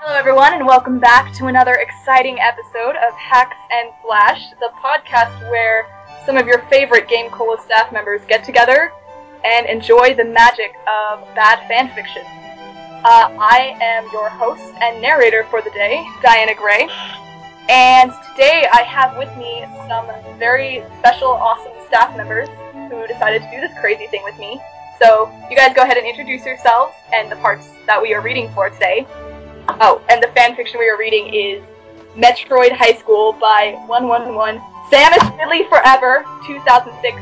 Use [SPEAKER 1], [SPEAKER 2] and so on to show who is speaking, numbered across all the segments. [SPEAKER 1] Hello, everyone, and welcome back to another exciting episode of Hacks and Flash, the podcast where some of your favorite Game Cola staff members get together and enjoy the magic of bad fanfiction. Uh, I am your host and narrator for the day, Diana Gray, and today I have with me some very special, awesome staff members who decided to do this crazy thing with me. So, you guys go ahead and introduce yourselves and the parts that we are reading for today. Oh, and the fan fiction we are reading is Metroid High School by 111 Samus Ridley Forever 2006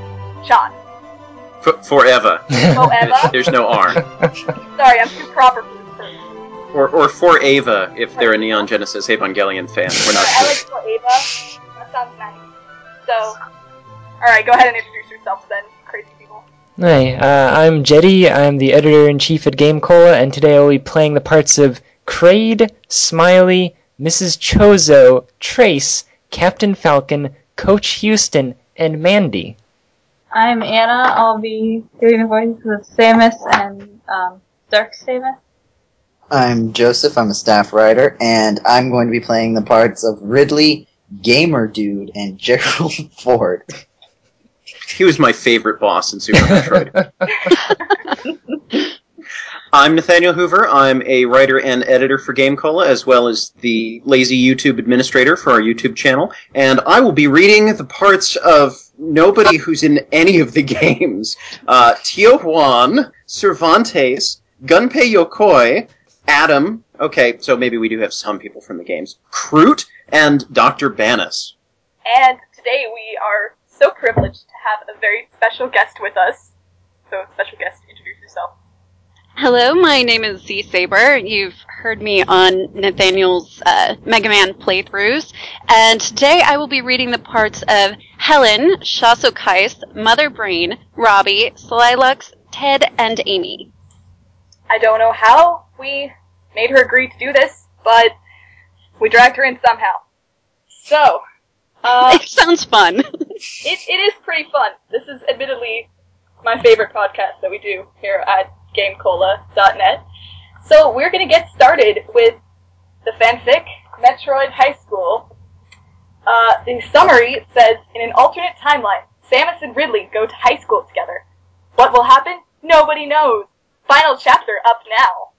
[SPEAKER 1] Sean.
[SPEAKER 2] F- forever.
[SPEAKER 1] Forever?
[SPEAKER 2] There's no R.
[SPEAKER 1] Sorry, I'm too proper for this person.
[SPEAKER 2] Or, or for Ava, if they're a Neon Genesis Evangelion fan. We're not
[SPEAKER 1] I like
[SPEAKER 2] sure.
[SPEAKER 1] for Ava. That sounds nice. So, alright, go ahead and introduce yourselves then, crazy people.
[SPEAKER 3] Hi, uh, I'm Jetty. I'm the editor in chief at Game Cola, and today I'll be playing the parts of Crade, Smiley, Mrs. Chozo, Trace, Captain Falcon, Coach Houston, and Mandy.
[SPEAKER 4] I'm Anna. I'll be doing the voices of Samus and um, Dark Samus.
[SPEAKER 5] I'm Joseph. I'm a staff writer, and I'm going to be playing the parts of Ridley, Gamer Dude, and Gerald Ford.
[SPEAKER 2] He was my favorite boss in Super Metroid. I'm Nathaniel Hoover. I'm a writer and editor for Game Cola, as well as the lazy YouTube administrator for our YouTube channel. And I will be reading the parts of nobody who's in any of the games uh, Tio Juan, Cervantes, Gunpei Yokoi, Adam. Okay, so maybe we do have some people from the games. Kroot and Dr. Bannis.
[SPEAKER 1] And today we are so privileged to have a very special guest with us. So, special guest, introduce yourself.
[SPEAKER 6] Hello, my name is Z Saber. You've heard me on Nathaniel's uh, Mega Man playthroughs, and today I will be reading the parts of Helen, Shasokais, Mother Brain, Robbie, Slylux, Ted, and Amy.
[SPEAKER 1] I don't know how we made her agree to do this, but we dragged her in somehow. So, uh,
[SPEAKER 6] it sounds fun.
[SPEAKER 1] it, it is pretty fun. This is admittedly my favorite podcast that we do here at GameCola.net. So we're going to get started with the fanfic Metroid High School. Uh, the summary says, in an alternate timeline, Samus and Ridley go to high school together. What will happen? Nobody knows. Final chapter up now.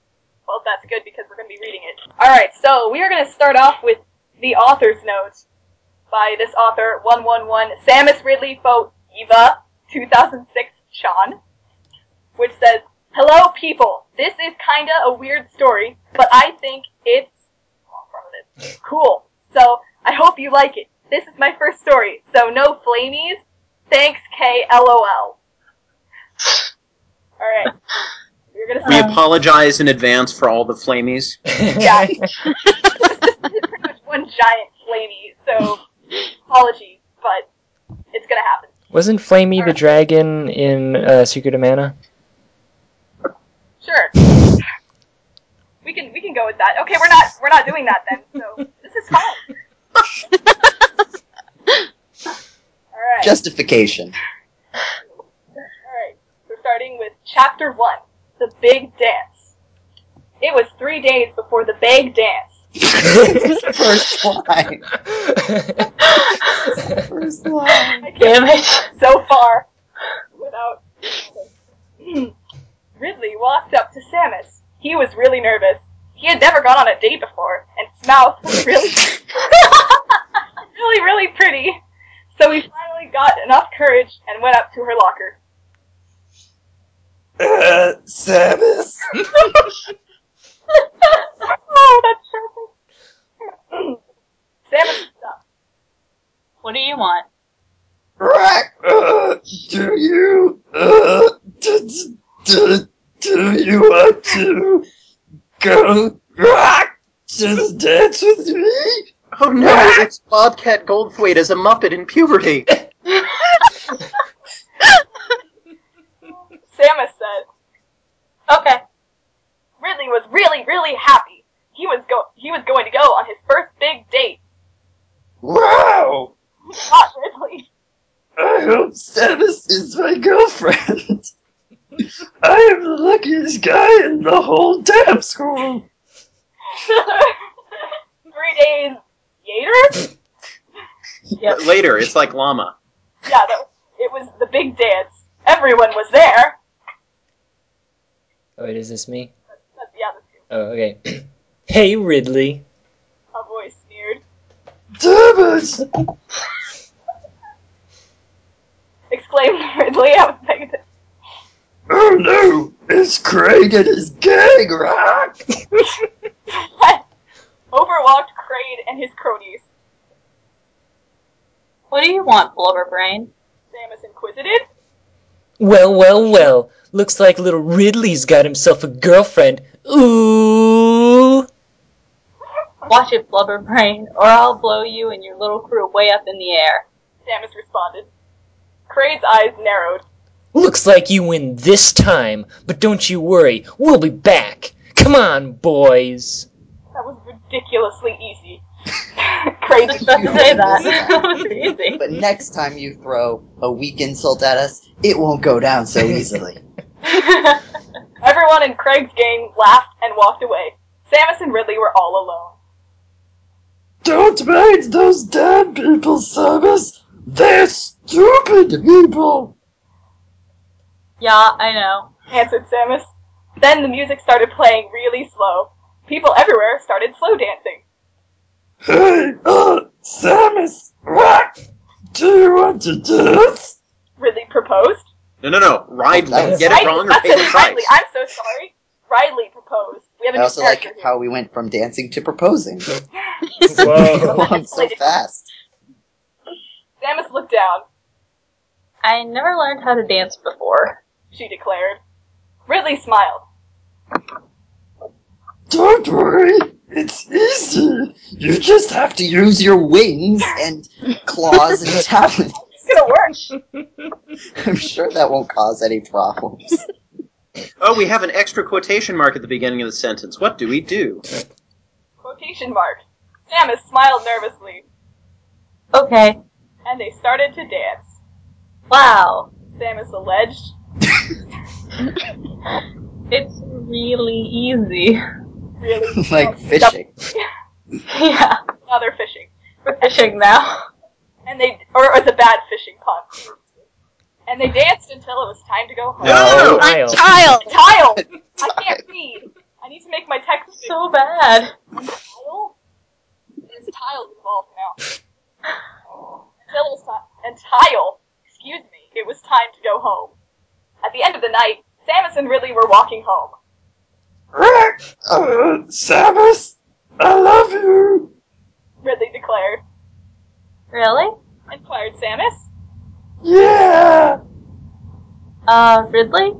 [SPEAKER 1] Well, that's good because we're going to be reading it. Alright, so we are going to start off with the author's note by this author, 111, Samus Ridley Fo Eva, 2006, Sean, which says, Hello, people. This is kinda a weird story, but I think it's oh, I'm wrong with it. cool. So I hope you like it. This is my first story, so no flamies. Thanks, K. LOL. All right, you're gonna
[SPEAKER 2] We
[SPEAKER 1] see
[SPEAKER 4] Um.
[SPEAKER 2] apologize in advance for all the flamies.
[SPEAKER 1] Yeah. pretty much one giant flamey. So apologies, but it's gonna happen.
[SPEAKER 3] Wasn't Flamey the dragon in uh, Secret of Mana?
[SPEAKER 1] Sure. We can we can go with that. Okay, we're not we're not doing that then. So this is fine. all right.
[SPEAKER 5] Justification.
[SPEAKER 1] all right. We're starting with chapter one, the big dance. It was three days before the big dance.
[SPEAKER 5] First line. First line.
[SPEAKER 1] I can't
[SPEAKER 4] Damn it!
[SPEAKER 1] so far without. Ridley walked up to Samus. He was really nervous. He had never gone on a date before, and his mouth was really, really, really pretty. So he finally got enough courage and went up to her locker.
[SPEAKER 5] Uh, Samus.
[SPEAKER 1] oh, that's perfect. Samus stopped.
[SPEAKER 4] What do you want?
[SPEAKER 5] Rack. Uh, do you? Uh, do, do, do you want to go rock? Just dance with me?
[SPEAKER 2] Oh no, it's Bobcat Goldthwait as a Muppet in puberty.
[SPEAKER 1] Samus said,
[SPEAKER 4] Okay.
[SPEAKER 1] Ridley was really, really happy. He was go- he was going to go on his first big date.
[SPEAKER 5] Wow.
[SPEAKER 1] Not Ridley.
[SPEAKER 5] I hope Samus is my girlfriend. I am the luckiest guy in the whole damn school.
[SPEAKER 1] Ridley three days later.
[SPEAKER 4] Yep.
[SPEAKER 2] But later, it's like llama.
[SPEAKER 1] Yeah, that, it was the big dance. Everyone was there.
[SPEAKER 3] Oh, wait, is this me?
[SPEAKER 1] That's, yeah, that's you.
[SPEAKER 3] Oh, okay. hey, Ridley.
[SPEAKER 1] A voice sneered.
[SPEAKER 5] Damn it!
[SPEAKER 1] Exclaimed Ridley. I was paying attention.
[SPEAKER 5] Oh no! It's Craig and his gang, rock!
[SPEAKER 1] Overwalked Crane and his cronies.
[SPEAKER 4] What do you want, Blubberbrain?
[SPEAKER 1] Samus inquisited.
[SPEAKER 3] Well, well, well. Looks like little Ridley's got himself a girlfriend. Ooh.
[SPEAKER 4] Watch it, Blubberbrain, or I'll blow you and your little crew way up in the air.
[SPEAKER 1] Samus responded. Crane's eyes narrowed.
[SPEAKER 3] Looks like you win this time, but don't you worry, we'll be back. Come on, boys.
[SPEAKER 1] That was ridiculously easy. Crane
[SPEAKER 4] Just about to say that. that was easy.
[SPEAKER 5] But next time you throw a weak insult at us, it won't go down so easily.
[SPEAKER 1] Everyone in Craig's gang laughed and walked away. Samus and Ridley were all alone.
[SPEAKER 5] Don't mind those damn people, Samus! They're stupid people!
[SPEAKER 4] yeah, I know.
[SPEAKER 1] Answered Samus. Then the music started playing really slow. People everywhere started slow dancing.
[SPEAKER 5] Hey, uh, Samus, rock! Do you want to dance?
[SPEAKER 1] Ridley proposed.
[SPEAKER 2] No, no, no. Ridley.
[SPEAKER 5] Oh, that was-
[SPEAKER 2] Get it wrong or pay the
[SPEAKER 1] Ridley,
[SPEAKER 2] price.
[SPEAKER 1] I'm so sorry. Ridley proposed. We have a
[SPEAKER 5] I
[SPEAKER 1] new
[SPEAKER 5] also
[SPEAKER 1] character
[SPEAKER 5] like
[SPEAKER 1] here.
[SPEAKER 5] how we went from dancing to proposing.
[SPEAKER 3] Whoa.
[SPEAKER 5] Along so fast.
[SPEAKER 1] Samus looked down.
[SPEAKER 4] I never learned how to dance before.
[SPEAKER 1] She declared. Ridley smiled.
[SPEAKER 5] Don't worry, it's easy. You just have to use your wings and claws and talons.
[SPEAKER 1] It's gonna work.
[SPEAKER 5] I'm sure that won't cause any problems.
[SPEAKER 2] Oh, we have an extra quotation mark at the beginning of the sentence. What do we do?
[SPEAKER 1] Quotation mark. Samus smiled nervously,
[SPEAKER 4] Okay.
[SPEAKER 1] and they started to dance.
[SPEAKER 4] Wow.
[SPEAKER 1] Samus alleged.
[SPEAKER 4] It's really easy.
[SPEAKER 1] Really?
[SPEAKER 5] like fishing.
[SPEAKER 4] yeah.
[SPEAKER 1] Now they're fishing.
[SPEAKER 4] We're fishing now.
[SPEAKER 1] And they, or it's a bad fishing pun. And they danced until it was time to go home.
[SPEAKER 2] No!
[SPEAKER 6] My
[SPEAKER 3] Kyle.
[SPEAKER 6] child.
[SPEAKER 1] Tile! I can't read. I need to make my text big.
[SPEAKER 4] So bad.
[SPEAKER 1] tile. There's tiles involved now. Until it was time, and tile. Excuse me. It was time to go home. At the end of the night, Samus and Ridley were walking home.
[SPEAKER 5] Uh, Samus, I love you.
[SPEAKER 1] Ridley declared.
[SPEAKER 4] Really?
[SPEAKER 1] Inquired Samus.
[SPEAKER 5] Yeah,
[SPEAKER 4] Uh, Ridley?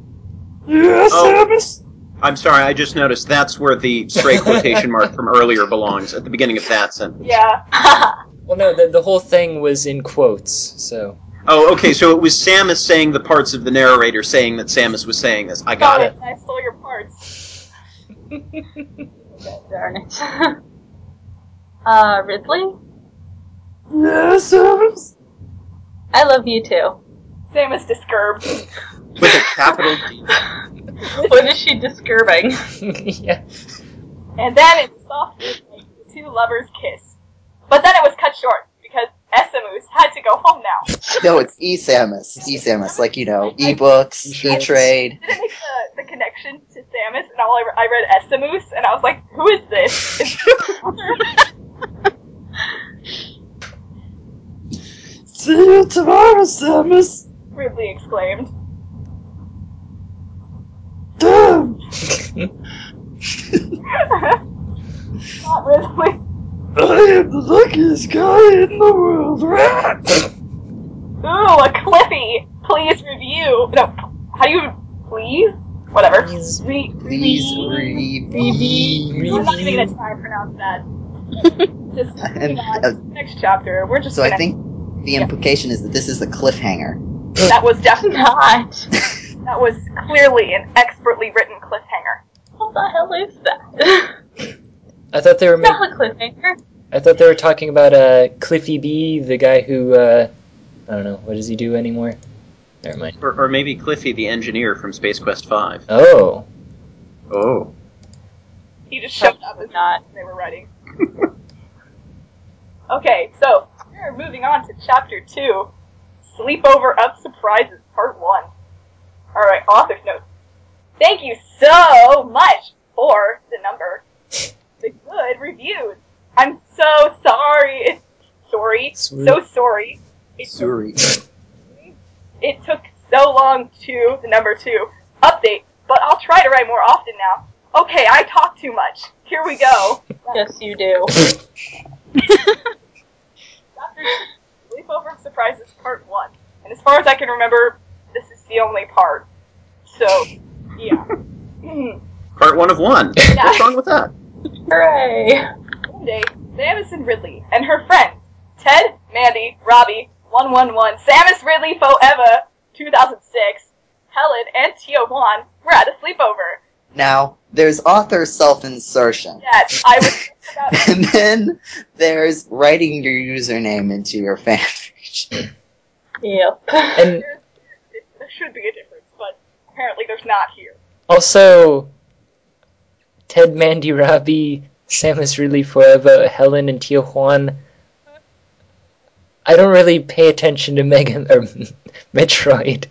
[SPEAKER 5] yeah,
[SPEAKER 2] Oh.
[SPEAKER 5] Samus.
[SPEAKER 2] I'm sorry, I just noticed that's where the stray quotation mark from earlier belongs, at the beginning of that sentence.
[SPEAKER 1] Yeah.
[SPEAKER 3] well, no, the, the whole thing was in quotes, so.
[SPEAKER 2] Oh, okay, so it was Samus saying the parts of the narrator saying that Samus was saying this. I got it.
[SPEAKER 1] I stole your parts.
[SPEAKER 4] Darn it. uh, Ridley?
[SPEAKER 5] Yeah, Samus.
[SPEAKER 4] I love you too.
[SPEAKER 1] Samus disturbed.
[SPEAKER 2] With a capital D.
[SPEAKER 4] What is she disturbing?
[SPEAKER 3] yeah.
[SPEAKER 1] And then in soft movement, the two lovers kissed. But then it was cut short because Esamus had to go home now.
[SPEAKER 5] No, it's e Samus. E Samus, like you know, e-books,
[SPEAKER 3] Sure.
[SPEAKER 5] e-trade.
[SPEAKER 1] Didn't make the, the connection to Samus, and all I, re- I read Esamus, and I was like, who is this?
[SPEAKER 5] See you tomorrow, Samus.
[SPEAKER 1] Ridley exclaimed.
[SPEAKER 5] Damn.
[SPEAKER 1] Not Ridley.
[SPEAKER 5] I am the luckiest guy in the world. Rat.
[SPEAKER 1] Ooh, a Clippy. Please review. No, how do you please? Whatever.
[SPEAKER 3] Please.
[SPEAKER 1] Re-
[SPEAKER 5] Please
[SPEAKER 1] We're
[SPEAKER 5] review.
[SPEAKER 1] not even gonna try and pronounce that. Just moving on. Next chapter. We're just
[SPEAKER 5] So
[SPEAKER 1] gonna.
[SPEAKER 5] I think the implication is that this is a cliffhanger.
[SPEAKER 1] that was definitely
[SPEAKER 4] Not.
[SPEAKER 1] that was clearly an expertly written cliffhanger.
[SPEAKER 4] What the hell is that?
[SPEAKER 3] I thought they were ma-
[SPEAKER 4] Not a cliffhanger.
[SPEAKER 3] I thought they were talking about uh, Cliffy B, the guy who uh, I don't know what does he do anymore. Never mind.
[SPEAKER 2] Or, or maybe Cliffy, the engineer from Space Quest V.
[SPEAKER 3] Oh,
[SPEAKER 2] Oh.
[SPEAKER 1] He just showed up
[SPEAKER 4] Probably
[SPEAKER 1] and
[SPEAKER 4] not.
[SPEAKER 1] they were writing. Okay, so we're moving on to chapter two, sleepover of surprises, part one. All right, author's note. Thank you so much for the number, the good reviews. I'm so sorry, sorry,
[SPEAKER 3] Sweet.
[SPEAKER 1] so sorry. It took
[SPEAKER 5] Sorry.
[SPEAKER 1] it took so long to the number two update, but I'll try to write more often now. Okay, I talk too much. Here we go.
[SPEAKER 4] Yes, you do.
[SPEAKER 1] Chapter two, Sleepover Surprises Part One. And as far as I can remember, this is the only part. So, yeah. Hmm.
[SPEAKER 2] Part one of one. What's wrong with that?
[SPEAKER 4] Hooray!
[SPEAKER 1] One day, Samus and Ridley and her friends, Ted, Mandy, Robbie, 111, Samus Ridley Forever, 2006, Helen, and Tio Juan were at a sleepover.
[SPEAKER 5] Now, there's author self insertion.
[SPEAKER 1] Yes, I was thinking about
[SPEAKER 5] And then there's writing your username into your fanfiction.
[SPEAKER 4] Yep.
[SPEAKER 3] And
[SPEAKER 1] There's, there should be a difference, but apparently there's not here.
[SPEAKER 3] also, Ted, Mandy, Robbie, Samus Ridley Forever, Helen, and Tio Juan. I don't really pay attention to Mega or Metroid,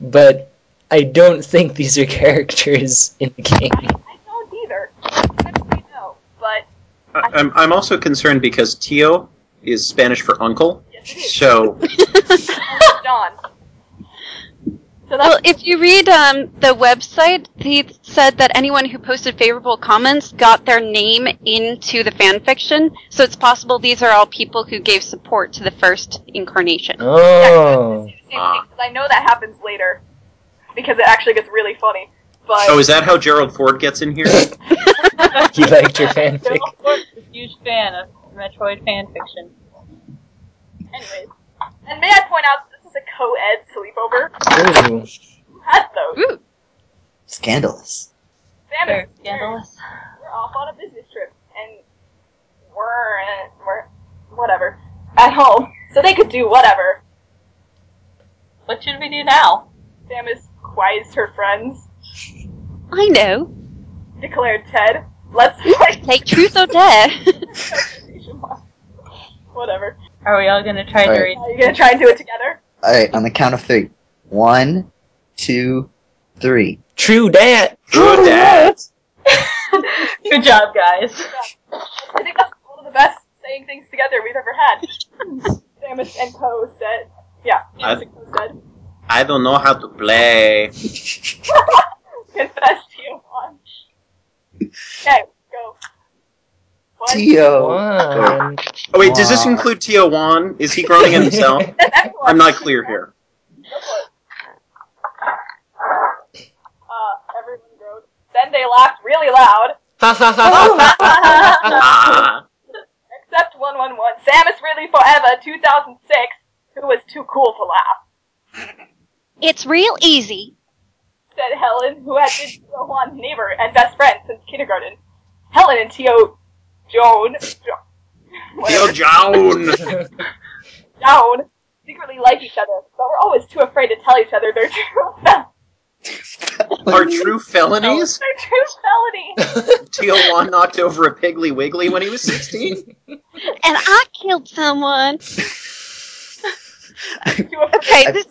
[SPEAKER 3] but I don't think these are characters in the game.
[SPEAKER 1] I don't either. Honestly, no. But
[SPEAKER 2] I, I'm, I'm also concerned because Tio is Spanish for uncle,
[SPEAKER 1] yes, it is.
[SPEAKER 2] so
[SPEAKER 1] John. So that's
[SPEAKER 6] Well, if you read um, the website, he said that anyone who posted favorable comments got their name into the fan fiction, so it's possible these are all people who gave support to the first incarnation.
[SPEAKER 3] Oh.
[SPEAKER 1] the same thing, 'cause I know that happens later because it actually gets really funny. But
[SPEAKER 2] Oh, is that how Gerald Ford gets in here?
[SPEAKER 3] You liked your fanfic.
[SPEAKER 4] Gerald Ford is a huge fan of Metroid fanfiction.
[SPEAKER 1] anyways, and may I point out this is a co-ed sleepover.
[SPEAKER 3] Ooh.
[SPEAKER 1] Who has those?
[SPEAKER 6] Ooh,
[SPEAKER 5] Scandalous.
[SPEAKER 1] Samus,
[SPEAKER 4] Scandalous.
[SPEAKER 1] we're off on a business trip and we're, we're whatever at home, so they could do whatever.
[SPEAKER 4] What should we do now?
[SPEAKER 1] Samus quiets her friends,
[SPEAKER 6] I know.
[SPEAKER 1] declared Ted. Let's fight.
[SPEAKER 6] Like truth or dare.
[SPEAKER 1] Whatever.
[SPEAKER 4] Are we all gonna try to
[SPEAKER 5] Alright.
[SPEAKER 4] read?
[SPEAKER 1] Are you gonna try and do it together?
[SPEAKER 5] Alright, on the count of three. One, two, three.
[SPEAKER 3] True dat.
[SPEAKER 2] Good dad.
[SPEAKER 4] Good job, guys.
[SPEAKER 1] I think that's one of the best saying things together we've ever had. Samus and Co said, "Yeah, Samus
[SPEAKER 2] I-
[SPEAKER 1] and Co said,
[SPEAKER 2] I don't know how to play.
[SPEAKER 1] confess to you on." Okay, go. One,
[SPEAKER 5] Tio.
[SPEAKER 3] One.
[SPEAKER 2] Oh wait, does this
[SPEAKER 5] Wow.
[SPEAKER 2] include Tio Wan? Is he groaning himself?
[SPEAKER 1] everyone.
[SPEAKER 2] I'm not clear here.
[SPEAKER 1] Uh, everyone groaned. Then they laughed really loud,
[SPEAKER 3] Ha ha ha ha.
[SPEAKER 2] Ah.
[SPEAKER 1] except 111, Samus Ridley Forever 2006, who was too cool to laugh.
[SPEAKER 6] It's real easy.
[SPEAKER 1] said Helen, who had been Tio Juan's neighbor and best friend since kindergarten. Helen and Tio Joan, Jo-
[SPEAKER 2] Tio
[SPEAKER 1] whatever,
[SPEAKER 2] Joan.
[SPEAKER 1] Joan secretly like each other, but were always too afraid to tell each other their true, fel-
[SPEAKER 2] Are true felonies?
[SPEAKER 1] their true felony.
[SPEAKER 2] Tio Wan knocked over a Piggly Wiggly when he was 16?
[SPEAKER 6] And I killed someone.
[SPEAKER 1] Too afraid.
[SPEAKER 6] Okay, this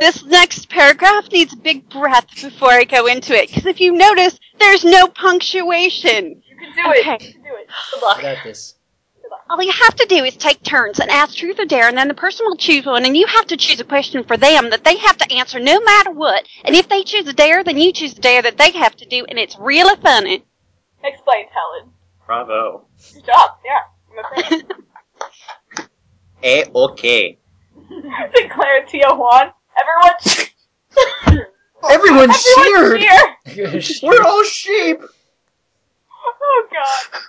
[SPEAKER 6] this next paragraph needs a big breath before I go into it, because if you notice, there's no punctuation.
[SPEAKER 1] You can do it.
[SPEAKER 6] Okay.
[SPEAKER 1] You can do it.
[SPEAKER 3] I got this.
[SPEAKER 6] All you have to do is take turns and ask truth or dare, and then the person will choose one, and you have to choose a question for them that they have to answer no matter what. And if they choose a dare, then you choose a dare that they have to do, and it's really funny.
[SPEAKER 1] Explained Helen.
[SPEAKER 2] Bravo.
[SPEAKER 1] Good job. Yeah, I'm afraid.
[SPEAKER 2] Eh, okay.
[SPEAKER 1] Declared Tio Juan. Everyone, cheer.
[SPEAKER 2] Everyone
[SPEAKER 1] Everyone cheer.
[SPEAKER 2] cheered! We're all sheep!
[SPEAKER 1] Oh god.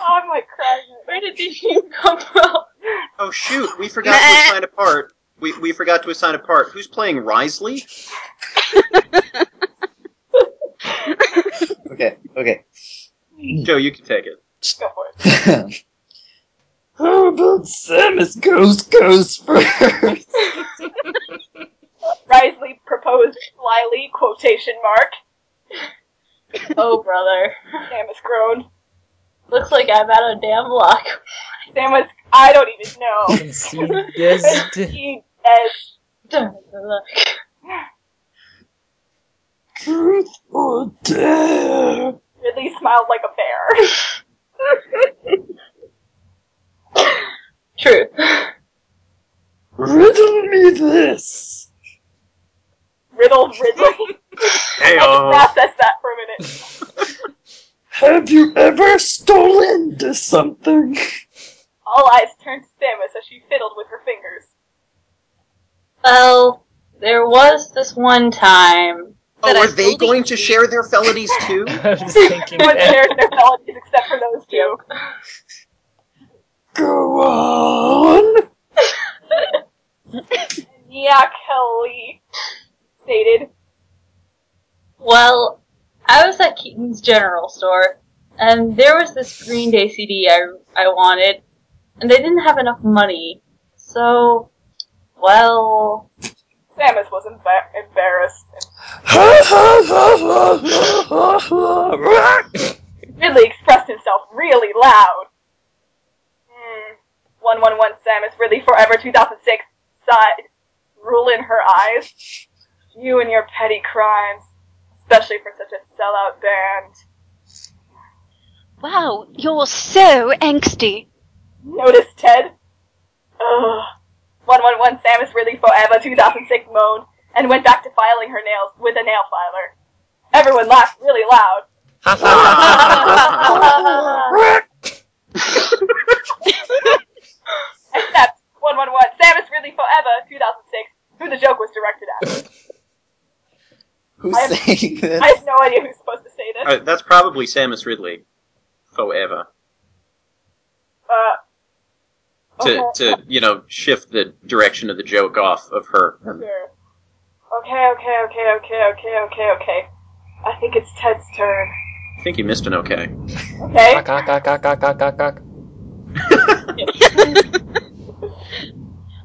[SPEAKER 1] Oh, I'm like crying.
[SPEAKER 4] Where did these sheep come from?
[SPEAKER 2] Oh shoot, we forgot to
[SPEAKER 6] Nah.
[SPEAKER 2] assign a part. We, we forgot to assign a part. Who's playing Risley?
[SPEAKER 5] Okay, okay.
[SPEAKER 2] Joe, you can take it.
[SPEAKER 1] Go for it.
[SPEAKER 5] How about Samus Goes Goes first?
[SPEAKER 1] Risley proposed slyly, quotation mark.
[SPEAKER 4] Oh, brother.
[SPEAKER 1] Samus groaned.
[SPEAKER 4] Looks like I'm out of damn luck.
[SPEAKER 1] Samus I don't even know.
[SPEAKER 3] Conceived.
[SPEAKER 1] He says,
[SPEAKER 5] Truth or dare?
[SPEAKER 1] Ridley smiled like a bear.
[SPEAKER 4] True.
[SPEAKER 5] Riddle me this.
[SPEAKER 1] Riddle, Ridley.
[SPEAKER 2] Hey-oh.
[SPEAKER 1] Process that for a minute.
[SPEAKER 5] Have you ever stolen to something?
[SPEAKER 1] All eyes turned to Samus as she fiddled with her fingers.
[SPEAKER 4] Well, there was this one time.
[SPEAKER 2] Oh,
[SPEAKER 6] That I
[SPEAKER 2] are they
[SPEAKER 6] still
[SPEAKER 2] going
[SPEAKER 6] think-
[SPEAKER 2] to share their felonies too?
[SPEAKER 3] I was thinking
[SPEAKER 1] No one
[SPEAKER 3] that.
[SPEAKER 1] shared their felonies except for those two.
[SPEAKER 5] Go on.
[SPEAKER 1] Nia Kelly stated,
[SPEAKER 4] Well, I was at Keaton's General Store, and there was this Green Day CD I, I wanted, and they didn't have enough money. So, well,
[SPEAKER 1] Samus was emba- embarrassed. Ridley expressed himself really loud. Hmm. 111 Samus Ridley Forever 2006 sighed, rule in her eyes. You and your petty crimes, especially for such a sellout band.
[SPEAKER 6] Wow, you're so angsty.
[SPEAKER 1] Notice Ted. Ugh. 111 Samus Ridley Forever 2006 moaned and went back to filing her nails with a nail filer. Everyone laughed really loud. Except 111 Samus Ridley Forever 2006, who the joke was directed at.
[SPEAKER 5] Who's
[SPEAKER 1] I have-
[SPEAKER 5] saying this?
[SPEAKER 1] I have no idea who's supposed to say this.
[SPEAKER 2] Uh, that's probably Samus Ridley. Forever.
[SPEAKER 1] Uh, okay,
[SPEAKER 2] To, to, you know, shift the direction of the joke off of her.
[SPEAKER 1] sure. Uh, Okay, okay, okay, okay, okay, okay, okay. I think it's Ted's turn.
[SPEAKER 2] I think you missed an okay.
[SPEAKER 1] Okay.
[SPEAKER 3] Cock, cock, cock, cock, cock, cock, cock, cock.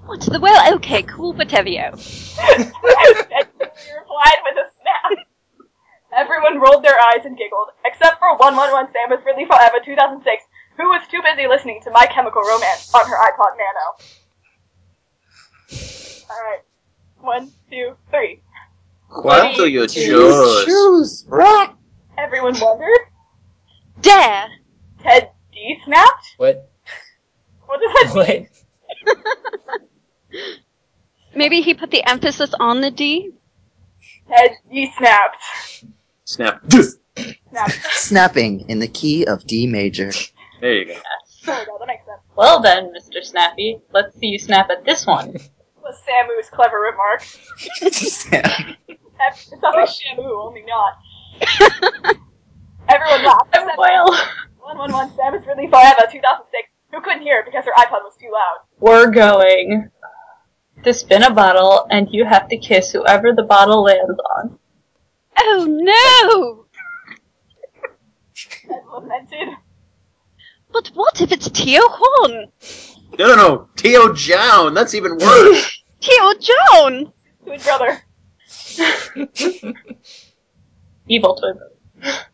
[SPEAKER 6] What's the well? Okay, cool, oh. Batevio.
[SPEAKER 1] and he replied with a snap. Everyone rolled their eyes and giggled, except for 111 Samus Ridley Forever 2006, who was too busy listening to My Chemical Romance on her iPod Nano. Alright. One, two, three.
[SPEAKER 2] Quanto yo
[SPEAKER 5] Choose,
[SPEAKER 2] choose.
[SPEAKER 5] choose, rock.
[SPEAKER 1] Everyone wondered.
[SPEAKER 6] Dare.
[SPEAKER 1] Ted D snapped?
[SPEAKER 3] What?
[SPEAKER 1] What does that mean?
[SPEAKER 3] What?
[SPEAKER 6] Maybe he put the emphasis on the D.
[SPEAKER 1] Ted D snapped.
[SPEAKER 2] Snap.
[SPEAKER 1] Snapped.
[SPEAKER 5] Snapping in the key of D major.
[SPEAKER 2] There you go.
[SPEAKER 1] There we go, that makes sense.
[SPEAKER 4] well then, Mr. Snappy, let's see you snap at this one.
[SPEAKER 1] Was Samu's clever remark. That sounds like Shamu, only not. Everyone laughed. except
[SPEAKER 4] well,
[SPEAKER 1] 111 Samus Ridley Forever 2006, who couldn't hear it because her iPod was too loud.
[SPEAKER 4] we're going to spin a bottle, and you have to kiss whoever the bottle lands on.
[SPEAKER 6] Oh no!
[SPEAKER 1] Ted lamented.
[SPEAKER 6] But what if it's Tio Horn?
[SPEAKER 2] No, no, no. Tio Jown. That's even worse.
[SPEAKER 6] Tio John!
[SPEAKER 1] Twin brother.
[SPEAKER 4] Evil twin. brother.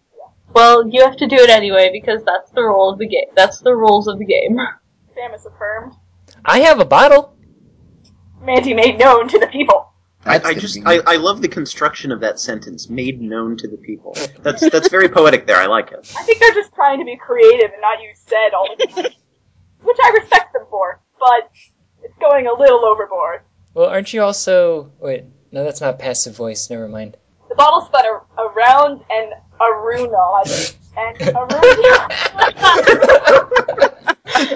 [SPEAKER 4] Well, you have to do it anyway because that's the rule of the game. That's the rules of the game.
[SPEAKER 1] Samus affirmed.
[SPEAKER 3] I have a bottle.
[SPEAKER 1] Mandy made known to the people.
[SPEAKER 2] I,
[SPEAKER 5] That's
[SPEAKER 2] I
[SPEAKER 5] gonna
[SPEAKER 2] just,
[SPEAKER 5] be-
[SPEAKER 2] I, I love the construction of that sentence. Made known to the people. That's, that's very poetic there. I like it.
[SPEAKER 1] I think they're just trying to be creative and not use said all the time. Which I respect them for, but it's going a little overboard.
[SPEAKER 3] Well, aren't you also? Wait, no, that's not passive voice. Never mind.
[SPEAKER 1] The bottle spun a- around and around and around.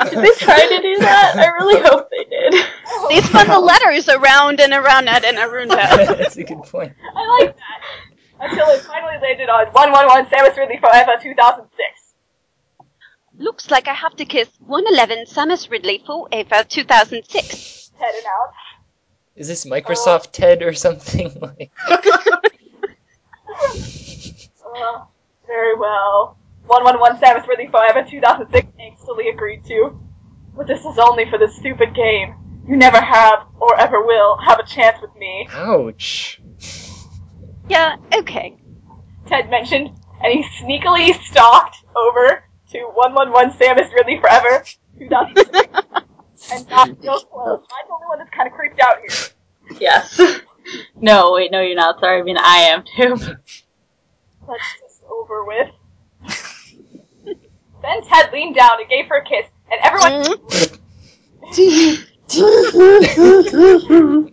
[SPEAKER 4] Did they try to do that? I really hope they did.
[SPEAKER 6] They spun the letters around and around at and Arunda.
[SPEAKER 3] that's a good point.
[SPEAKER 1] I like that. Until it finally landed on 111 Samus Ridley Forever 2006.
[SPEAKER 6] Looks like I have to kiss 111 Samus Ridley forever 2006.
[SPEAKER 1] Ted announced.
[SPEAKER 3] Is this Microsoft TED or something? like,
[SPEAKER 1] Uh, very well. 111 Samus Ridley Forever 2006 hastily agreed to. But this is only for this stupid game. You never have, or ever will, have a chance with me,
[SPEAKER 3] ouch.
[SPEAKER 6] Yeah, okay.
[SPEAKER 1] Ted mentioned, and he sneakily stalked over to 111 Samus Ridley Forever 2006 and not so close. I'm the only one that's kind of creeped out here.
[SPEAKER 4] Yes. no, wait, no, you're not. Sorry, I mean I am too.
[SPEAKER 1] Let's just over with. Ben's head leaned down and gave her a kiss, and everyone.
[SPEAKER 6] Mm-hmm.
[SPEAKER 1] And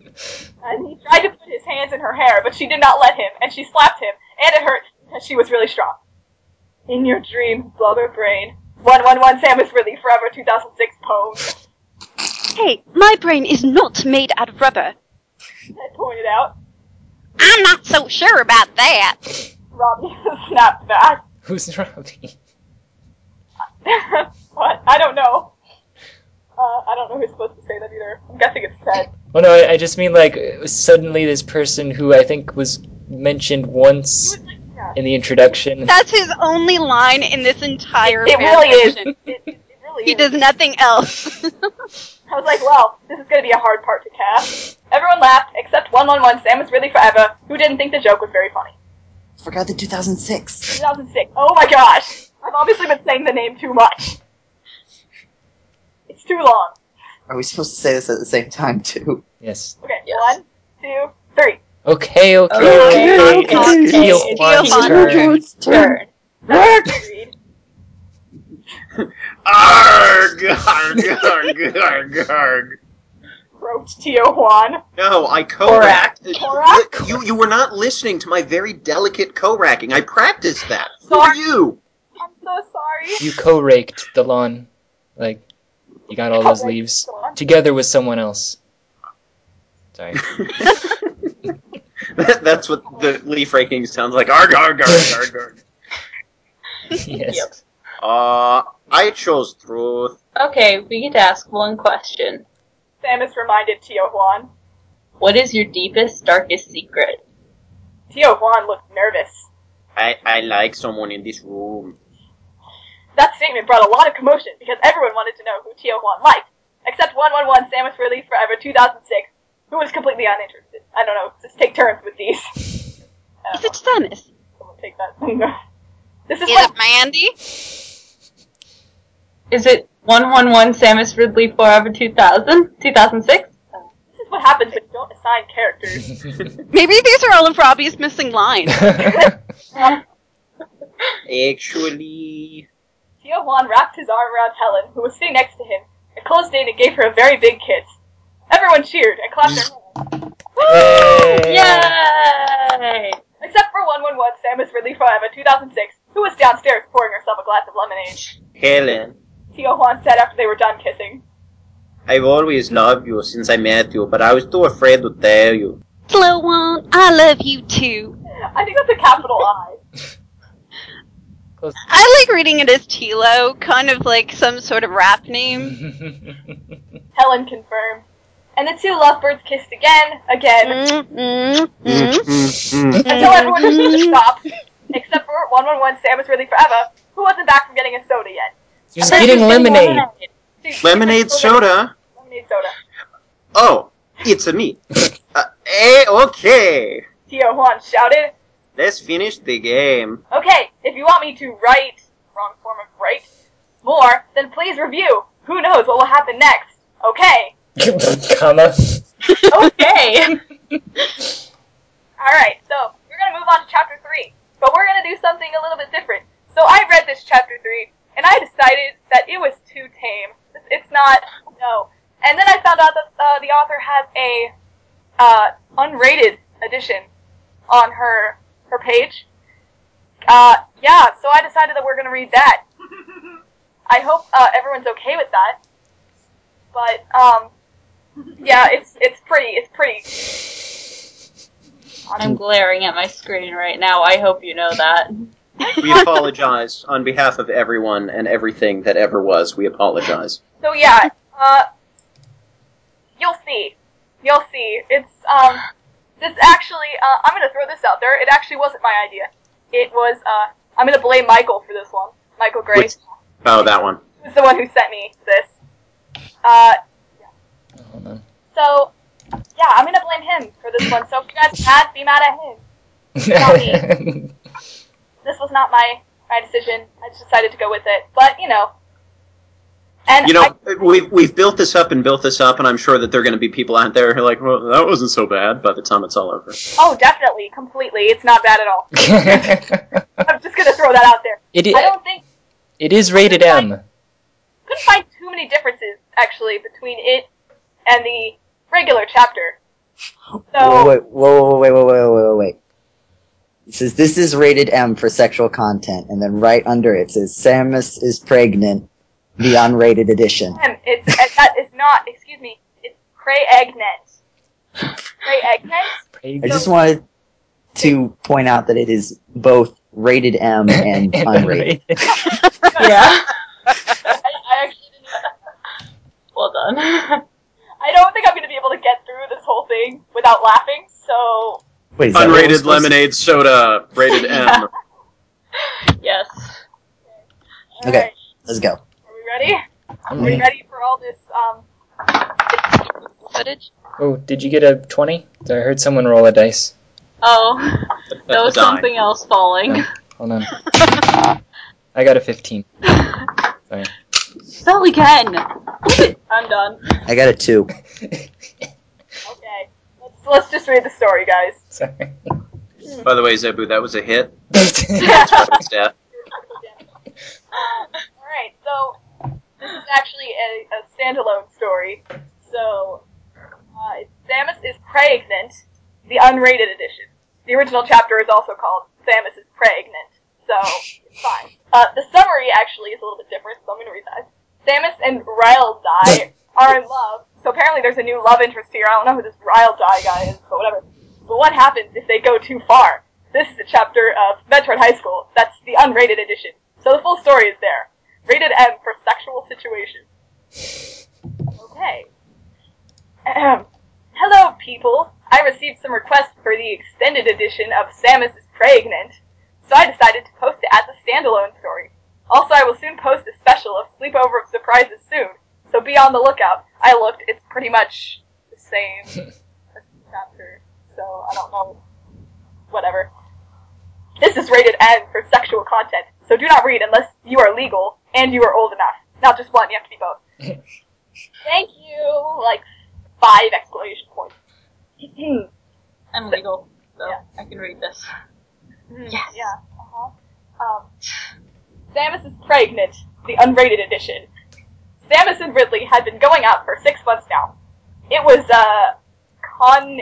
[SPEAKER 1] he tried to put his hands in her hair, but she did not let him, and she slapped him, and it hurt because she was really strong. In your dreams, blubber brain. 111 Samus Ridley, Forever 2006 poem.
[SPEAKER 6] Hey, my brain is not made out of rubber.
[SPEAKER 1] I pointed out.
[SPEAKER 6] I'm not so sure about that.
[SPEAKER 1] Robbie snapped back.
[SPEAKER 3] Who's Robbie?
[SPEAKER 1] what? I don't know. Uh, I don't know who's supposed to say that either. I'm guessing it's Ted.
[SPEAKER 3] Well, no, I, I just mean like suddenly this person who I think was mentioned once
[SPEAKER 1] Yeah.
[SPEAKER 3] in the introduction.
[SPEAKER 6] That's his only line in this entire
[SPEAKER 1] It
[SPEAKER 6] fan
[SPEAKER 1] really is.
[SPEAKER 6] fiction.
[SPEAKER 1] It, it, it really
[SPEAKER 6] He
[SPEAKER 1] is.
[SPEAKER 6] does nothing else.
[SPEAKER 1] I was like, well, this is going to be a hard part to cast. Everyone laughed except 111 Samus Ridley Forever, who didn't think the joke was very funny.
[SPEAKER 5] Forgot the 2006.
[SPEAKER 1] 2006. Oh my gosh! I've obviously been saying the name too much. It's too long.
[SPEAKER 5] Are we supposed to say this at the same time too?
[SPEAKER 3] yes.
[SPEAKER 1] Okay,
[SPEAKER 4] Yes.
[SPEAKER 1] one, two, three.
[SPEAKER 3] Okay,
[SPEAKER 7] Oh,
[SPEAKER 3] okay,
[SPEAKER 4] Okay,
[SPEAKER 3] okay.
[SPEAKER 5] Oh, okay.
[SPEAKER 3] It's Teal
[SPEAKER 4] It's
[SPEAKER 3] Horn's
[SPEAKER 6] Teal
[SPEAKER 3] turn.
[SPEAKER 5] Horn.
[SPEAKER 4] Turn.
[SPEAKER 5] Work!
[SPEAKER 1] Read.
[SPEAKER 2] Arg, arg, arg, arg, arg.
[SPEAKER 1] Wrote Tio Juan.
[SPEAKER 2] No, I co-racked.
[SPEAKER 1] Korak?
[SPEAKER 2] You, you were not listening to my very delicate co-racking. I practiced that for
[SPEAKER 1] Sorry.
[SPEAKER 2] you.
[SPEAKER 1] I'm so sorry.
[SPEAKER 3] You co-raked the lawn, like you got all those
[SPEAKER 1] Okay,
[SPEAKER 3] leaves
[SPEAKER 1] go on.
[SPEAKER 3] together with someone else. Sorry.
[SPEAKER 2] That, that's what the leaf raking sounds like. Arg, arg, arg, arg, arg.
[SPEAKER 3] yes.
[SPEAKER 4] Yep.
[SPEAKER 2] Uh, I chose truth.
[SPEAKER 4] Okay, we get to ask one question.
[SPEAKER 1] Samus reminded Tio Juan.
[SPEAKER 4] What is your deepest, darkest secret?
[SPEAKER 1] Tio Juan looked nervous.
[SPEAKER 2] I, I like someone in this room.
[SPEAKER 1] That statement brought a lot of commotion because everyone wanted to know who Tio Juan liked, except 111 Samus Ridley Forever 2006, who was completely uninterested. I don't know, just take turns with these. I
[SPEAKER 6] Is
[SPEAKER 1] don't
[SPEAKER 6] it Samus?
[SPEAKER 1] know, someone take that. this is
[SPEAKER 6] Is
[SPEAKER 1] like,
[SPEAKER 6] it Mandy?
[SPEAKER 4] Is it 111 Samus Ridley Forever 2000? 2006?
[SPEAKER 1] this is what happens when you don't assign characters.
[SPEAKER 6] Maybe these are all of Robbie's missing lines.
[SPEAKER 1] Um,
[SPEAKER 2] Actually,
[SPEAKER 1] Tio Juan wrapped his arm around Helen, who was sitting next to him, and closed in and gave her a very big kiss. Everyone cheered and clapped their hands.
[SPEAKER 3] Yay.
[SPEAKER 4] Yay!
[SPEAKER 1] Except for 111 Samus Ridley Forever 2006, who was downstairs pouring herself a glass of lemonade.
[SPEAKER 2] Helen,
[SPEAKER 1] Tio Juan said after they were done kissing.
[SPEAKER 2] I've always loved you since I met you, but I was too afraid to tell you.
[SPEAKER 6] Slow one, I love you too.
[SPEAKER 1] I think that's a capital I.
[SPEAKER 3] Close.
[SPEAKER 6] I like reading it as Tilo, kind of like some sort of rap name.
[SPEAKER 1] Helen confirmed. And the two lovebirds kissed again, again, Mm-hmm.
[SPEAKER 6] Mm, mm, mm.
[SPEAKER 1] until everyone was stopped, except for 111 Samus Ridley Forever, who wasn't back from getting a soda yet.
[SPEAKER 3] Just getting lemonade.
[SPEAKER 1] She- she
[SPEAKER 2] Lemonade
[SPEAKER 1] was still getting-
[SPEAKER 2] soda.
[SPEAKER 1] Lemonade soda.
[SPEAKER 2] Oh, it's a me. uh, eh, okay.
[SPEAKER 1] Tio Juan shouted,
[SPEAKER 2] Let's finish the game.
[SPEAKER 1] Okay, if you want me to write, wrong form of write, more, then please review. Who knows what will happen next? Okay.
[SPEAKER 3] Comma.
[SPEAKER 4] Okay!
[SPEAKER 1] Alright, so we're gonna move on to chapter 3. But we're gonna do something a little bit different. So I read this chapter 3, and I decided that it was too tame. It's- It's not, no. And then I found out that uh, the author has a uh, unrated edition on her her page. Uh, yeah, so I decided that we're gonna read that. I hope uh, everyone's okay with that. But um, yeah, it's it's pretty it's pretty
[SPEAKER 4] I'm glaring at my screen right now. I hope you know that.
[SPEAKER 2] We apologize on behalf of everyone and everything that ever was. We apologize.
[SPEAKER 1] So yeah, uh, you'll see, you'll see. It's um, this actually. Uh, I'm gonna throw this out there. It actually wasn't my idea. It was. Uh, I'm gonna blame Michael for this one. Michael Gray,
[SPEAKER 2] Which- Oh, that one.
[SPEAKER 1] who's the one who sent me this. Uh,
[SPEAKER 3] Hold on.
[SPEAKER 1] so yeah, I'm gonna blame him for this one. So if you guys are mad, be mad at him. This was not my my decision. I just decided to go with it. But you know, And
[SPEAKER 2] You
[SPEAKER 1] I,
[SPEAKER 2] know, we've, we've built this up and built this up, and I'm sure that there are going to be people out there who are like, well, that wasn't so bad by the time it's all over.
[SPEAKER 1] oh, definitely, completely, it's not bad at all. I'm just gonna throw that out there.
[SPEAKER 3] it,
[SPEAKER 1] I
[SPEAKER 3] i-
[SPEAKER 1] don't think
[SPEAKER 3] it is rated M.
[SPEAKER 1] couldn't find too many differences actually between it and the regular chapter.
[SPEAKER 5] Whoa,
[SPEAKER 1] So
[SPEAKER 5] wait, whoa, whoa, wait, wait, wait, wait, wait, wait. It says this is rated M for sexual content, and then right under it says Samus is pregnant, the unrated edition.
[SPEAKER 1] and it's and that is not. Excuse me. It's cray eggnet. Cray eggnet.
[SPEAKER 5] I just wanted to point out that it is both rated M and unrated.
[SPEAKER 4] yeah.
[SPEAKER 1] I, I actually didn't.
[SPEAKER 4] Well done.
[SPEAKER 1] I don't think I'm gonna be able to get through this whole thing without laughing. So
[SPEAKER 5] Wait, is that what we're
[SPEAKER 2] Unrated
[SPEAKER 5] supposed to-
[SPEAKER 2] lemonade soda, rated M.
[SPEAKER 4] yes.
[SPEAKER 1] all
[SPEAKER 5] Okay.
[SPEAKER 1] right,
[SPEAKER 5] Let's go.
[SPEAKER 1] are we ready? Are we
[SPEAKER 3] Alright.
[SPEAKER 1] ready for all this? Um,
[SPEAKER 6] Footage.
[SPEAKER 3] Oh, did you get a 20? I heard someone roll a dice.
[SPEAKER 4] Oh, that
[SPEAKER 2] A
[SPEAKER 4] was
[SPEAKER 2] dime.
[SPEAKER 4] something else falling.
[SPEAKER 3] Hold on. I got a 15. Sorry.
[SPEAKER 6] Spell again.
[SPEAKER 4] I'm done.
[SPEAKER 5] I got a two.
[SPEAKER 1] okay. Let's let's just read the story, guys.
[SPEAKER 3] Sorry.
[SPEAKER 2] By the way, Zebu, that was a hit. It's death.
[SPEAKER 1] All right. So this is actually a, a standalone story. So uh, it's Samus is pregnant, the unrated edition. The original chapter is also called Samus is pregnant. So it's fine. Uh, the summary actually is a little bit different, so I'm going to read that. Samus and Rylezai are in love. So apparently there's a new love interest here. I don't know who this Rylezai guy is, but whatever. But what happens if they go too far? This is a chapter of Metroid High School. That's the unrated edition. So the full story is there. Rated M for sexual situations. Okay. Ahem. Hello, people. I received some requests for the extended edition of Samus is Pregnant, so I decided to post it as a standalone story. Also, I will soon post a special of Sleepover of Surprises soon, so be on the lookout. I looked, it's pretty much the same as the chapter, so I don't know. Whatever. This is rated M for sexual content, so do not read unless you are legal and you are old enough. Not just one, you have to be both. Thank you! Like, five exclamation points.
[SPEAKER 4] I'm legal, so
[SPEAKER 1] Yeah. Hmm.
[SPEAKER 4] I can read this.
[SPEAKER 1] yes. Mm, Yeah. Uh-huh. Um, Samus is pregnant, the unrated edition. Samus and Ridley had been going out for six months now. It was a con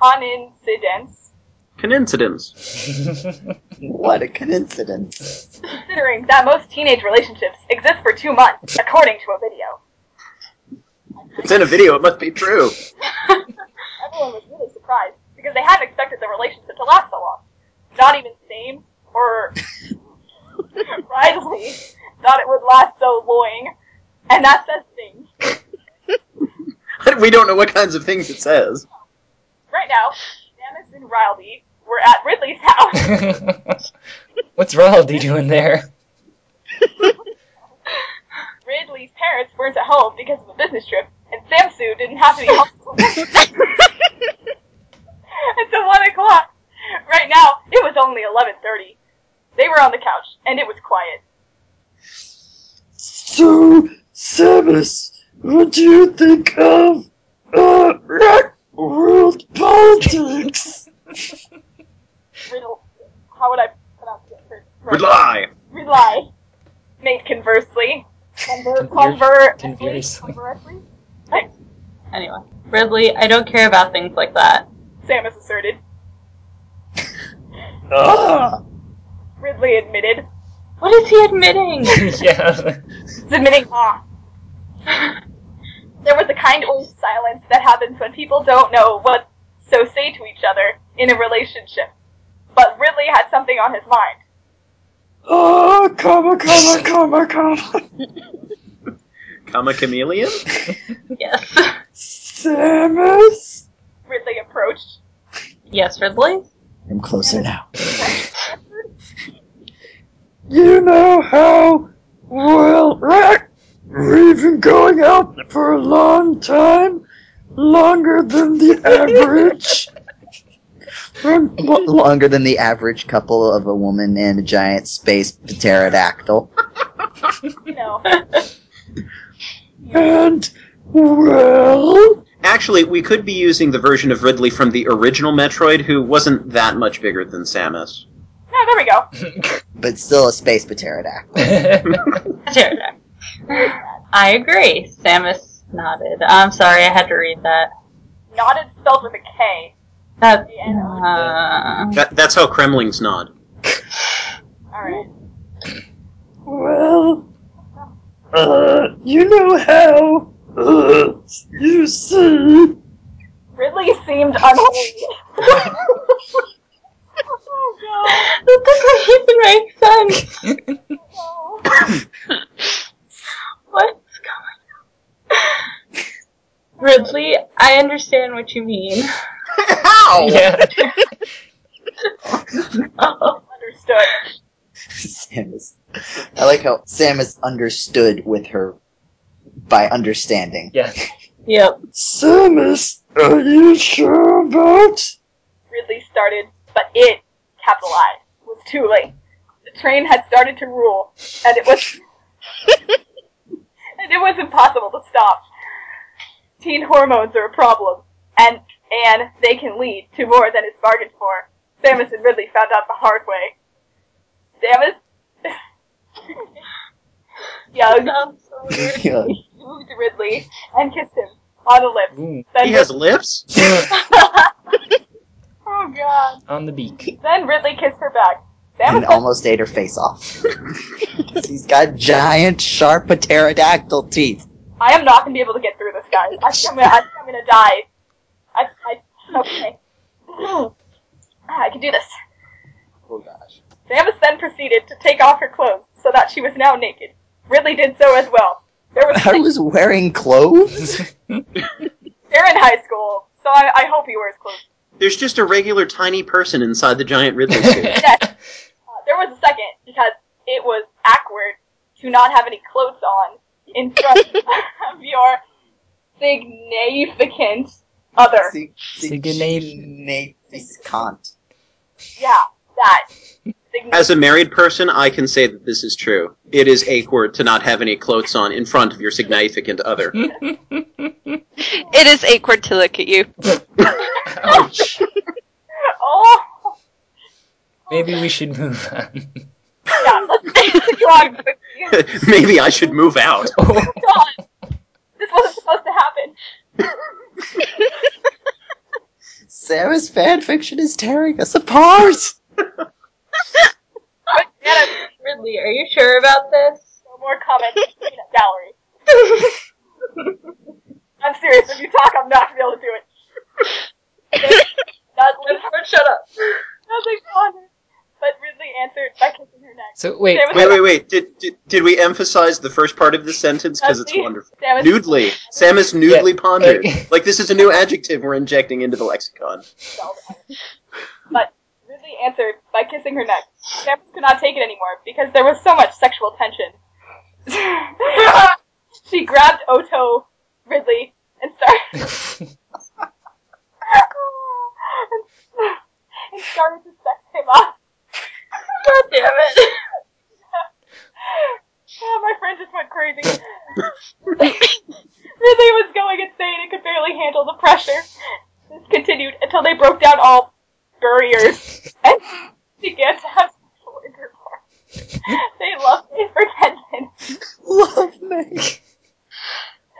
[SPEAKER 1] coincidence,
[SPEAKER 2] Coincidence.
[SPEAKER 5] What a coincidence.
[SPEAKER 1] considering that most teenage relationships exist for two months, according to a video.
[SPEAKER 2] It's in a video, it must be true.
[SPEAKER 1] Everyone was really surprised because they hadn't expected the relationship to last so long. Not even Same or Riley thought it would last so long, and that says things.
[SPEAKER 2] We don't know what kinds of things it says.
[SPEAKER 1] Right now, Samus and Riley were at Ridley's house.
[SPEAKER 3] What's Raldi doing there?
[SPEAKER 1] Ridley's parents weren't at home because of a business trip, and Samsu didn't have to be home. Until one o'clock. Right now, it was only eleven thirty. They were on the couch, and it was quiet.
[SPEAKER 5] So, Samus, what do you think of uh, rock world politics?
[SPEAKER 1] Riddle. How would I pronounce it?
[SPEAKER 2] Would lie.
[SPEAKER 1] Rely. Made conversely. Conver-
[SPEAKER 3] Conver-
[SPEAKER 1] conver-
[SPEAKER 3] conversely.
[SPEAKER 1] Conversely.
[SPEAKER 4] Anyway, Ridley, I don't care about things like that.
[SPEAKER 1] Samus asserted.
[SPEAKER 5] Ah,
[SPEAKER 1] Ridley admitted.
[SPEAKER 4] What is he admitting?
[SPEAKER 3] yeah.
[SPEAKER 1] Submitting ah. There was a kind old silence that happens when people don't know what so say to each other in a relationship. But Ridley had something on his mind.
[SPEAKER 5] ah, comma, comma, comma, comma.
[SPEAKER 2] Comma chameleon?
[SPEAKER 4] yes.
[SPEAKER 5] Samus?
[SPEAKER 1] Ridley approached.
[SPEAKER 4] Yes, Ridley?
[SPEAKER 5] I'm closer now. You know how, well, rock, we've been going out for a long time, longer than the average. From lo- longer than the average couple of a woman and a giant space pterodactyl.
[SPEAKER 1] You know.
[SPEAKER 5] And, well,
[SPEAKER 2] Actually, we could be using the version of Ridley from the original Metroid, who wasn't that much bigger than Samus.
[SPEAKER 1] Yeah, there we go.
[SPEAKER 7] but still a space pterodactyl.
[SPEAKER 4] Pterodactyl. I agree. Samus nodded. I'm sorry, I had to read that.
[SPEAKER 1] Nodded spelled with a K.
[SPEAKER 4] That.
[SPEAKER 7] Yeah.
[SPEAKER 4] Uh,
[SPEAKER 2] That, that's how Kremlings nod.
[SPEAKER 1] Alright.
[SPEAKER 5] well, uh, you know how, uh, you see,
[SPEAKER 1] Ridley seemed unholy. oh
[SPEAKER 4] that doesn't even make sense.
[SPEAKER 1] no.
[SPEAKER 4] What's going on? Ridley, I understand what you mean.
[SPEAKER 7] How?
[SPEAKER 3] yeah.
[SPEAKER 4] Oh,
[SPEAKER 1] Understood.
[SPEAKER 7] Samus. I like how Samus understood with her by understanding.
[SPEAKER 3] Yeah.
[SPEAKER 4] yep.
[SPEAKER 5] Samus, are you sure about?
[SPEAKER 1] Ridley started, but it, capitalized, was too late. The train had started to rule, and it was and it was impossible to stop. Teen hormones are a problem, and and they can lead to more than is bargained for. Samus and Ridley found out the hard way. Samus
[SPEAKER 4] I'm
[SPEAKER 1] Yugged,
[SPEAKER 4] so weird.
[SPEAKER 7] Yeah.
[SPEAKER 3] Oh,
[SPEAKER 1] moved Ridley, and kissed him on the lips.
[SPEAKER 3] Ooh,
[SPEAKER 1] Then
[SPEAKER 2] He has lips?
[SPEAKER 1] oh god.
[SPEAKER 3] on the beak.
[SPEAKER 1] Then Ridley kissed her back. Samus
[SPEAKER 7] And
[SPEAKER 1] had
[SPEAKER 7] almost ate her face off. 'Cause He's got giant, sharp pterodactyl teeth.
[SPEAKER 1] I am not gonna be able to get through this, guys. I think I'm gonna, I think I'm gonna die. I, I, okay. Ah, I can do this.
[SPEAKER 7] Oh gosh.
[SPEAKER 1] Samus then proceeded to take off her clothes so that she was now naked. Ridley did so as well. There was
[SPEAKER 7] I was wearing clothes?
[SPEAKER 1] they're in high school, so I, I hope he wears clothes.
[SPEAKER 2] There's just a regular tiny person inside the giant Ridley suit.
[SPEAKER 1] Uh, there was a second because it was awkward to not have any clothes on in front of your significant other.
[SPEAKER 7] Sig-
[SPEAKER 3] Signif-
[SPEAKER 7] Significant.
[SPEAKER 1] Yeah, that.
[SPEAKER 2] As a married person, I can say that this is true. It is awkward to not have any clothes on in front of your significant other.
[SPEAKER 6] It is awkward to look at you.
[SPEAKER 3] Ouch.
[SPEAKER 1] oh.
[SPEAKER 3] Maybe we should move on.
[SPEAKER 1] Yeah, let's take you on.
[SPEAKER 2] Maybe I should move out.
[SPEAKER 3] Oh,
[SPEAKER 1] God, This wasn't supposed to happen.
[SPEAKER 7] Sarah's fanfiction is tearing us apart!
[SPEAKER 1] But Anna,
[SPEAKER 4] Ridley, are you sure about this?
[SPEAKER 1] no more comments in peanut gallery. I'm serious. If you talk, I'm not gonna be able to do it. Not
[SPEAKER 4] Let's shut up.
[SPEAKER 1] nothing on her. But Ridley answered by kissing her neck.
[SPEAKER 3] so wait.
[SPEAKER 1] Samus-
[SPEAKER 2] Wait, wait, wait. Did, did, did we emphasize the first part of this sentence? Because it's
[SPEAKER 1] Samus-
[SPEAKER 2] wonderful.
[SPEAKER 1] Samus-
[SPEAKER 2] Nudely. Samus nudely pondered.
[SPEAKER 3] Okay.
[SPEAKER 2] Like, this is a new adjective we're injecting into the lexicon.
[SPEAKER 1] But Ridley answered by kissing her neck. Samus could not take it anymore because there was so much sexual tension. she grabbed Oto Ridley and started and started to sex him up.
[SPEAKER 4] God damn it.
[SPEAKER 1] Oh, my friend just went crazy. Ridley was going insane and could barely handle the pressure. This continued until they broke down all barriers and began to have sexual intercourse. They loved me for ten minutes.
[SPEAKER 7] Love me!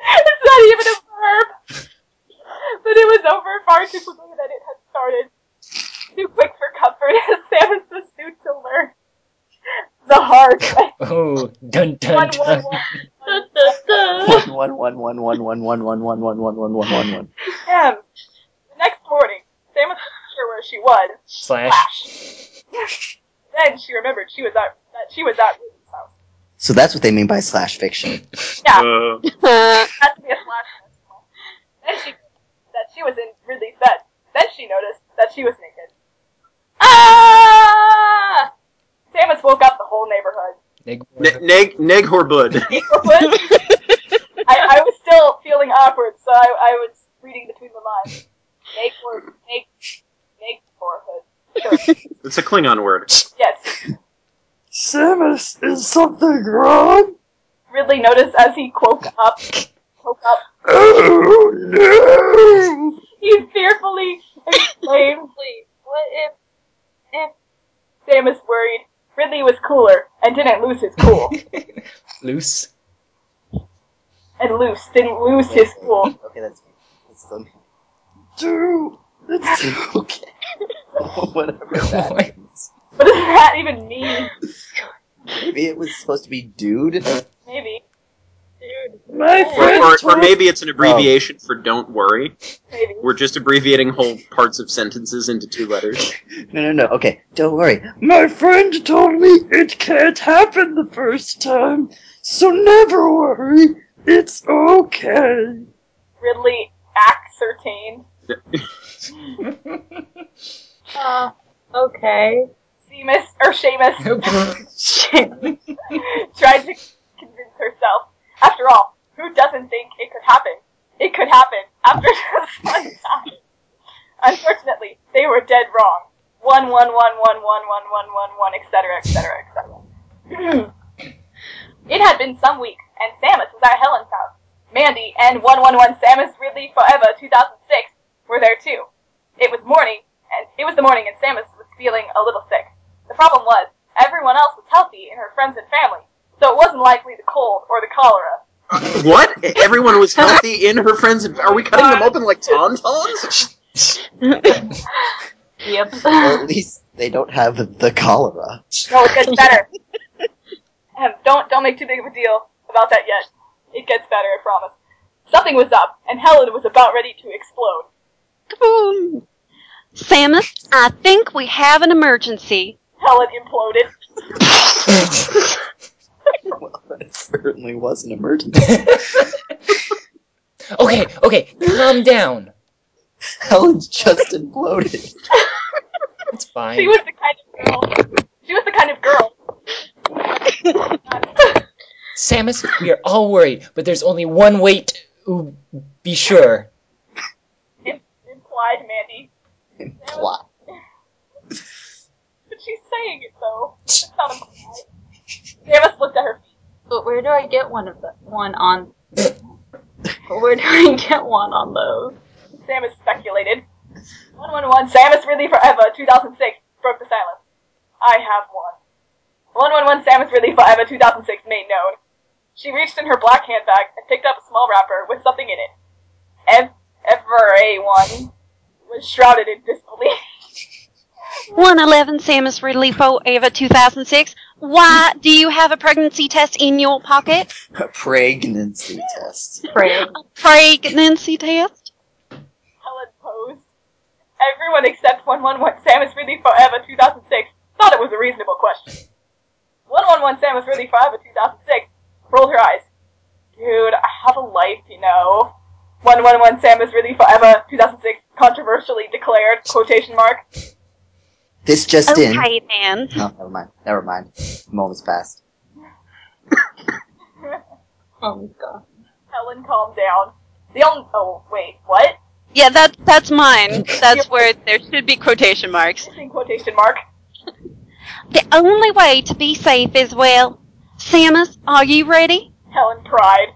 [SPEAKER 1] It's not even a verb. But it was over far too quickly that it had started. Too quick for comfort as Sam is the suit to learn the hard way.
[SPEAKER 3] Oh, dun dun
[SPEAKER 1] One,
[SPEAKER 3] dun.
[SPEAKER 1] one, one.
[SPEAKER 4] Da, da, da.
[SPEAKER 7] One one one one one one one one one one one one one one one.
[SPEAKER 1] Damn. The next morning, Sam was sure where she was.
[SPEAKER 3] Slash.
[SPEAKER 1] Then she remembered she was at that she was at Ruby's house.
[SPEAKER 7] So that's what they mean by slash fiction.
[SPEAKER 1] Yeah.
[SPEAKER 2] Uh,
[SPEAKER 6] Uh,
[SPEAKER 1] That's me a flash. Then she that she was in Ridley's bed. Then she noticed that she was naked. Ah! Samus woke up the whole neighborhood.
[SPEAKER 3] Neg-
[SPEAKER 2] ne- neg, neg Horbud.
[SPEAKER 1] I, I was still feeling awkward, so I, I was reading between the lines. Make or make make forehead. Sure.
[SPEAKER 2] It's a Klingon word.
[SPEAKER 1] Yes.
[SPEAKER 5] Samus, is something wrong?
[SPEAKER 1] Ridley noticed as he woke up woke up.
[SPEAKER 5] Oh no!
[SPEAKER 1] He fearfully exclaimed, What if, if Samus worried Ridley was cooler and didn't lose his cool?
[SPEAKER 3] Loose.
[SPEAKER 1] and Luce didn't lose his cool.
[SPEAKER 7] Okay, that's that's still
[SPEAKER 5] Do
[SPEAKER 7] okay. Whatever that
[SPEAKER 3] What?
[SPEAKER 7] means.
[SPEAKER 1] What does that even mean?
[SPEAKER 7] Maybe it was supposed to be dude.
[SPEAKER 1] Maybe. Dude,
[SPEAKER 5] my
[SPEAKER 2] Or,
[SPEAKER 5] friend
[SPEAKER 2] or, or
[SPEAKER 5] told-
[SPEAKER 2] maybe it's an abbreviation for don't worry.
[SPEAKER 1] maybe.
[SPEAKER 2] We're just abbreviating whole parts of sentences into two letters.
[SPEAKER 7] No, no, no. Okay, don't worry.
[SPEAKER 5] my friend told me it can't happen the first time, so never worry. It's okay.
[SPEAKER 1] Ridley ascertained.
[SPEAKER 4] Uh, okay.
[SPEAKER 1] Seamus, or Seamus, tried to convince herself. After all, who doesn't think it could happen? It could happen after just one time. Unfortunately, they were dead wrong. One, one, one, one, one, one, one, one, one, etc., etc., etc. It had been some weeks, and Samus was at Helen's house. Mandy and 111 Samus Ridley Forever 2006 were there too. It was morning, and it was the morning, and Samus was feeling a little sick. The problem was, everyone else was healthy in her friends and family, so it wasn't likely the cold or the cholera.
[SPEAKER 2] what? Everyone was healthy in her friends. Are we cutting them open like tauntauns?
[SPEAKER 4] Yep.
[SPEAKER 7] Or at least they don't have the cholera.
[SPEAKER 1] No, it gets better. um, don't don't make too big of a deal about that yet. It gets better, I promise. Something was up, and Helen was about ready to explode.
[SPEAKER 6] Boom. Samus, I think we have an emergency.
[SPEAKER 1] Helen imploded.
[SPEAKER 7] Well, it certainly was an emergency.
[SPEAKER 3] okay, okay, calm down.
[SPEAKER 7] Helen's just imploded.
[SPEAKER 3] It's fine.
[SPEAKER 1] She was the kind of girl. She was the kind of girl.
[SPEAKER 3] Samus, we are all worried, but there's only one way to be sure.
[SPEAKER 1] Im- implied Mandy.
[SPEAKER 7] Plot.
[SPEAKER 1] But she's saying it though. It's not implied. Samus looked at her feet.
[SPEAKER 4] But where do I get one of the one on? But where do I get one on those?
[SPEAKER 1] Samus speculated. One one one. Samus Ridley forever. Two thousand six broke the silence. I have one. One one one. Samus Ridley forever. Two thousand six made known. She reached in her black handbag and picked up a small wrapper with something in it. Ev- everyone was shrouded in disbelief.
[SPEAKER 6] 111 Samus Ridley Forever 2006. Why do you have a pregnancy test in your pocket?
[SPEAKER 7] A pregnancy test.
[SPEAKER 4] Pray.
[SPEAKER 6] Pregnancy test?
[SPEAKER 1] Helen posed. Everyone except 111 Samus Ridley Forever 2006 thought it was a reasonable question. 111 Samus Ridley Forever 2006 rolled her eyes. Dude, I have a life, you know. 111 Samus Ridley Forever 2006 controversially declared, quotation mark.
[SPEAKER 7] This just in.
[SPEAKER 6] Okay, then.
[SPEAKER 7] Oh, never mind. Never mind. Moments passed.
[SPEAKER 4] Oh my god.
[SPEAKER 1] Helen calmed down. The only, oh, wait, what?
[SPEAKER 6] Yeah, that, that's mine. That's where there should be quotation marks.
[SPEAKER 1] It's in quotation mark.
[SPEAKER 6] The only way to be safe is, well, Samus, are you ready?
[SPEAKER 1] Helen cried.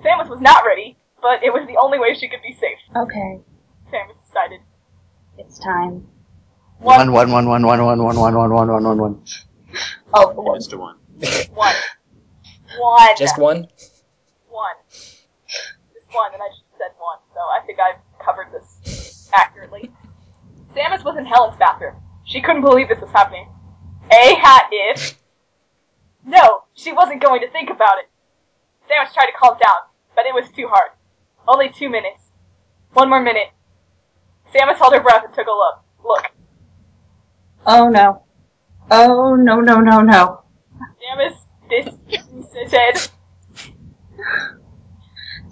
[SPEAKER 1] Samus was not ready, but it was the only way she could be safe,
[SPEAKER 4] Okay,
[SPEAKER 1] Samus decided.
[SPEAKER 4] it's time.
[SPEAKER 7] One, one, one, one, one, one, one, one, one, one, one, one, one.
[SPEAKER 4] Oh, the one.
[SPEAKER 2] Just a one.
[SPEAKER 1] One. One.
[SPEAKER 3] Just one?
[SPEAKER 1] one. Just one, and I just said one, so I think I've covered this accurately. Samus was in Helen's bathroom. She couldn't believe this was happening. A hat if. No, she wasn't going to think about it. Samus tried to calm down, but it was too hard. Only two minutes. One more minute. Samus held her breath and took a look. Look.
[SPEAKER 4] Oh no. Oh no no no no.
[SPEAKER 1] Samus disinterested.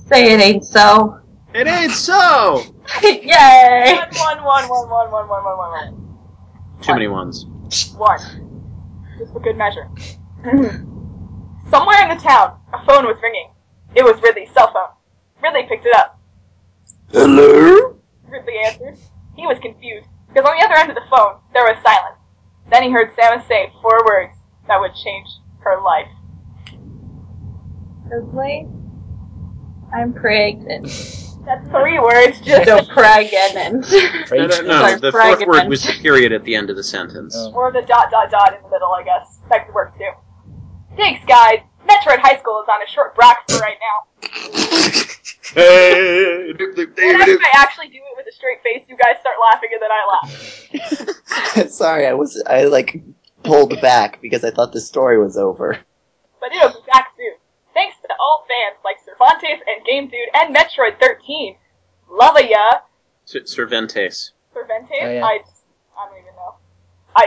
[SPEAKER 4] Say it ain't so.
[SPEAKER 2] It ain't so.
[SPEAKER 4] Yay!
[SPEAKER 1] One, one, one, one, one, one, one, one, one, one.
[SPEAKER 2] Too many ones.
[SPEAKER 1] One. Just for good measure. Somewhere in the town, a phone was ringing. It was Ridley's cell phone. Ridley picked it up.
[SPEAKER 5] Hello?
[SPEAKER 1] Ridley answered. He was confused, because on the other end of the phone, there was silence. Then he heard Samus say four words that would change her life.
[SPEAKER 4] Ridley? I'm pregnant.
[SPEAKER 1] That's three words. Just
[SPEAKER 4] No, pregnant.
[SPEAKER 2] No, no,
[SPEAKER 3] Pregnant.
[SPEAKER 2] no,
[SPEAKER 4] Sorry,
[SPEAKER 2] The fourth word
[SPEAKER 4] pregnant.
[SPEAKER 2] was the period at the end of the sentence.
[SPEAKER 3] Oh.
[SPEAKER 1] or the dot dot dot in the middle, I guess. That could work too. Thanks, guys. Metroid High School is on a short break for right now. And if I actually do it with a straight face, you guys start laughing and then I laugh.
[SPEAKER 7] Sorry, I was I like pulled back because I thought the story was over.
[SPEAKER 1] But it'll be back soon. Thanks to all fans like Cervantes and Game Dude and Metroid 13. Love ya,
[SPEAKER 2] C- Cervantes.
[SPEAKER 1] Cervantes.
[SPEAKER 3] Oh, yeah.
[SPEAKER 1] I, I don't even know. I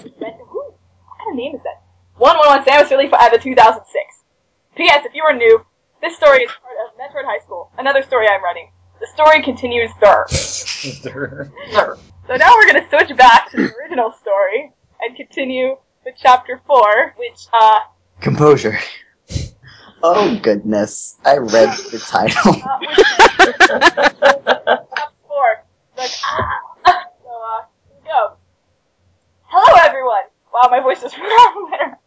[SPEAKER 1] Cervantes. Who? What kind of name is that? One one one Samus Relief out of 2006. P.S. If you are new, this story is part of Metroid High School. Another story I'm running. The story continues there. So now we're going to switch back to the original story and continue with chapter four, which uh,
[SPEAKER 7] Composure. Oh goodness. I read the title.
[SPEAKER 1] uh which chapter four. Like ah, so uh, here we go. Hello, everyone. Wow, my voice is wrong there.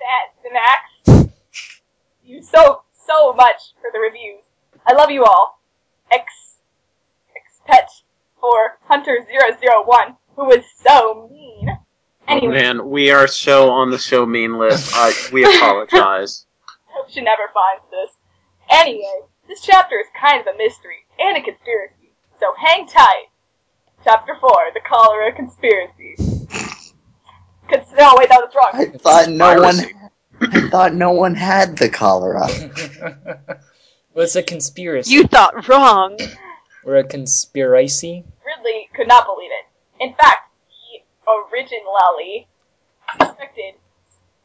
[SPEAKER 1] That Max, you so so much for the reviews. I love you all. X X pet for Hunter 001, who was so mean. Anyway.
[SPEAKER 2] Oh, man, we are so on the so mean list. I, we apologize.
[SPEAKER 1] hope she never finds this. Anyway, this chapter is kind of a mystery and a conspiracy, so hang tight. Chapter 4 The Cholera Conspiracy. Cons- no, wait, that was
[SPEAKER 7] I
[SPEAKER 1] wrong.
[SPEAKER 7] thought no one
[SPEAKER 2] Piracy.
[SPEAKER 7] I thought no one had the cholera.
[SPEAKER 3] well, it's a conspiracy.
[SPEAKER 6] You thought wrong.
[SPEAKER 3] or a conspiracy.
[SPEAKER 1] Ridley could not believe it. In fact, he originally suspected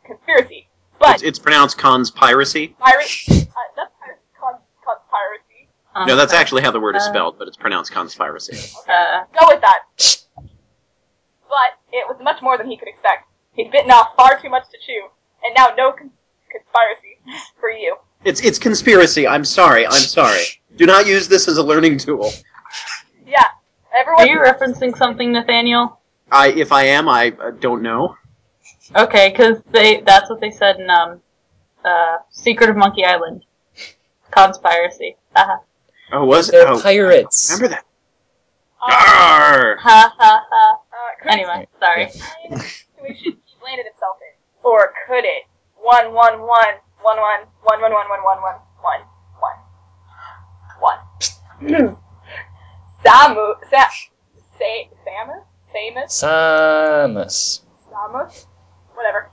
[SPEAKER 1] conspiracy, but
[SPEAKER 2] It's, it's pronounced cons piracy.
[SPEAKER 1] piracy. Uh, that's piracy. Con- conspiracy.
[SPEAKER 2] No, that's actually how the word is
[SPEAKER 4] Uh.
[SPEAKER 2] spelled, but it's pronounced conspiracy.
[SPEAKER 4] Uh,
[SPEAKER 1] Go with that. But it was much more than he could expect. He'd bitten off far too much to chew, and now no con- conspiracy for you.
[SPEAKER 2] It's it's conspiracy. I'm sorry. I'm sorry. Do not use this as a learning tool.
[SPEAKER 1] Yeah,
[SPEAKER 4] are
[SPEAKER 1] everyone.
[SPEAKER 4] you referencing something, Nathaniel?
[SPEAKER 2] I if I am, I uh, don't know.
[SPEAKER 4] Okay, because they—that's what they said in um, uh, Secret of Monkey Island. Conspiracy. Uh-huh. Ha
[SPEAKER 2] Oh, was it?
[SPEAKER 3] They're
[SPEAKER 2] Oh,
[SPEAKER 3] pirates.
[SPEAKER 2] Remember that?
[SPEAKER 1] Uh,
[SPEAKER 2] Arr!
[SPEAKER 4] ha ha ha.
[SPEAKER 1] uh, could
[SPEAKER 4] Anyway, sorry.
[SPEAKER 1] It situation he landed himself in, or could it? One, one, one, one, one, one, one, one, one, one, one, one, one, one. Samu, Sa, Sa, Samus, Samus.
[SPEAKER 3] Samus.
[SPEAKER 1] Samus, whatever.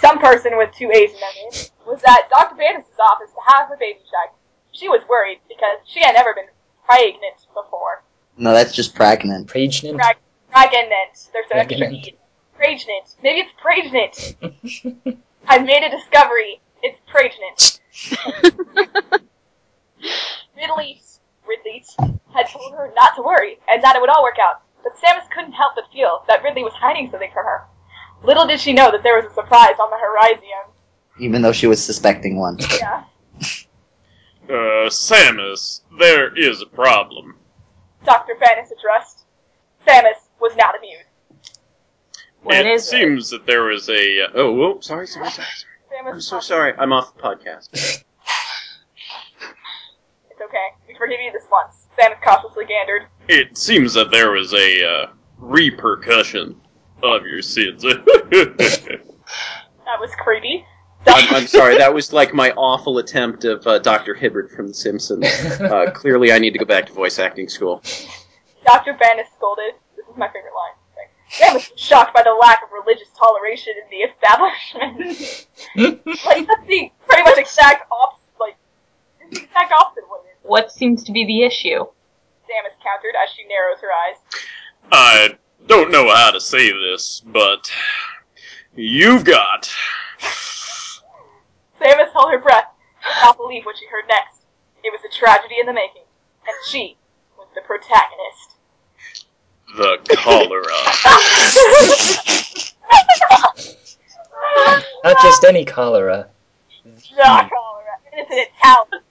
[SPEAKER 1] Some person with two A's in their name was at Dr. Bannis' office to have her baby checked. She was worried because she had never been pregnant before.
[SPEAKER 7] No, that's just pregnant.
[SPEAKER 3] Pregnant.
[SPEAKER 1] Preg- pregnant. There's an extra
[SPEAKER 3] Pregnant.
[SPEAKER 1] E. Pregnant. Maybe it's pregnant. I made a discovery. It's pregnant. Ridley, Ridley had told her not to worry and that it would all work out. But Samus couldn't help but feel that Ridley was hiding something from her. Little did she know that there was a surprise on the horizon.
[SPEAKER 7] Even though she was suspecting one.
[SPEAKER 1] Yeah.
[SPEAKER 8] Uh, Samus, there is a problem.
[SPEAKER 1] Dr. Bannis addressed. Samus was not amused.
[SPEAKER 4] What
[SPEAKER 8] it
[SPEAKER 4] is it?
[SPEAKER 8] seems that there is a. Uh, oh, whoa, sorry, sorry, sorry.
[SPEAKER 1] Samus
[SPEAKER 2] I'm so sorry. I'm off the podcast.
[SPEAKER 1] It's okay. We forgive you this once. Samus cautiously gandered.
[SPEAKER 8] It seems that there was a uh, repercussion of your sins.
[SPEAKER 1] That was creepy.
[SPEAKER 2] I'm, I'm sorry. That was like my awful attempt of uh, Dr. Hibbert from The Simpsons. Uh, clearly, I need to go back to voice acting school.
[SPEAKER 1] Dr. Ben is scolded. This is my favorite line. Sam was shocked by the lack of religious toleration in the establishment. like, that's the pretty much exact opposite, like, it's the exact opposite of what it is.
[SPEAKER 4] What seems to be the issue?
[SPEAKER 1] Sam is countered as she narrows her eyes.
[SPEAKER 8] I don't know how to say this, but you've got.
[SPEAKER 1] Samus held her breath, and could not believe what she heard next. It was a tragedy in the making, and she was the protagonist.
[SPEAKER 8] The cholera.
[SPEAKER 3] Not just any cholera.
[SPEAKER 1] The cholera. Innocent Italian.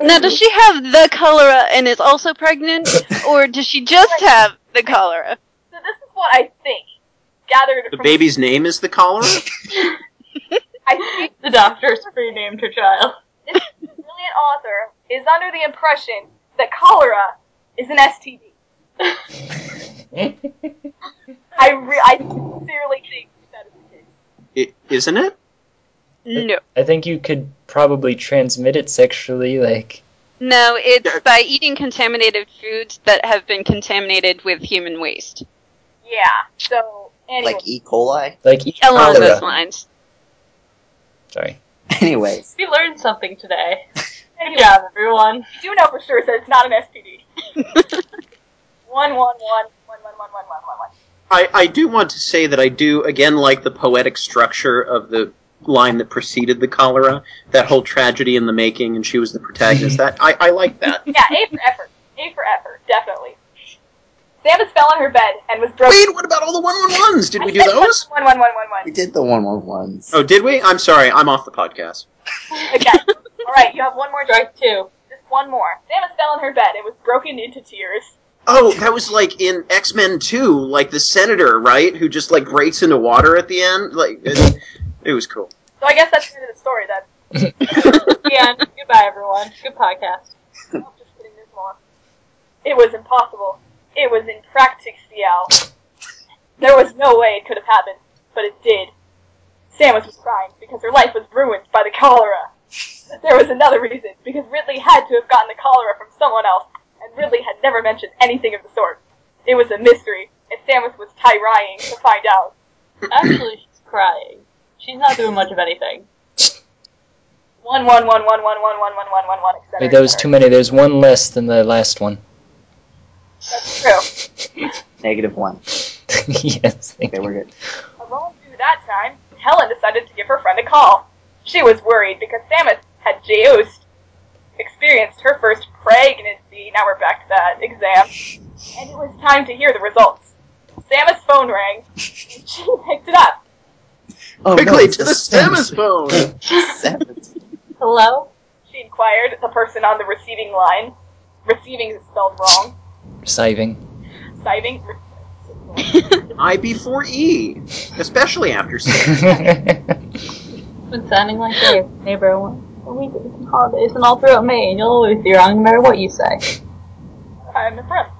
[SPEAKER 6] Now, does she have the cholera and is also pregnant, or does she just have the cholera?
[SPEAKER 1] So this is what I think. Gathered
[SPEAKER 2] The
[SPEAKER 1] from
[SPEAKER 2] baby's name is the cholera.
[SPEAKER 1] I think
[SPEAKER 4] The doctor's pre-named her child.
[SPEAKER 1] really brilliant author is under the impression that cholera is an STD. I re- I sincerely think that is the case.
[SPEAKER 2] I- isn't it?
[SPEAKER 6] No.
[SPEAKER 3] I think you could probably transmit it sexually, like
[SPEAKER 6] No, it's
[SPEAKER 2] Yeah.
[SPEAKER 6] by eating contaminated foods that have been contaminated with human waste.
[SPEAKER 1] Yeah. So anyway,
[SPEAKER 7] like Oh, E. coli.
[SPEAKER 3] like eat
[SPEAKER 6] Along
[SPEAKER 3] cholera.
[SPEAKER 6] those lines.
[SPEAKER 3] Sorry.
[SPEAKER 7] Anyways,
[SPEAKER 4] We learned something today. Good job, everyone.
[SPEAKER 1] you do know for sure that it's not an STD. one one one one one one one one one one.
[SPEAKER 2] I, I do want to say that I do again like the poetic structure of the line that preceded the cholera, that whole tragedy in the making, and she was the protagonist. that I, I like that.
[SPEAKER 1] Yeah, A for effort. A for effort, definitely. Samus fell on her bed and was broken.
[SPEAKER 2] Wait, what about all the one one ones? Did we do
[SPEAKER 1] I said
[SPEAKER 2] those?
[SPEAKER 1] One one one one one.
[SPEAKER 7] we did the one one ones.
[SPEAKER 2] Oh, did we? I'm sorry, I'm off the podcast.
[SPEAKER 1] Again. All right, you have one more. Just
[SPEAKER 4] Strike two.
[SPEAKER 1] one more. Samus fell on her bed and was broken into tears.
[SPEAKER 2] Oh, that was like in X Men Two, like the senator, right, who just like breaks into water at the end. Like it, it was cool.
[SPEAKER 1] So I guess that's the end of the story then.
[SPEAKER 4] The end. Goodbye, everyone. Good podcast.
[SPEAKER 1] I'm just kidding, there's more. It was impossible. It was impractical. There was no way it could have happened, but it did. Samus was crying because her life was ruined by the cholera. There was another reason, because Ridley had to have gotten the cholera from someone else, and Ridley had never mentioned anything of the sort. It was a mystery, and Samus was tyrying to find out.
[SPEAKER 4] Actually, she's crying. She's not doing much of anything.
[SPEAKER 1] One, one, one, one, one, one, one, one, one, one, one, etc.
[SPEAKER 3] Wait, that was too many. There's one less than the last one.
[SPEAKER 1] That's true.
[SPEAKER 7] Negative one.
[SPEAKER 3] yes. thank
[SPEAKER 7] Okay,
[SPEAKER 3] you.
[SPEAKER 7] we're good.
[SPEAKER 1] Alone through that time, Helen decided to give her friend a call. She was worried because Samus had just experienced her first pregnancy. Now we're back to that exam. And it was time to hear the results. Samus' phone rang, and she picked it up.
[SPEAKER 7] Oh,
[SPEAKER 2] Quickly
[SPEAKER 7] no, it's
[SPEAKER 2] to the Samus phone.
[SPEAKER 7] Samus.
[SPEAKER 4] Hello?
[SPEAKER 1] She inquired the person on the receiving line. Receiving is spelled wrong.
[SPEAKER 3] Receiving.
[SPEAKER 1] Siving. re-
[SPEAKER 2] I before E, especially after six.
[SPEAKER 4] been sounding like your neighbor a week and holidays and all throughout May, and you'll always be wrong no matter what you say.
[SPEAKER 1] I'm impressed.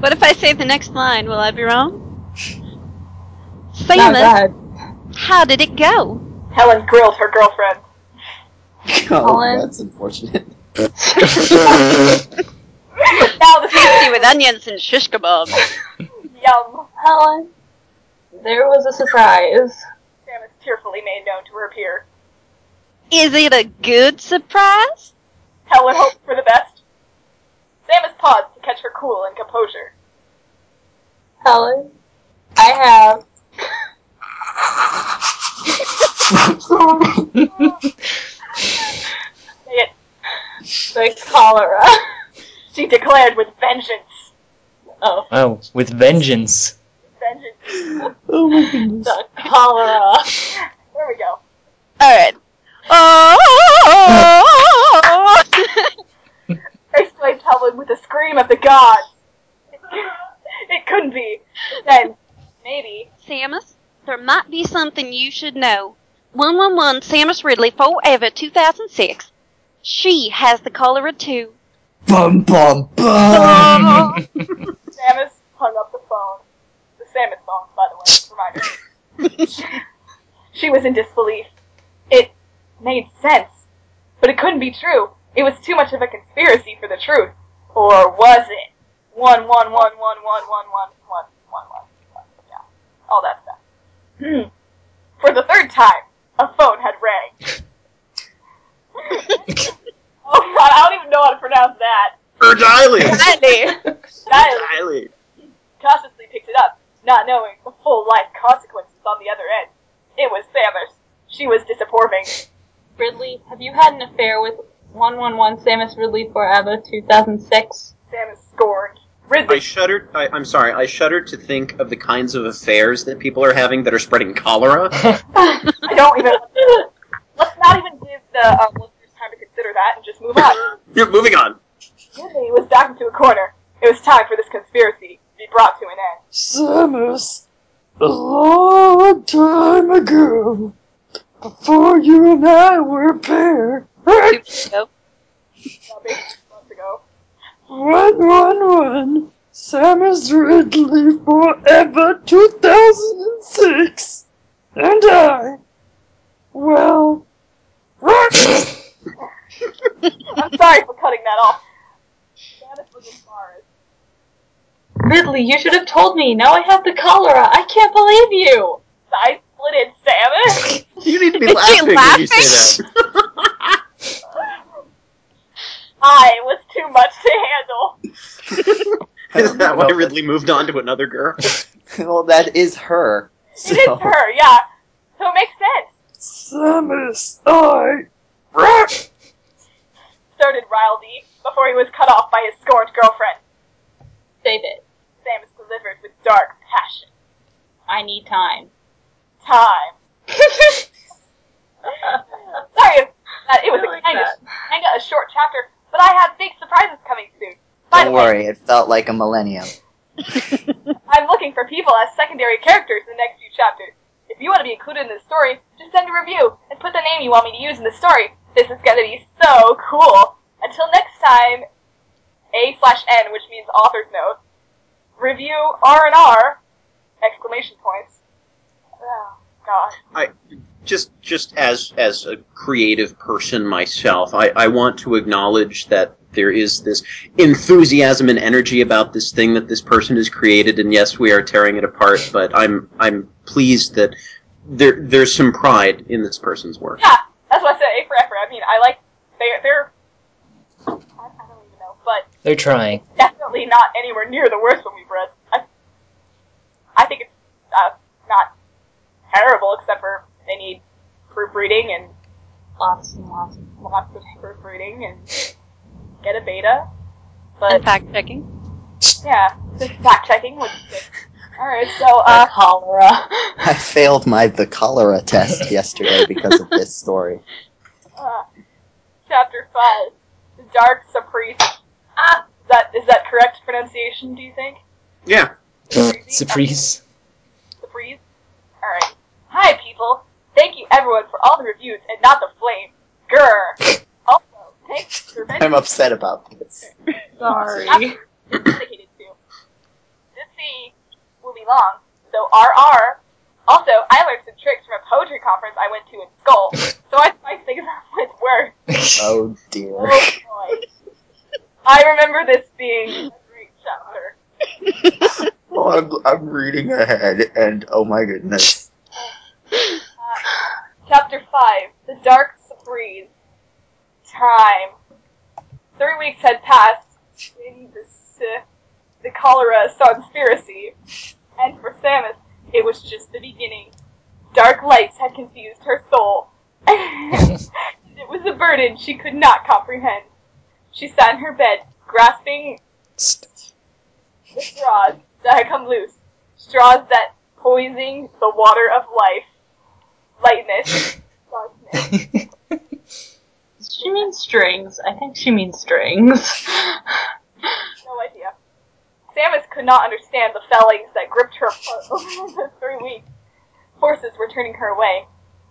[SPEAKER 6] What if I say the next line? Will I be wrong?
[SPEAKER 4] Not
[SPEAKER 6] Samus,
[SPEAKER 4] bad.
[SPEAKER 6] how did it go?
[SPEAKER 1] Helen grilled her girlfriend.
[SPEAKER 7] Oh,
[SPEAKER 4] Colin.
[SPEAKER 7] that's unfortunate.
[SPEAKER 1] now the
[SPEAKER 6] Tasty with onions and shish kebab.
[SPEAKER 1] Yum.
[SPEAKER 4] Helen, there was a surprise.
[SPEAKER 1] Samus tearfully made known to her peer.
[SPEAKER 6] Is it a good surprise?
[SPEAKER 1] Helen hoped for the best. Samus paused to catch her cool and composure.
[SPEAKER 4] Helen, I have.
[SPEAKER 1] Say it.
[SPEAKER 4] The cholera.
[SPEAKER 1] She declared with vengeance.
[SPEAKER 4] Oh,
[SPEAKER 3] wow, with vengeance.
[SPEAKER 1] Vengeance.
[SPEAKER 4] the cholera.
[SPEAKER 1] There we go.
[SPEAKER 6] Alright. Oh!
[SPEAKER 1] Exclaimed Helen with a scream of the gods. it couldn't be. Then, maybe.
[SPEAKER 6] Samus, there might be something you should know. 111 Samus Ridley, forever 2006. She has the cholera too.
[SPEAKER 7] Bum bum bum.
[SPEAKER 1] Samus hung up the phone. The Samus phone, by the way, reminder. she was in disbelief. It made sense. But it couldn't be true. It was too much of a conspiracy for the truth. Or was it? One, one, one, one, one, one, one, one, one, one. one. Yeah. All that stuff. Hmm. for the third time, a phone had rang. oh god, I don't even know how to pronounce that.
[SPEAKER 2] Erdiley.
[SPEAKER 6] Alrighty.
[SPEAKER 1] That is
[SPEAKER 2] Erdiley.
[SPEAKER 1] cautiously picked it up, not knowing the full life consequences on the other end. It was Samus. She was disappointing.
[SPEAKER 4] Ridley, have you had an affair with 111 Samus Ridley forever 2006?
[SPEAKER 1] Samus scorned.
[SPEAKER 2] I
[SPEAKER 1] Ridley,
[SPEAKER 2] shudder. I, I'm sorry. I shudder to think of the kinds of affairs that people are having that are spreading cholera.
[SPEAKER 1] I don't even. Let's not even give the um, listeners time to consider that and just move on.
[SPEAKER 2] Yeah, moving on.
[SPEAKER 1] Ridley was backed into a corner. It was time for this conspiracy to be brought to an end.
[SPEAKER 5] Samus, a long time ago, before you and I were a pair,
[SPEAKER 6] Two weeks ago.
[SPEAKER 1] Bobby, months ago.
[SPEAKER 5] One one one. Samus Ridley forever 2006. And I. Well.
[SPEAKER 1] I'm sorry for cutting that off. Samus was embarrassed.
[SPEAKER 4] Ridley, you should have told me. Now I have the cholera. I can't believe you.
[SPEAKER 1] I split it, Samus.
[SPEAKER 2] You need to be
[SPEAKER 6] Is she
[SPEAKER 2] laughing when you
[SPEAKER 6] laughing?
[SPEAKER 2] say that.
[SPEAKER 1] I was too much to handle.
[SPEAKER 2] Is that why Ridley moved on to another girl?
[SPEAKER 7] well, that is her.
[SPEAKER 1] It is
[SPEAKER 7] So,
[SPEAKER 1] her, yeah. So it makes sense.
[SPEAKER 5] Samus, I. Rat!
[SPEAKER 1] Started Rildy before he was cut off by his scorned girlfriend.
[SPEAKER 4] Save it.
[SPEAKER 1] Samus delivered with dark passion.
[SPEAKER 4] I need time.
[SPEAKER 1] Time. Sorry, if, uh, it was
[SPEAKER 4] I like
[SPEAKER 1] a kind of
[SPEAKER 4] that.
[SPEAKER 1] kind of a short chapter, but I have big surprises coming soon. By
[SPEAKER 7] don't
[SPEAKER 1] the way,
[SPEAKER 7] worry, it felt like a millennium.
[SPEAKER 1] I'm looking for people as secondary characters in the next few chapters. If you want to be included in this story, just send a review and put the name you want me to use in the story. This is gonna be so cool. Until next time, A slash N, which means author's note. Review R and R exclamation points. Oh God.
[SPEAKER 2] just just as as a creative person myself, I, I want to acknowledge that there is this enthusiasm and energy about this thing that this person has created, and yes, we are tearing it apart, but I'm I'm pleased that there there's some pride in this person's work.
[SPEAKER 1] Yeah, that's what I said, A for effort. I mean I like they're they're I, I don't even know, but
[SPEAKER 3] They're trying.
[SPEAKER 1] definitely not anywhere near the worst one we've read. I, I think it's uh, not terrible, except for they need proofreading and
[SPEAKER 4] Lots and lots. and-
[SPEAKER 1] lots of proofreading and get a beta.
[SPEAKER 6] And
[SPEAKER 1] But
[SPEAKER 6] fact checking.
[SPEAKER 1] yeah, just fact checking was good. All right, so
[SPEAKER 4] Uh,
[SPEAKER 1] uh,
[SPEAKER 4] cholera.
[SPEAKER 7] I failed my the cholera test yesterday because of this story.
[SPEAKER 1] uh, chapter five, the dark surprise. Ah, is that is that correct pronunciation? Do you think?
[SPEAKER 2] Yeah.
[SPEAKER 3] Surprise.
[SPEAKER 1] the breeze. Alright. Hi, people. Thank you, everyone, for all the reviews and not the flame. Grr. also, thanks for
[SPEAKER 7] I'm upset about this.
[SPEAKER 4] Sorry.
[SPEAKER 1] After- dedicated to. This scene will be long, so RR. Also, I learned some tricks from a poetry conference I went to in Skull, so I spice things up with words.
[SPEAKER 7] Oh dear.
[SPEAKER 1] Oh boy. I remember this being a great chapter.
[SPEAKER 7] Oh, I'm, I'm reading ahead, and oh my goodness.
[SPEAKER 1] Chapter 5 The Dark Surprise. Time. Three weeks had passed in this, uh, the cholera conspiracy, and for Samus, it was just the beginning. Dark lights had confused her soul. it was a burden she could not comprehend. She sat in her bed, grasping the straws that had come loose, straws that poising the water of life, lightness, darkness.
[SPEAKER 4] She means strings. I think she means strings.
[SPEAKER 1] No idea. Samus could not understand the fellings that gripped her apart over the three weeks. Forces were turning her away,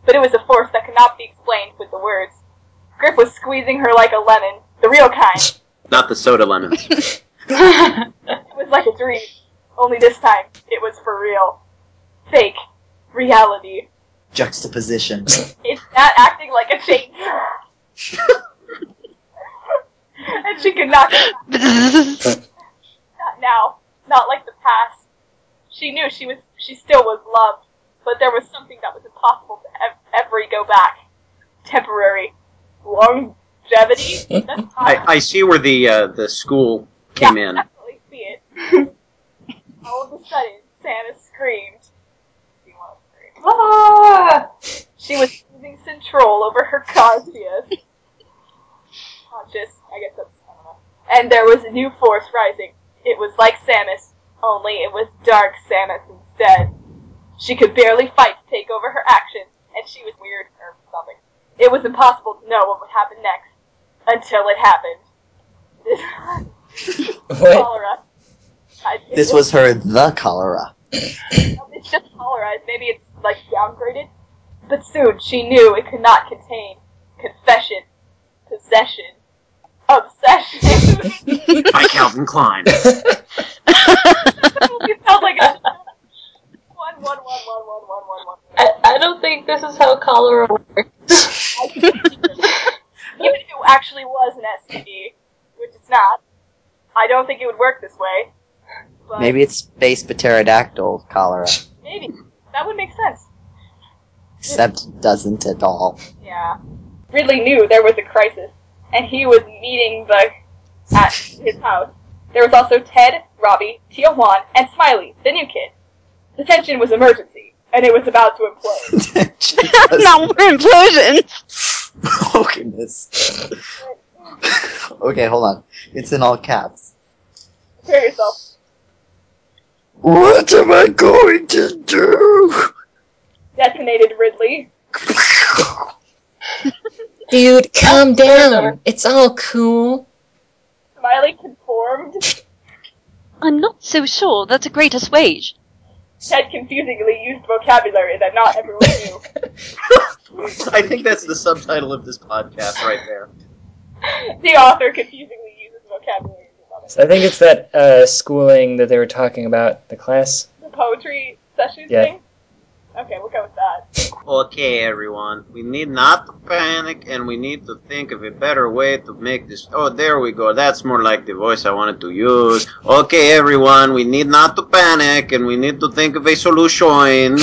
[SPEAKER 1] but it was a force that could not be explained with the words. Grip was squeezing her like a lemon, the real kind.
[SPEAKER 2] Not the soda lemons.
[SPEAKER 1] It was like a dream, only this time it was for real. Fake. Reality.
[SPEAKER 7] Juxtaposition.
[SPEAKER 1] It's not acting like a change. and she could not get Not now. Not like the past. She knew she was she still was loved, but there was something that was impossible to ev- ever go back. Temporary longevity. That's
[SPEAKER 2] I,
[SPEAKER 1] hard.
[SPEAKER 2] I see where the uh, the school came
[SPEAKER 1] yeah,
[SPEAKER 2] in.
[SPEAKER 1] Definitely see it. All of a sudden, Santa screamed. She wanted to scream.
[SPEAKER 4] Ah!
[SPEAKER 1] She was losing control over her conscious. Conscious, I guess that's, I don't know. And there was a new force rising. It was like Samus, only it was dark Samus instead. She could barely fight to take over her actions, and she was weird or something. It was impossible to know what would happen next, until it happened.
[SPEAKER 3] What?
[SPEAKER 1] cholera. I-
[SPEAKER 7] This was her the cholera.
[SPEAKER 1] it's just colorized. Maybe it's like downgraded. But soon she knew it could not contain confession.
[SPEAKER 2] Calvin Klein.
[SPEAKER 1] you sound like a one, one, one, one, one, one, one, one.
[SPEAKER 4] I, I don't think this is how cholera works.
[SPEAKER 1] Even if it actually was an STD, which it's not, I don't think it would work this way. But
[SPEAKER 7] Maybe it's space pterodactyl cholera,
[SPEAKER 1] maybe that would make sense.
[SPEAKER 7] except it doesn't at all.
[SPEAKER 1] Yeah. Ridley knew there was a crisis, and he was meeting the at his house. There was also Ted, Robbie, Tia Juan, and Smiley, the new kid. The tension was emergency, and it was about to implode.
[SPEAKER 7] Jesus.
[SPEAKER 6] Not more implosions.
[SPEAKER 7] oh, goodness. okay, hold on. It's in all caps.
[SPEAKER 1] Prepare yourself.
[SPEAKER 5] What am I going to do?
[SPEAKER 1] Detonated Ridley.
[SPEAKER 9] Dude, calm down. It's all cool.
[SPEAKER 1] Smiley conformed.
[SPEAKER 6] I'm not so sure that's a great assuage.
[SPEAKER 1] Ted confusingly used vocabulary that not everyone knew.
[SPEAKER 2] I think that's the subtitle of this podcast right there.
[SPEAKER 1] the author confusingly uses vocabulary. with others.
[SPEAKER 3] So I think it's that uh, schooling that they were talking about, the class.
[SPEAKER 1] The poetry session
[SPEAKER 3] Yeah.
[SPEAKER 1] thing? Okay, we'll go with that.
[SPEAKER 2] Okay, everyone. We need not to panic, and we need to think of a better way to make this. Oh, there we go. That's more like the voice I wanted to use. Okay, everyone. We need not to panic, and we need to think of a solution.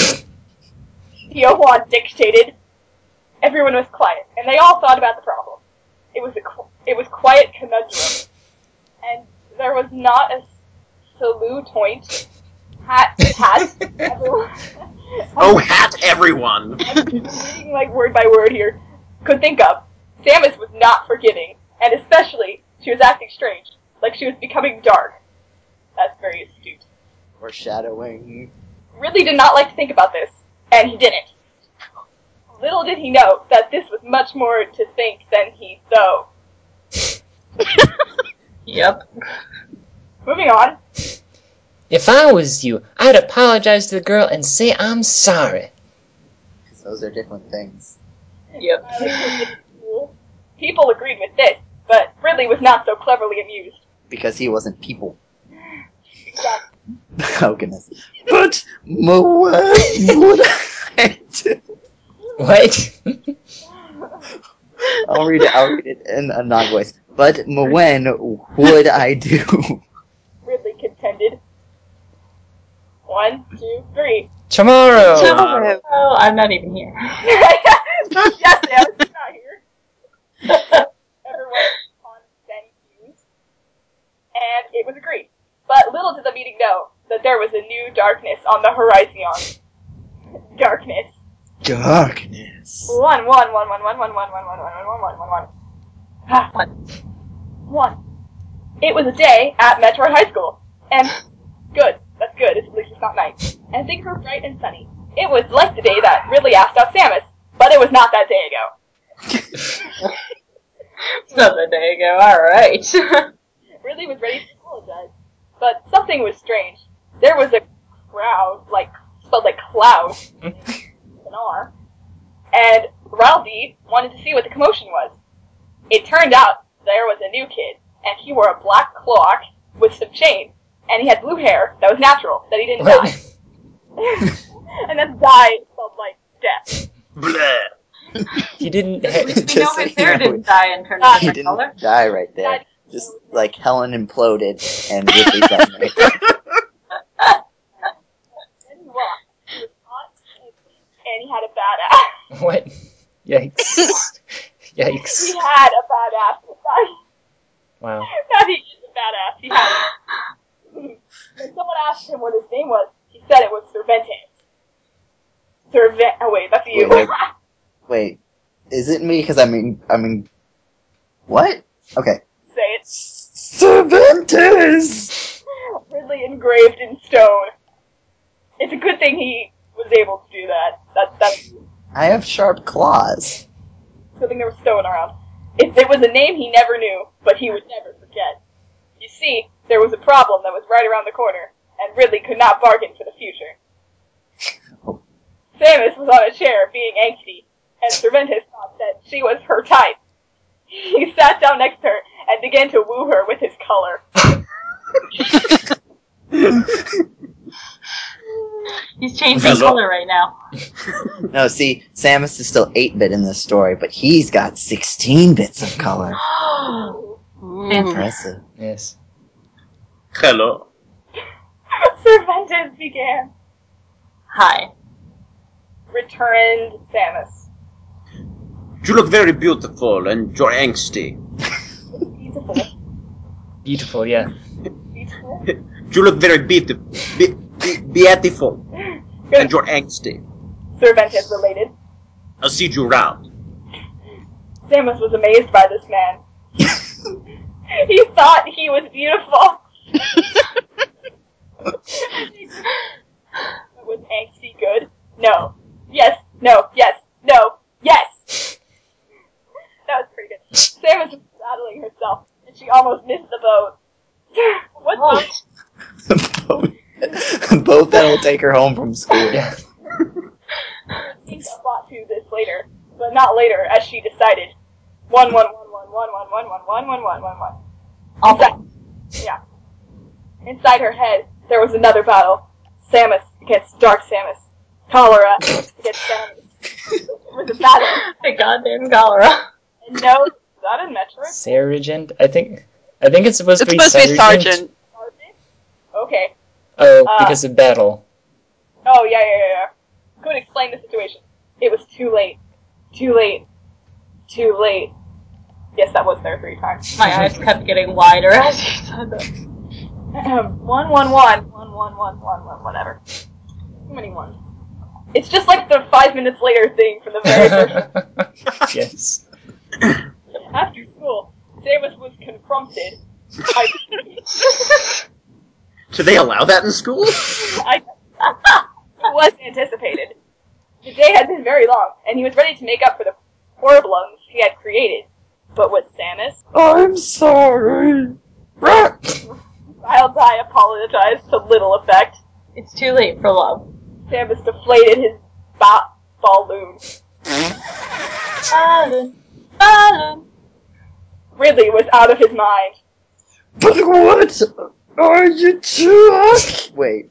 [SPEAKER 1] Tio Juan dictated. Everyone was quiet, and they all thought about the problem. It was a qu- it was quiet conundrum, and there was not a salutoint. Hat, hat. Everyone.
[SPEAKER 2] Oh, hat everyone.
[SPEAKER 1] reading like word by word here, could think of. Samus was not forgiving, and especially she was acting strange, like she was becoming dark. That's very astute.
[SPEAKER 7] Foreshadowing.
[SPEAKER 1] Ridley did not like to think about this, and he didn't. Little did he know that this was much more to think than he so.
[SPEAKER 4] Yep.
[SPEAKER 1] Moving on,
[SPEAKER 9] If I was you, I'd apologize to the girl and say I'm sorry.
[SPEAKER 7] 'Cause Those are different things.
[SPEAKER 4] Yep.
[SPEAKER 1] people agreed with this, but Ridley was not so cleverly amused.
[SPEAKER 7] Because he wasn't people.
[SPEAKER 1] Exactly.
[SPEAKER 7] oh, goodness. But, mo- what would I do?
[SPEAKER 3] What?
[SPEAKER 7] I'll read it. I'll read it in a non voice. But when would I do?
[SPEAKER 1] Ridley contended. One, two, three.
[SPEAKER 3] Tomorrow.
[SPEAKER 2] Tomorrow.
[SPEAKER 4] Oh, I'm not even here.
[SPEAKER 1] yes, yes, he's not here. Everyone on Zen Hughes. And it was agreed. But little did the meeting know that there was a new darkness on the horizon. Darkness.
[SPEAKER 7] Darkness.
[SPEAKER 1] One, one, one, one, one, one, one, one, one, one, one, one, one, one. Ah, one. One. It was a day at Metroid High School. And good. That's good. It's, at least it's not night. And things were bright and sunny. It was like the day that Ridley asked out Samus, but it was not that day ago.
[SPEAKER 4] It's not that day ago. All right.
[SPEAKER 1] Ridley was ready to apologize, but something was strange. There was a crowd, like spelled like cloud, with an R, and Raldi wanted to see what the commotion was. It turned out there was a new kid, and he wore a black cloak with some chain, and he had blue hair that was natural, that he didn't dye,
[SPEAKER 3] What?
[SPEAKER 1] and that's dye spelled like death.
[SPEAKER 2] Bleh.
[SPEAKER 3] He didn't.
[SPEAKER 4] we
[SPEAKER 3] Ha-
[SPEAKER 7] Just
[SPEAKER 4] know
[SPEAKER 7] so
[SPEAKER 4] his
[SPEAKER 7] you
[SPEAKER 4] hair
[SPEAKER 7] know,
[SPEAKER 4] didn't die and turn
[SPEAKER 1] Ah,
[SPEAKER 4] a
[SPEAKER 7] He
[SPEAKER 4] different color.
[SPEAKER 7] didn't die right there.
[SPEAKER 1] That-
[SPEAKER 7] Just like Helen imploded and Ridley's up there.
[SPEAKER 1] and he walked. He was hot, and he had a bad ass.
[SPEAKER 3] what? Yikes. Yikes.
[SPEAKER 1] He had a bad ass.
[SPEAKER 3] Wow.
[SPEAKER 1] Not he is a badass. He had it. when someone asked him what his name was, he said it was Cervantes. Cervantes. Oh wait, that's you.
[SPEAKER 7] Wait, Wait, is it me? Because I mean, I mean, what? Okay.
[SPEAKER 1] Say it.
[SPEAKER 5] Cervantes!
[SPEAKER 1] Ridley engraved in stone. It's a good thing he was able to do that. That that's
[SPEAKER 7] I have sharp claws.
[SPEAKER 1] good thing there was stone around. It, it was a name he never knew, but he would never forget. You see, there was a problem that was right around the corner, and Ridley could not bargain for the future. Samus was on a chair being angsty, and Cervantes thought that she was her type. He sat down next to her and began to woo her with his color.
[SPEAKER 4] He's changing
[SPEAKER 7] Hello.
[SPEAKER 4] color right now.
[SPEAKER 7] No, see, Samus is still 8 bit in this story, but he's got 16 bits of color.
[SPEAKER 4] Fancy.
[SPEAKER 7] Impressive.
[SPEAKER 3] Yes.
[SPEAKER 8] Hello.
[SPEAKER 1] Cervantes began.
[SPEAKER 4] Hi.
[SPEAKER 1] Returned Samus.
[SPEAKER 8] You look very beautiful and you're angsty.
[SPEAKER 1] Beautiful.
[SPEAKER 3] Beautiful, yeah.
[SPEAKER 1] Beautiful.
[SPEAKER 8] You look very beautiful. Be- be- beautiful and you're angsty.
[SPEAKER 1] Cervantes related.
[SPEAKER 8] I'll see you round.
[SPEAKER 1] Samus was amazed by this man. he thought he was beautiful. was angsty good? No. Yes. No. Yes. No. Yes. That was pretty good. Samus was battling herself, and she almost missed the boat. what boat?
[SPEAKER 7] Both that'll take her home from school.
[SPEAKER 3] Yeah.
[SPEAKER 1] Seems a lot to this later, but not later, as she decided. One, one, one, one, one, one, one, one, one, one, one, one, one.
[SPEAKER 4] Awful.
[SPEAKER 1] Yeah. Inside her head, there was another battle. Samus against Dark Samus. Cholera against Samus. it was a battle.
[SPEAKER 4] The goddamn cholera.
[SPEAKER 1] And no, is that in Metroid?
[SPEAKER 3] Sergeant? I think I think it's supposed
[SPEAKER 6] It's
[SPEAKER 3] to be
[SPEAKER 6] supposed to be
[SPEAKER 3] Sergeant.
[SPEAKER 6] sergeant. Uh,
[SPEAKER 1] Sergeant? Okay.
[SPEAKER 3] Oh,
[SPEAKER 1] Ah.
[SPEAKER 3] because of battle.
[SPEAKER 1] Oh, yeah, yeah, yeah, yeah. Could explain the situation. It was too late. Too late. Too late. Yes, that was there three times.
[SPEAKER 4] My eyes kept getting wider as you said that.
[SPEAKER 1] Um, one, one, one, one, one, one, one, one, whatever. Too many ones. It's just like the five minutes later thing from the very first
[SPEAKER 3] yes.
[SPEAKER 1] After school, Samus was confronted. I,
[SPEAKER 2] Do they allow that in school?
[SPEAKER 1] I it was anticipated. The day had been very long, and he was ready to make up for the horriblums he had created. But with Samus,
[SPEAKER 5] I'm sorry. Rah!
[SPEAKER 1] I'll die apologized to little effect.
[SPEAKER 4] It's too late for love.
[SPEAKER 1] Samus deflated his ba- balloon.
[SPEAKER 4] Balloon. Balloon.
[SPEAKER 1] Ridley was out of his mind.
[SPEAKER 5] But what are you two?
[SPEAKER 7] Wait.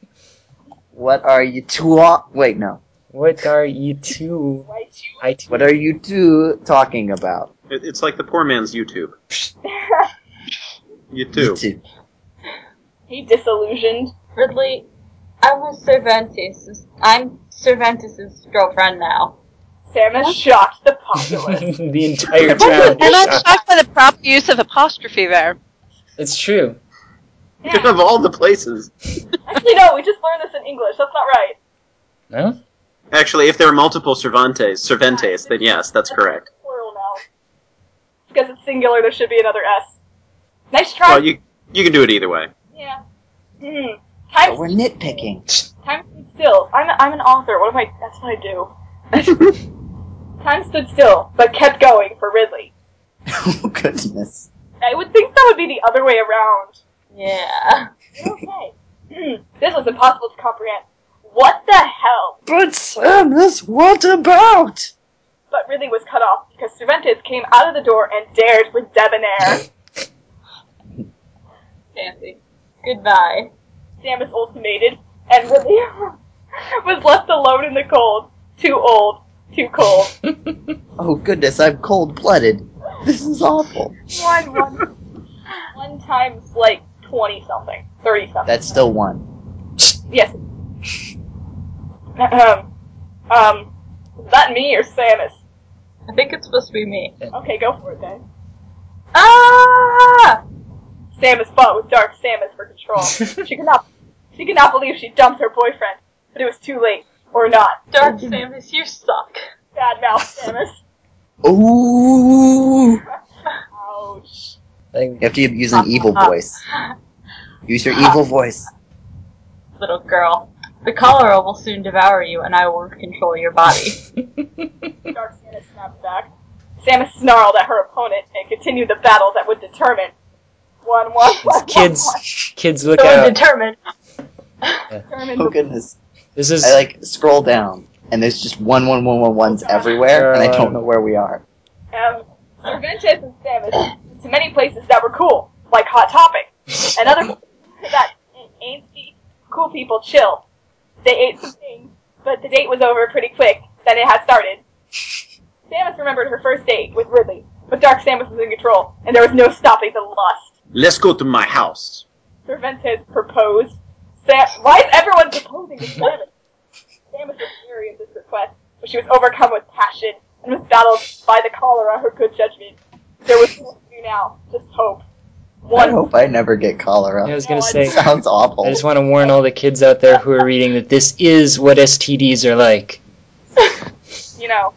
[SPEAKER 7] What are you two? Wait, no.
[SPEAKER 3] What are you two?
[SPEAKER 1] Why you?
[SPEAKER 3] I two.
[SPEAKER 7] What are you two talking about?
[SPEAKER 2] It- it's like the poor man's YouTube. You
[SPEAKER 7] You
[SPEAKER 2] too.
[SPEAKER 7] two.
[SPEAKER 1] he disillusioned.
[SPEAKER 4] Ridley, I was Cervantes. I'm Cervantes' girlfriend now.
[SPEAKER 1] Samus shocked the populace.
[SPEAKER 3] the entire town.
[SPEAKER 6] And I'm
[SPEAKER 3] is shocked.
[SPEAKER 6] shocked by the proper use of apostrophe there.
[SPEAKER 3] It's true.
[SPEAKER 1] Yeah.
[SPEAKER 2] Of all the places.
[SPEAKER 1] Actually, no, we just learned this in English. That's not right.
[SPEAKER 3] No?
[SPEAKER 2] Actually, if there are multiple Cervantes, Cervantes, then yes, that's correct.
[SPEAKER 1] plural now. Because it's singular, there should be another S. Nice try.
[SPEAKER 2] Well, you you can do it either way.
[SPEAKER 1] yeah. Hmm.
[SPEAKER 7] But
[SPEAKER 1] Time,
[SPEAKER 7] we're nitpicking.
[SPEAKER 1] time stood still. I'm, a, I'm an author. What am I? That's what I do. time stood still, but kept going for Ridley.
[SPEAKER 7] oh, goodness.
[SPEAKER 1] I would think that would be the other way around.
[SPEAKER 4] Yeah.
[SPEAKER 1] Okay. Hmm. This was impossible to comprehend. What the hell?
[SPEAKER 5] But Samus, what about?
[SPEAKER 1] But Ridley was cut off because Cervantes came out of the door and dared with debonair.
[SPEAKER 4] Fancy. Goodbye.
[SPEAKER 1] Samus ultimated, and Ridley was left alone in the cold. Too old, too cold.
[SPEAKER 7] Oh, goodness, I'm cold blooded. This is awful.
[SPEAKER 1] One, one, one times like 20 something, 30 something.
[SPEAKER 7] That's still one.
[SPEAKER 1] Yes. um, um, is that me or Samus?
[SPEAKER 4] I think it's supposed to be me.
[SPEAKER 1] Okay, go for it then.
[SPEAKER 4] Ah!
[SPEAKER 1] Samus fought with Dark Samus for control. she could not, she could not believe she dumped her boyfriend, but it was too late. Or not.
[SPEAKER 4] Dark Samus, you suck.
[SPEAKER 1] Bad mouth, Samus.
[SPEAKER 7] Ooh!
[SPEAKER 1] Ouch.
[SPEAKER 3] Like,
[SPEAKER 7] You have to use an evil voice. Use your evil voice.
[SPEAKER 4] Little girl. The cholera will soon devour you, and I will control your body.
[SPEAKER 1] Dark Samus snapped back. Samus snarled at her opponent and continued the battle that would determine. One, one, one, one,
[SPEAKER 3] kids, kids, look
[SPEAKER 4] so
[SPEAKER 3] out.
[SPEAKER 4] determined.
[SPEAKER 1] one, determined
[SPEAKER 7] Oh, goodness.
[SPEAKER 3] This is.
[SPEAKER 7] I, like, scroll down, and therere's just one, one, one, one, ones everywhere, and
[SPEAKER 3] Uh,
[SPEAKER 7] I don't know where we are.
[SPEAKER 1] um, Cervantes and Samus went to many places that were cool, like Hot Topic, and other people chill. They ate some things, but the date was over pretty quick. Then it had started. Samus remembered her first date with Ridley, but Dark Samus was in control, and there was no stopping the lust
[SPEAKER 2] Let's go to my house.
[SPEAKER 1] to prevent his propose. Sam, why is everyone proposing to Samus? Samus was weary of this request, but she was overcome with passion and was battled by the cholera her good judgment. There was nothing to do now, just hope.
[SPEAKER 7] I
[SPEAKER 1] One
[SPEAKER 7] hope I never get cholera.
[SPEAKER 3] I was gonna
[SPEAKER 1] No, I
[SPEAKER 3] say.
[SPEAKER 7] Sounds awful.
[SPEAKER 3] I just want to warn all the kids out there who are reading that this is what STDs are like.
[SPEAKER 1] you know,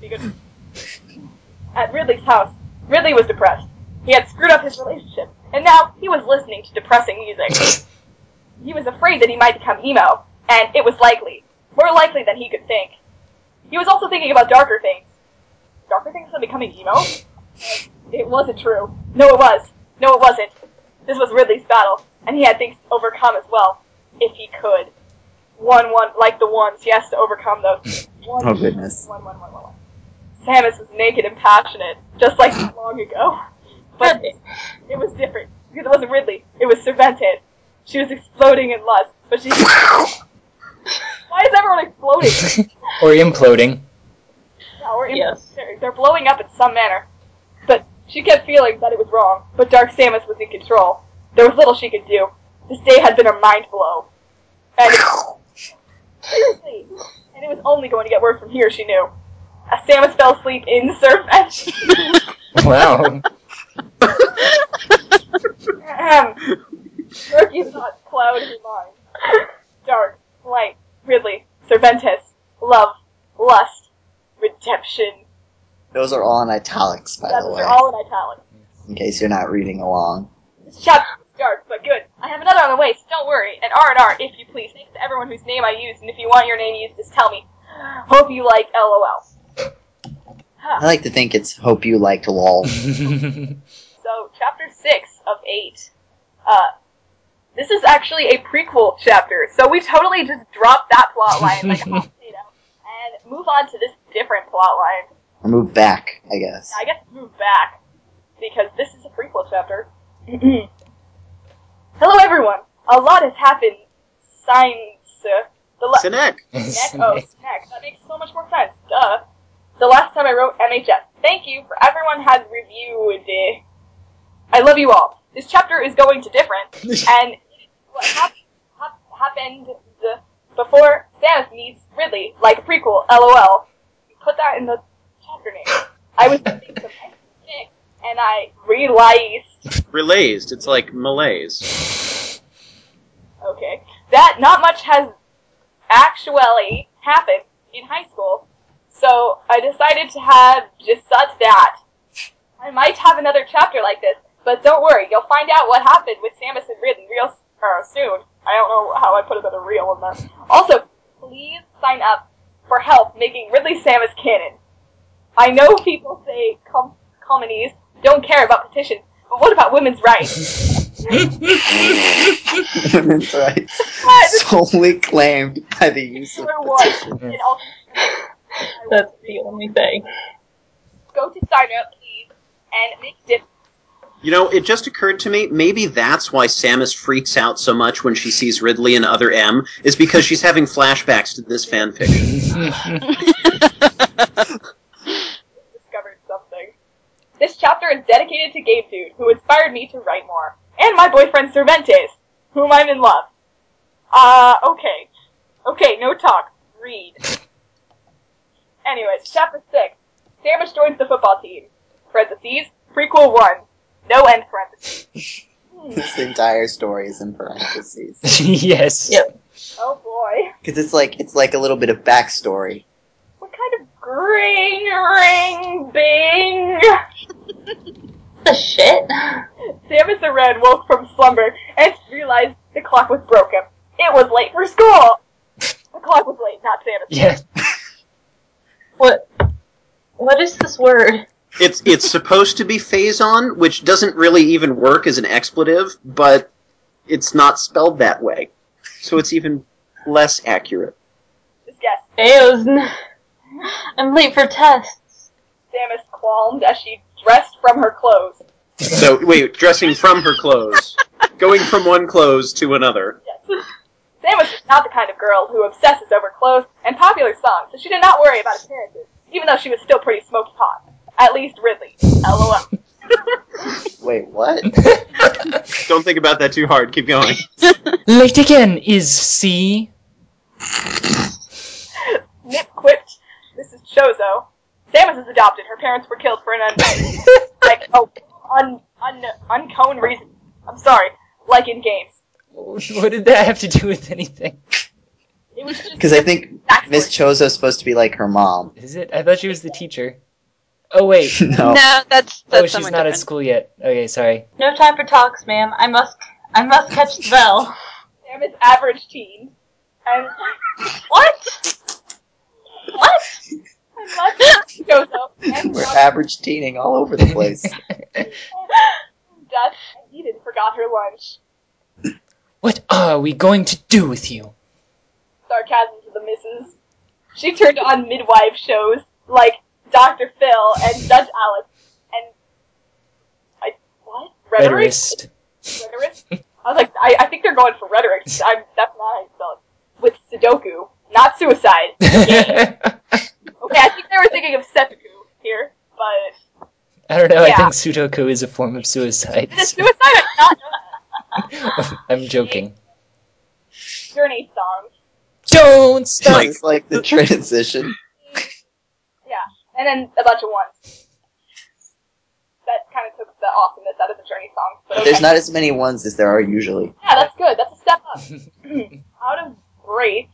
[SPEAKER 1] be good. At Ridley's house, Ridley was depressed. He had screwed up his relationship, and now he was listening to depressing music. he was afraid that he might become emo, and it was likely. More likely than he could think. He was also thinking about darker things. Darker things than becoming emo? It wasn't true. No, it was. No, it wasn't. This was Ridley's battle, and he had things to overcome as well, if he could. One, one, like the ones, he has to overcome those. One,
[SPEAKER 7] Oh, goodness.
[SPEAKER 1] One, one, one, one, one. Samus was naked and passionate, just like not long ago. But it was different, because it wasn't Ridley, it was Cervantes. She was exploding in lust, but she. Why is everyone exploding?
[SPEAKER 3] or imploding.
[SPEAKER 1] Yeah, or in-
[SPEAKER 4] Yes.
[SPEAKER 1] they're, they're blowing up in some manner. But she kept feeling that it was wrong, but Dark Samus was in control. There was little she could do. This day had been a mind blow. And it, seriously, and it was only going to get worse from here, she knew. As Samus fell asleep in the surf
[SPEAKER 3] Wow.
[SPEAKER 1] Ahem. Murky thoughts cloud her mind. Dark, light, Ridley, Cervantes, love, lust, redemption.
[SPEAKER 7] Those are all in italics, by
[SPEAKER 1] That's
[SPEAKER 7] the
[SPEAKER 1] what
[SPEAKER 7] way,
[SPEAKER 1] they're all in italics.
[SPEAKER 7] in case you're not reading along.
[SPEAKER 1] This chapter is dark, but good. I have another on the way, so don't worry. An R and R, if you please. Thanks to everyone whose name I used, and if you want your name used, just tell me. Hope you like LOL.
[SPEAKER 7] I like to think it's hope you liked lol.
[SPEAKER 1] So, chapter six of eight. Uh, this is actually a prequel chapter, so we totally just dropped that plot line like a hot potato, and move on to this different plot line.
[SPEAKER 7] or move back, I guess.
[SPEAKER 1] I guess move back because this is a prequel chapter. Hello, everyone. A lot has happened. Science. uh, The la-
[SPEAKER 2] Sinek.
[SPEAKER 1] Snack? Oh, snack. That makes so much more sense. Duh. The last time I wrote MHS. Thank you for everyone has reviewed. it. I love you all. This chapter is going to different, and what hap- hap- happened the- before Samus meets Ridley, like a prequel. LOL. You put that in the chapter name. I was thinking of Nick, and I realized.
[SPEAKER 2] Relays. It's like malaise.
[SPEAKER 1] Okay, that not much has actually happened in high school. So I decided to have just such that. I might have another chapter like this, but don't worry, you'll find out what happened with Samus and Ridley real uh, soon. I don't know how I put another real in there. Also, please sign up for help making Ridley Samus canon. I know people say com- comedies don't care about petitions, but what about women's rights?
[SPEAKER 7] Women's rights solely claimed by the use of
[SPEAKER 1] Or what?
[SPEAKER 7] petition.
[SPEAKER 1] And also,
[SPEAKER 4] That's the only thing.
[SPEAKER 1] go to sign up, please, and make a difference.
[SPEAKER 2] You know, it just occurred to me, maybe that's why Samus freaks out so much when she sees Ridley and other M, is because she's having flashbacks to this fanfiction.
[SPEAKER 1] discovered something. This chapter is dedicated to Gabe Dude, who inspired me to write more, and my boyfriend Cervantes, whom I'm in love. Uh, okay. Okay, no talk. Read. Anyways, chapter 6. Samus joins the football team. Parentheses, prequel 1. No end parentheses.
[SPEAKER 7] This entire story is in parentheses
[SPEAKER 3] yes.
[SPEAKER 4] Yep.
[SPEAKER 1] Oh boy.
[SPEAKER 7] because it's like it's like a little bit of backstory.
[SPEAKER 1] What kind of gring, ring, bing?
[SPEAKER 4] The shit.
[SPEAKER 1] Samus Aran woke from slumber and realized the clock was broken. It was late for school. The clock was late, not Samus.
[SPEAKER 3] Yeah.
[SPEAKER 4] What? What is this word?
[SPEAKER 2] It's it's supposed to be phase on, which doesn't really even work as an expletive, but it's not spelled that way. So it's even less accurate.
[SPEAKER 1] Just guess.
[SPEAKER 4] Ayo's. I'm late for tests.
[SPEAKER 1] Samus qualmed as she dressed from her clothes.
[SPEAKER 2] So wait, dressing from her clothes. Going from one clothes to another.
[SPEAKER 1] Yes. Sam was just not the kind of girl who obsesses over clothes and popular songs, so she did not worry about appearances, even though she was still pretty smoky hot. At least Ridley. LOL.
[SPEAKER 7] Wait, what?
[SPEAKER 2] Don't think about that too hard. Keep going.
[SPEAKER 3] Late again is C.
[SPEAKER 1] Nip quipped, this is Chozo. Samus is adopted. Her parents were killed for an un- like oh un un unknown reason. I'm sorry, like in games.
[SPEAKER 3] What did that have to do with anything?
[SPEAKER 1] It was just
[SPEAKER 7] Because I think
[SPEAKER 1] backstory.
[SPEAKER 7] Miss Chozo's supposed to be like her mom.
[SPEAKER 3] Is it? I thought she was the teacher. Oh wait.
[SPEAKER 7] no.
[SPEAKER 6] No, that's that's
[SPEAKER 3] oh, she's
[SPEAKER 6] someone
[SPEAKER 3] not at
[SPEAKER 6] different.
[SPEAKER 3] school yet. Okay, sorry.
[SPEAKER 4] No time for talks, ma'am. I must I must catch the bell.
[SPEAKER 1] Sam is average teen. And what? What? And Lucky Chozo and
[SPEAKER 7] We're
[SPEAKER 1] Dutch,
[SPEAKER 7] average teening all over the place.
[SPEAKER 1] Dutch and Eden forgot her lunch.
[SPEAKER 3] What are we going to do with you?
[SPEAKER 1] Sarcasm to the missus. She turned on midwife shows like Dr. Phil and Dutch Alex and I what?
[SPEAKER 3] Rhetorist.
[SPEAKER 1] rhetoric. I was like, I, I think they're going for rhetoric. I'm, that's not how you spell it. With Sudoku, not suicide. Yay.
[SPEAKER 3] I
[SPEAKER 1] okay, I think they were thinking of seppuku here, but
[SPEAKER 3] don't know. I
[SPEAKER 1] Yeah.
[SPEAKER 3] think Sudoku is a form of suicide.
[SPEAKER 1] is it suicide? I did not know that.
[SPEAKER 3] I'm joking.
[SPEAKER 1] Journey song.
[SPEAKER 3] Don't stop.
[SPEAKER 7] This is like the transition.
[SPEAKER 1] And then a bunch of ones. That kind of took the awesomeness out of the Journey song. But okay.
[SPEAKER 7] There's not as many ones as there are usually.
[SPEAKER 1] yeah, that's good. That's a step up. Out of Grace,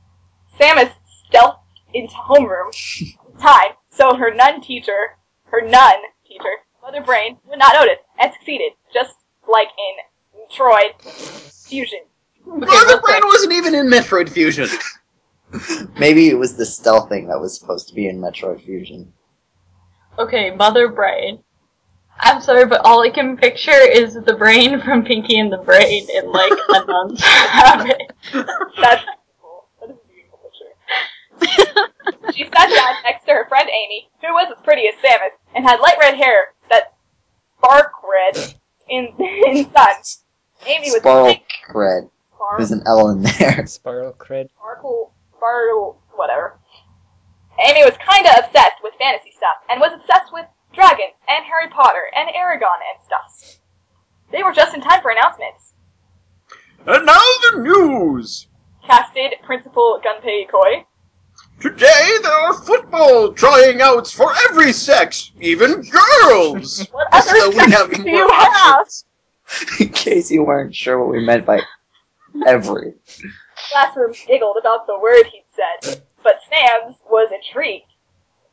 [SPEAKER 1] Samus stealthed into homeroom in time, so her nun teacher, her nun teacher, Mother Brain, would not notice and succeeded, just like in Metroid Fusion.
[SPEAKER 2] Mother Brain wasn't even in Metroid Fusion.
[SPEAKER 7] Maybe it was the stealth thing that was supposed to be in Metroid Fusion.
[SPEAKER 4] Okay, Mother Brain. I'm sorry, but all I can picture is the brain from Pinky and the Brain in like a nun's habit.
[SPEAKER 1] That's beautiful. That is a beautiful picture. she sat down next to her friend Amy, who was as pretty as Samus and had light red hair that spark red in in sun. Amy was
[SPEAKER 7] Sparl
[SPEAKER 1] big,
[SPEAKER 7] Red.
[SPEAKER 1] spark,
[SPEAKER 7] There's an L in there.
[SPEAKER 3] Spiral cred.
[SPEAKER 1] sparkle, sparkle, whatever. Amy was kinda obsessed with fantasy stuff and was obsessed with dragons and Harry Potter and Aragon and stuff. They were just in time for announcements.
[SPEAKER 8] And now the news!
[SPEAKER 1] Casted Principal Gunpei Koi.
[SPEAKER 8] Today there are football tryouts for every sex, even girls!
[SPEAKER 1] What
[SPEAKER 2] As
[SPEAKER 1] other
[SPEAKER 2] though we
[SPEAKER 1] sex
[SPEAKER 2] have
[SPEAKER 1] do
[SPEAKER 2] more
[SPEAKER 1] you have?
[SPEAKER 7] in case you weren't sure what we meant by every.
[SPEAKER 1] classroom giggled about the word he'd said, but Sam was intrigued.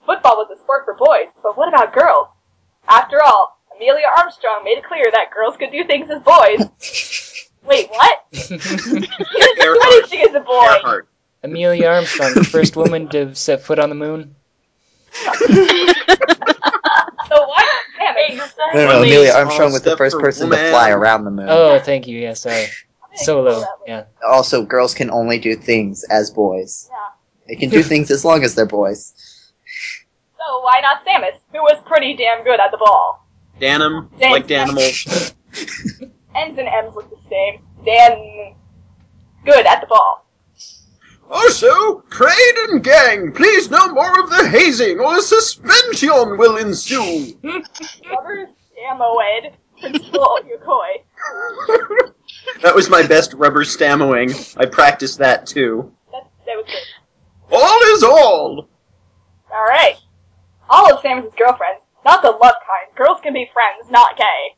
[SPEAKER 1] Football was a sport for boys, but what about girls? After all, Amelia Armstrong made it clear that girls could do things as boys. Wait, what? You didn't do
[SPEAKER 2] Earhart.
[SPEAKER 1] anything as a boy.
[SPEAKER 2] Earhart.
[SPEAKER 3] Amelia Armstrong, the first woman to set foot on the moon.
[SPEAKER 1] So why did Sam?
[SPEAKER 7] No, no,
[SPEAKER 4] Exactly.
[SPEAKER 7] no, Amelia
[SPEAKER 2] small
[SPEAKER 7] Armstrong was the
[SPEAKER 2] step
[SPEAKER 7] first
[SPEAKER 2] for
[SPEAKER 7] person to
[SPEAKER 2] woman.
[SPEAKER 7] fly around the moon.
[SPEAKER 3] Oh, thank you. Yeah, sorry.
[SPEAKER 1] I didn't know
[SPEAKER 3] Solo.
[SPEAKER 1] that was-
[SPEAKER 3] Yeah.
[SPEAKER 7] Also, girls can only do things as boys.
[SPEAKER 1] Yeah.
[SPEAKER 7] They can do things as long as they're boys.
[SPEAKER 1] So why not Samus, who was pretty damn good at the ball?
[SPEAKER 2] Danum,
[SPEAKER 1] Dan-
[SPEAKER 2] like Danimals.
[SPEAKER 1] N's and M's look the same. Dan, good at the ball.
[SPEAKER 8] Also, trade and gang, please no more of the hazing or suspension will ensue!
[SPEAKER 1] Rubber Samoed, Principal Yokoi.
[SPEAKER 2] That was my best rubber stamoing. I practiced that too.
[SPEAKER 1] That, that was good.
[SPEAKER 8] All is all!
[SPEAKER 1] All right. All of Sam's girlfriends, not the love kind. Girls can be friends, not gay.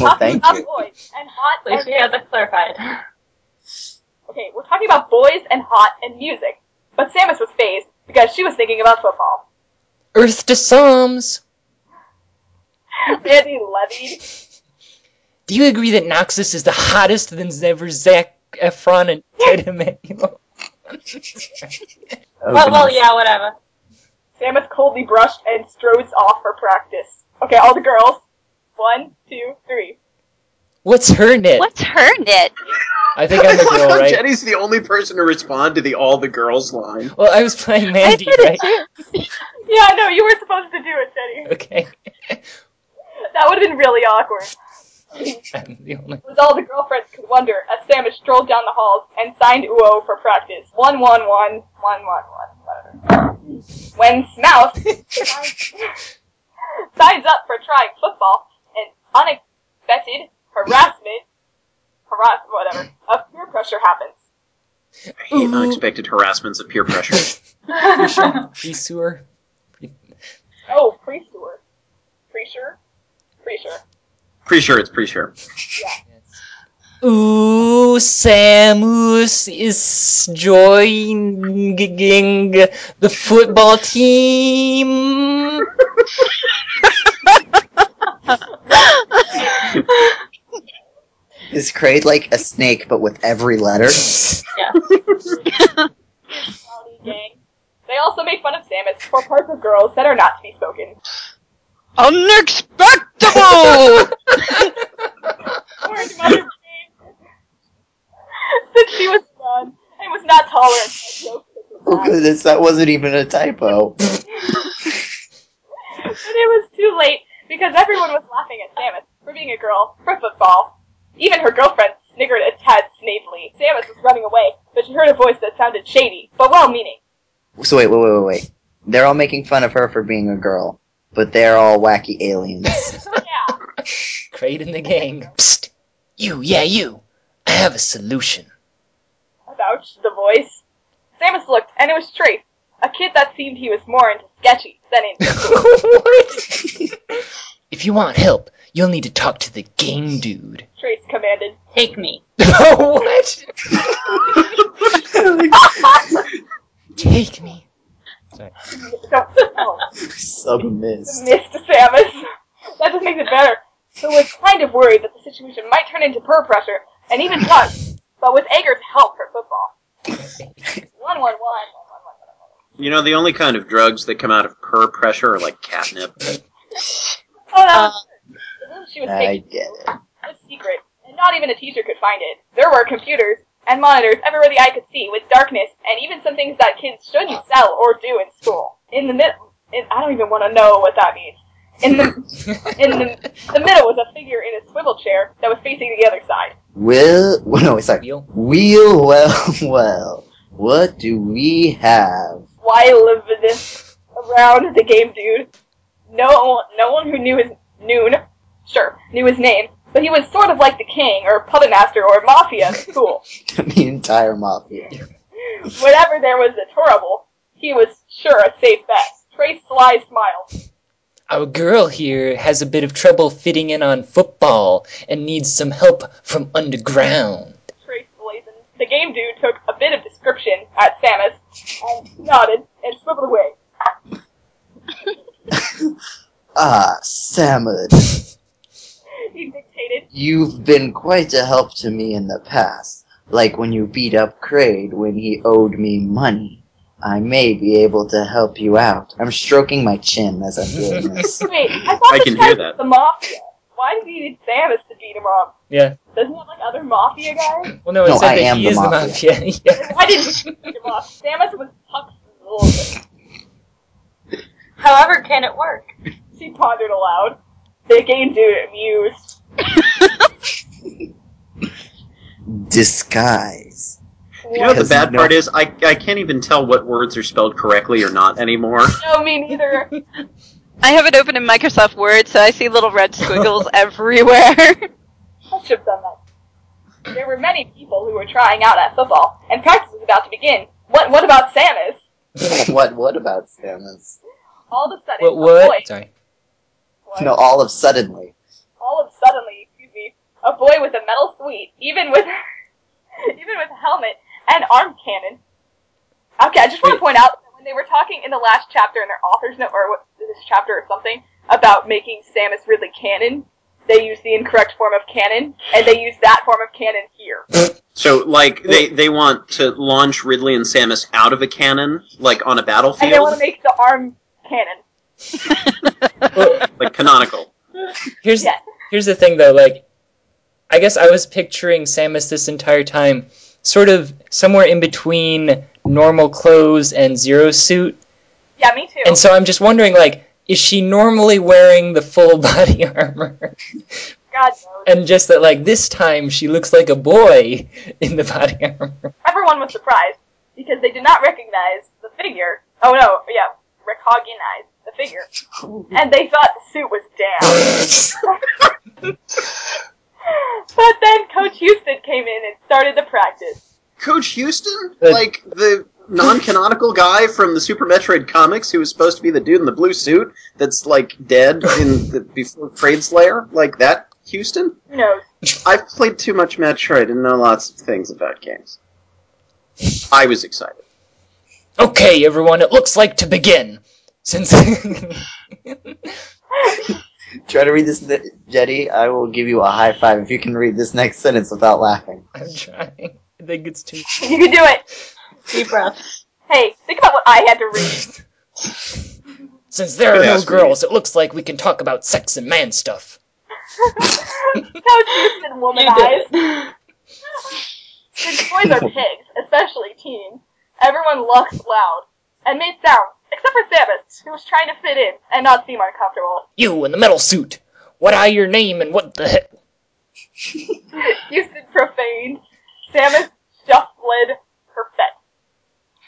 [SPEAKER 7] Well,
[SPEAKER 1] Talking
[SPEAKER 7] thank
[SPEAKER 1] about
[SPEAKER 7] you.
[SPEAKER 1] boys and hot.
[SPEAKER 4] At least
[SPEAKER 1] And
[SPEAKER 4] we had that clarified.
[SPEAKER 1] Okay, we're talking about boys and hot and music. But Samus was phased because she was thinking about football.
[SPEAKER 3] Earth to Psalms.
[SPEAKER 1] Randy levied.
[SPEAKER 3] Do you agree that Noxus is the hottest than ever Zach Efron and Ted Emanuel?
[SPEAKER 7] Oh,
[SPEAKER 4] well, well,
[SPEAKER 7] goodness.
[SPEAKER 4] yeah, whatever.
[SPEAKER 1] Samus coldly brushed and strodes off for practice. Okay, all the girls. One, two, three.
[SPEAKER 3] What's her knit?
[SPEAKER 6] What's her knit?
[SPEAKER 3] I think I'm the
[SPEAKER 2] I love
[SPEAKER 3] girl,
[SPEAKER 2] how
[SPEAKER 3] right?
[SPEAKER 2] Jenny's the only person to respond to the all the girls line.
[SPEAKER 3] Well, I was playing
[SPEAKER 6] I
[SPEAKER 3] Mandy,
[SPEAKER 6] did it
[SPEAKER 3] right?
[SPEAKER 6] too.
[SPEAKER 1] Yeah, I know, you were supposed to do it, Jenny.
[SPEAKER 3] Okay.
[SPEAKER 1] That would have been really awkward.
[SPEAKER 3] I'm the only.
[SPEAKER 1] was all the girlfriends could wonder as Samus strolled down the halls and signed Uo for practice. One, one, one, one, one, one, whatever. When Smouse signs up for trying football, an unexpected harassment, harass, whatever, of peer pressure happens.
[SPEAKER 2] I hate unexpected harassments of peer pressure.
[SPEAKER 3] Pre-sewer.
[SPEAKER 1] Oh, pre-sewer. Pre-sure? Pre-sure.
[SPEAKER 2] pretty sure it's pretty sure.
[SPEAKER 9] Ooh, Samus is joining the football team.
[SPEAKER 7] Is Kraid like a snake, but with every letter?
[SPEAKER 1] Howdy, gang. They also make fun of Samus for parts of girls that are not to be spoken.
[SPEAKER 6] Unexpectable!
[SPEAKER 1] Orange Mother Jane that she was done and was not tolerant of jokes
[SPEAKER 7] Oh
[SPEAKER 1] such as that.
[SPEAKER 7] goodness, that wasn't even a typo.
[SPEAKER 1] But it was too late because everyone was laughing at Samus for being a girl for football. Even her girlfriend sniggered a tad snavely. Samus was running away, but she heard a voice that sounded shady but well-meaning.
[SPEAKER 7] So wait, wait, wait, wait, wait. They're all making fun of her for being a girl, but they're all wacky aliens.
[SPEAKER 1] Yeah,
[SPEAKER 3] Crate in the gang.
[SPEAKER 9] Psst, you, yeah, you. I have a solution.
[SPEAKER 1] avouched the voice. Samus looked, and it was Trace, a kid that seemed he was more into sketchy than into.
[SPEAKER 9] If you want help, you'll need to talk to the game dude.
[SPEAKER 1] Trace commanded.
[SPEAKER 4] Take me.
[SPEAKER 9] what? Take me.
[SPEAKER 1] Don't, no.
[SPEAKER 7] Submiss.
[SPEAKER 1] Missed Samus. That just makes it better. Who was kind of worried that the situation might turn into peer pressure and even punch, but with Ager's help for football. One, one, one, one, one, one, one.
[SPEAKER 2] You know, the only kind of drugs that come out of peer pressure are like catnip.
[SPEAKER 1] Oh, that was the room she
[SPEAKER 2] uh,
[SPEAKER 1] was
[SPEAKER 7] I
[SPEAKER 1] taking
[SPEAKER 7] get it.
[SPEAKER 1] was secret, and not even a teacher could find it. There were computers and monitors everywhere the eye could see, with darkness and even some things that kids shouldn't sell or do in school. In the middle, I don't even want to know what that means. In the in the, the middle was a figure in a swivel chair that was facing the other side.
[SPEAKER 7] Well, well, no, it's like,
[SPEAKER 3] Wheel.
[SPEAKER 7] wheel, well, well. What do we have?
[SPEAKER 1] why live this around the game dude. No, no one who knew his noon, sure, knew his name, but he was sort of like the king or puppet master or mafia of school.
[SPEAKER 7] the entire mafia.
[SPEAKER 1] Whenever there was a trouble, he was sure a safe bet. Trace sly smiled.
[SPEAKER 3] Our girl here has a bit of trouble fitting in on football and needs some help from underground.
[SPEAKER 1] Trace blazoned. The game dude took a bit of description at Samus and nodded and swiveled away.
[SPEAKER 7] Ah, Samud,
[SPEAKER 1] He dictated.
[SPEAKER 7] you've been quite a help to me in the past. Like when you beat up Kraid when he owed me money. I may be able to help you out. I'm stroking my chin as I'm doing this.
[SPEAKER 1] Wait, I thought
[SPEAKER 2] I
[SPEAKER 1] this
[SPEAKER 2] can
[SPEAKER 1] guy
[SPEAKER 2] hear
[SPEAKER 1] was
[SPEAKER 2] that.
[SPEAKER 1] the mafia. Why did he need Samus to beat him up?
[SPEAKER 3] Yeah.
[SPEAKER 1] Doesn't he have like other mafia guys?
[SPEAKER 3] Well, no, it
[SPEAKER 7] No,
[SPEAKER 3] said
[SPEAKER 7] I
[SPEAKER 3] that
[SPEAKER 7] am
[SPEAKER 3] he
[SPEAKER 7] the
[SPEAKER 3] is
[SPEAKER 7] mafia.
[SPEAKER 3] the mafia. yeah.
[SPEAKER 1] I didn't pick him off. Samus was tucked a little bit.
[SPEAKER 4] However, can it work?
[SPEAKER 1] She pondered aloud. The game dude amused.
[SPEAKER 7] Disguise.
[SPEAKER 2] You know what the
[SPEAKER 7] Because
[SPEAKER 2] bad
[SPEAKER 7] no-
[SPEAKER 2] part is? I, I can't even tell what words are spelled correctly or not anymore.
[SPEAKER 1] No, me neither.
[SPEAKER 6] I have it open in Microsoft Word, so I see little red squiggles everywhere.
[SPEAKER 1] I should have done that. There were many people who were trying out at football, and practice was about to begin. What What about Samus?
[SPEAKER 7] what what about Samus?
[SPEAKER 1] All of a sudden,
[SPEAKER 3] What?
[SPEAKER 1] a
[SPEAKER 3] What?
[SPEAKER 1] boy,
[SPEAKER 3] Sorry.
[SPEAKER 1] what?
[SPEAKER 7] No, all of suddenly.
[SPEAKER 1] all of suddenly, excuse me, a boy with a metal suite, even with even with a helmet and arm cannon. Okay, I just want to point out that when they were talking in the last chapter in their author's note or what, this chapter or something about making Samus Ridley canon, they used the incorrect form of canon, and they used that form of canon here.
[SPEAKER 2] So, like, they, they want to launch Ridley and Samus out of a cannon, like on a
[SPEAKER 1] And they want to
[SPEAKER 2] battlefield,
[SPEAKER 1] make the arm canon.
[SPEAKER 2] like canonical.
[SPEAKER 3] Here's
[SPEAKER 1] Yeah.
[SPEAKER 3] here's the thing though, like I guess I was picturing Samus this entire time sort of somewhere in between normal clothes and zero suit.
[SPEAKER 1] Yeah, me too.
[SPEAKER 3] And so I'm just wondering like is she normally wearing the full body armor?
[SPEAKER 1] God knows.
[SPEAKER 3] And just that, like, this time she looks like a boy in the body armor.
[SPEAKER 1] Everyone was surprised because they did not recognize the figure. Oh no, yeah, recognize the figure, and they thought the suit was down. but then Coach Houston came in and started the practice.
[SPEAKER 2] Coach Houston, like the non-canonical guy from the Super Metroid comics, who was supposed to be the dude in the blue suit that's like dead in the, before Trade Slayer, like that Houston.
[SPEAKER 1] No,
[SPEAKER 2] I've played too much Metroid and know lots of things about games. I was excited.
[SPEAKER 3] Okay, everyone, it looks like to begin. Since
[SPEAKER 7] Try to read this, ne- Jetty. I will give you a high five if you can read this next sentence without laughing.
[SPEAKER 3] I'm trying, I think it's too.
[SPEAKER 1] you can do it.
[SPEAKER 4] Deep breaths.
[SPEAKER 1] Hey, think about what I had to read.
[SPEAKER 3] Since there are
[SPEAKER 2] Good
[SPEAKER 3] no
[SPEAKER 2] ass,
[SPEAKER 3] girls, it looks like we can talk about sex and man stuff.
[SPEAKER 1] Coach Houston
[SPEAKER 4] You did
[SPEAKER 1] womanized.
[SPEAKER 4] it.
[SPEAKER 1] Since boys are pigs, especially teens, everyone laughed loud and made sounds, except for Samus, who was trying to fit in and not seem uncomfortable.
[SPEAKER 3] You in the metal suit. What are your name and what the heck?
[SPEAKER 1] Houston profaned. Samus shuffled her fet.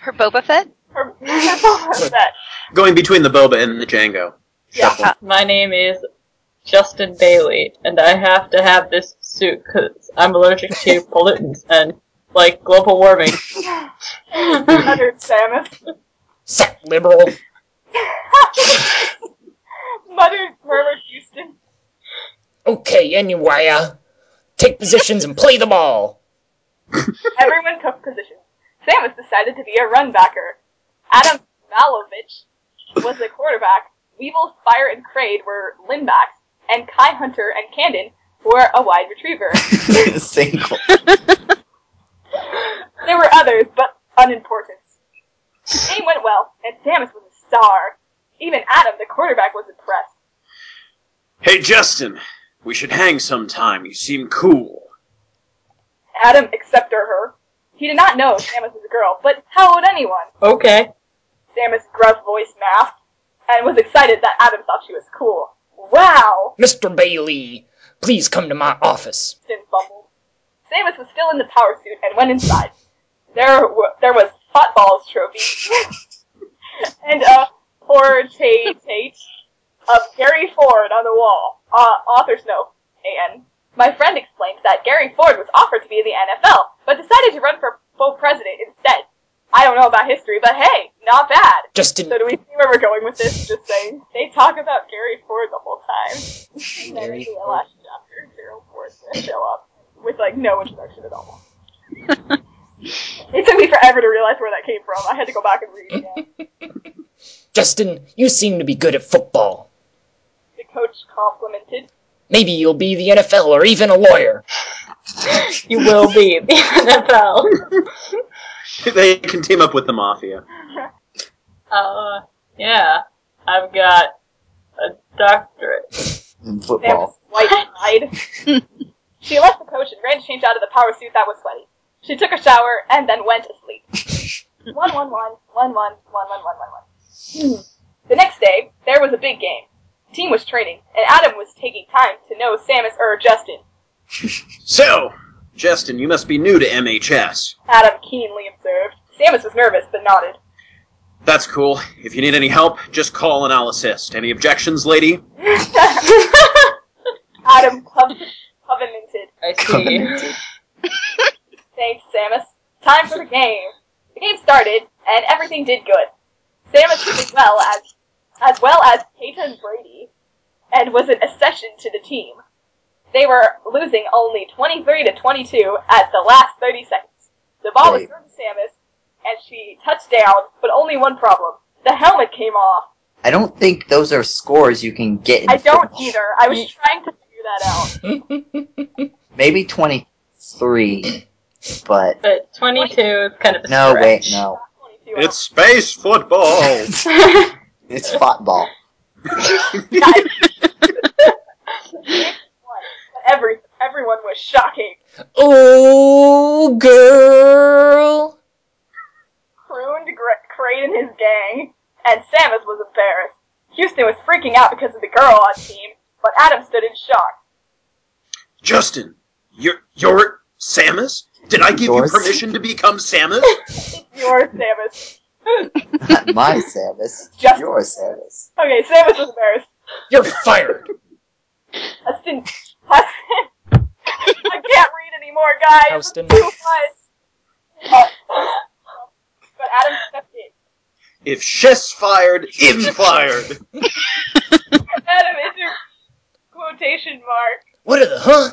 [SPEAKER 6] Her Boba Fett?
[SPEAKER 1] Her, her fet.
[SPEAKER 2] Going between the boba and the Django.
[SPEAKER 1] Yeah.
[SPEAKER 4] My name is Justin Bailey, and I have to have this suit because I'm allergic to pollutants and like global warming.
[SPEAKER 1] Uttered Samus.
[SPEAKER 3] Sat liberal.
[SPEAKER 1] Muttered murmured Houston.
[SPEAKER 3] Okay, anyway, uh, take positions and play the ball.
[SPEAKER 1] Everyone took positions. Samus decided to be a run backer. Adam Malovich was the quarterback. Weevil, Fire, and Crade were lin backs, and Kai Hunter and Candon were a wide retriever.
[SPEAKER 7] Single.
[SPEAKER 1] There were others, but unimportant. The game went well, and Samus was a star. Even Adam, the quarterback, was impressed.
[SPEAKER 2] Hey, Justin, we should hang sometime. You seem cool.
[SPEAKER 1] Adam accepted her. He did not know Samus was a girl, but how would anyone?
[SPEAKER 4] Okay.
[SPEAKER 1] Samus' gruff voice masked, and was excited that Adam thought she was cool. Wow!
[SPEAKER 3] Mr. Bailey, please come to my office.
[SPEAKER 1] Sin fumbled. Samus was still in the power suit and went inside. There, w- there was Hotballs trophy and uh, a portrait of Gary Ford on the wall. Uh, author's note, A.N. My friend explained that Gary Ford was offered to be in the NFL, but decided to run for full president instead. I don't know about history, but hey, not bad.
[SPEAKER 3] Justin,
[SPEAKER 1] So do we see where we're going with this? Just saying, they talk about Gary Ford the whole time. And then
[SPEAKER 3] Gary
[SPEAKER 1] in the last chapter, Gerald Ford's gonna show up with like no introduction at all. it took me forever to realize where that came from. I had to go back and read again.
[SPEAKER 3] Justin, you seem to be good at football.
[SPEAKER 1] the coach complimented.
[SPEAKER 3] Maybe you'll be the NFL or even a lawyer.
[SPEAKER 4] You will be the NFL.
[SPEAKER 2] they can team up with the mafia.
[SPEAKER 4] Uh, yeah. I've got a doctorate.
[SPEAKER 7] In
[SPEAKER 1] Sam's
[SPEAKER 7] football.
[SPEAKER 1] white eyed. she left the coach and ran to change out of the power suit that was sweaty. She took a shower and then went to sleep. one one one one one one one one one one. The next day, there was a big game. The team was training, and Adam was taking time to know Samus or Justin.
[SPEAKER 2] So, Justin, you must be new to MHS.
[SPEAKER 1] Adam keenly observed. Samus was nervous, but nodded.
[SPEAKER 2] That's cool. If you need any help, just call and I'll assist. Any objections, lady?
[SPEAKER 1] Adam cov- covenanted.
[SPEAKER 4] I see.
[SPEAKER 7] Covenanted.
[SPEAKER 1] Thanks, Samus. Time for the game. The game started, and everything did good. Samus did well as as well as Peyton Brady, and was an accession to the team. They were losing only 23 to 22 at the last 30 seconds. The ball was
[SPEAKER 7] Right.
[SPEAKER 1] thrown to Samus, and she touched down, but only one problem. The helmet came off.
[SPEAKER 7] I don't think those are scores you can get in
[SPEAKER 1] I don't
[SPEAKER 7] football.
[SPEAKER 1] either. I was trying to figure that out.
[SPEAKER 7] Maybe 23, but
[SPEAKER 4] But 22 is kind of a
[SPEAKER 7] no, wait,
[SPEAKER 4] stretch.
[SPEAKER 7] no.
[SPEAKER 1] 22
[SPEAKER 2] It's space football.
[SPEAKER 7] It's football.
[SPEAKER 1] guys. Every, everyone was shocking.
[SPEAKER 3] Oh, girl.
[SPEAKER 1] Crooned Gre- Crane and his gang, and Samus was embarrassed. Houston was freaking out because of the girl on team, but Adam stood in shock.
[SPEAKER 8] Justin, you're you're Samus. Did I give
[SPEAKER 7] Yours?
[SPEAKER 8] you permission to become Samus?
[SPEAKER 1] You're Samus.
[SPEAKER 7] Not my service.
[SPEAKER 1] Just-
[SPEAKER 7] your service.
[SPEAKER 1] Okay, Samus was embarrassed.
[SPEAKER 9] You're fired.
[SPEAKER 1] Huston. Huston. I can't read anymore, guys.
[SPEAKER 3] Houston.
[SPEAKER 1] It's too much. Uh, but Adam stepped in.
[SPEAKER 8] if Shess fired, him fired.
[SPEAKER 1] Adam is your quotation mark.
[SPEAKER 9] What are the huh?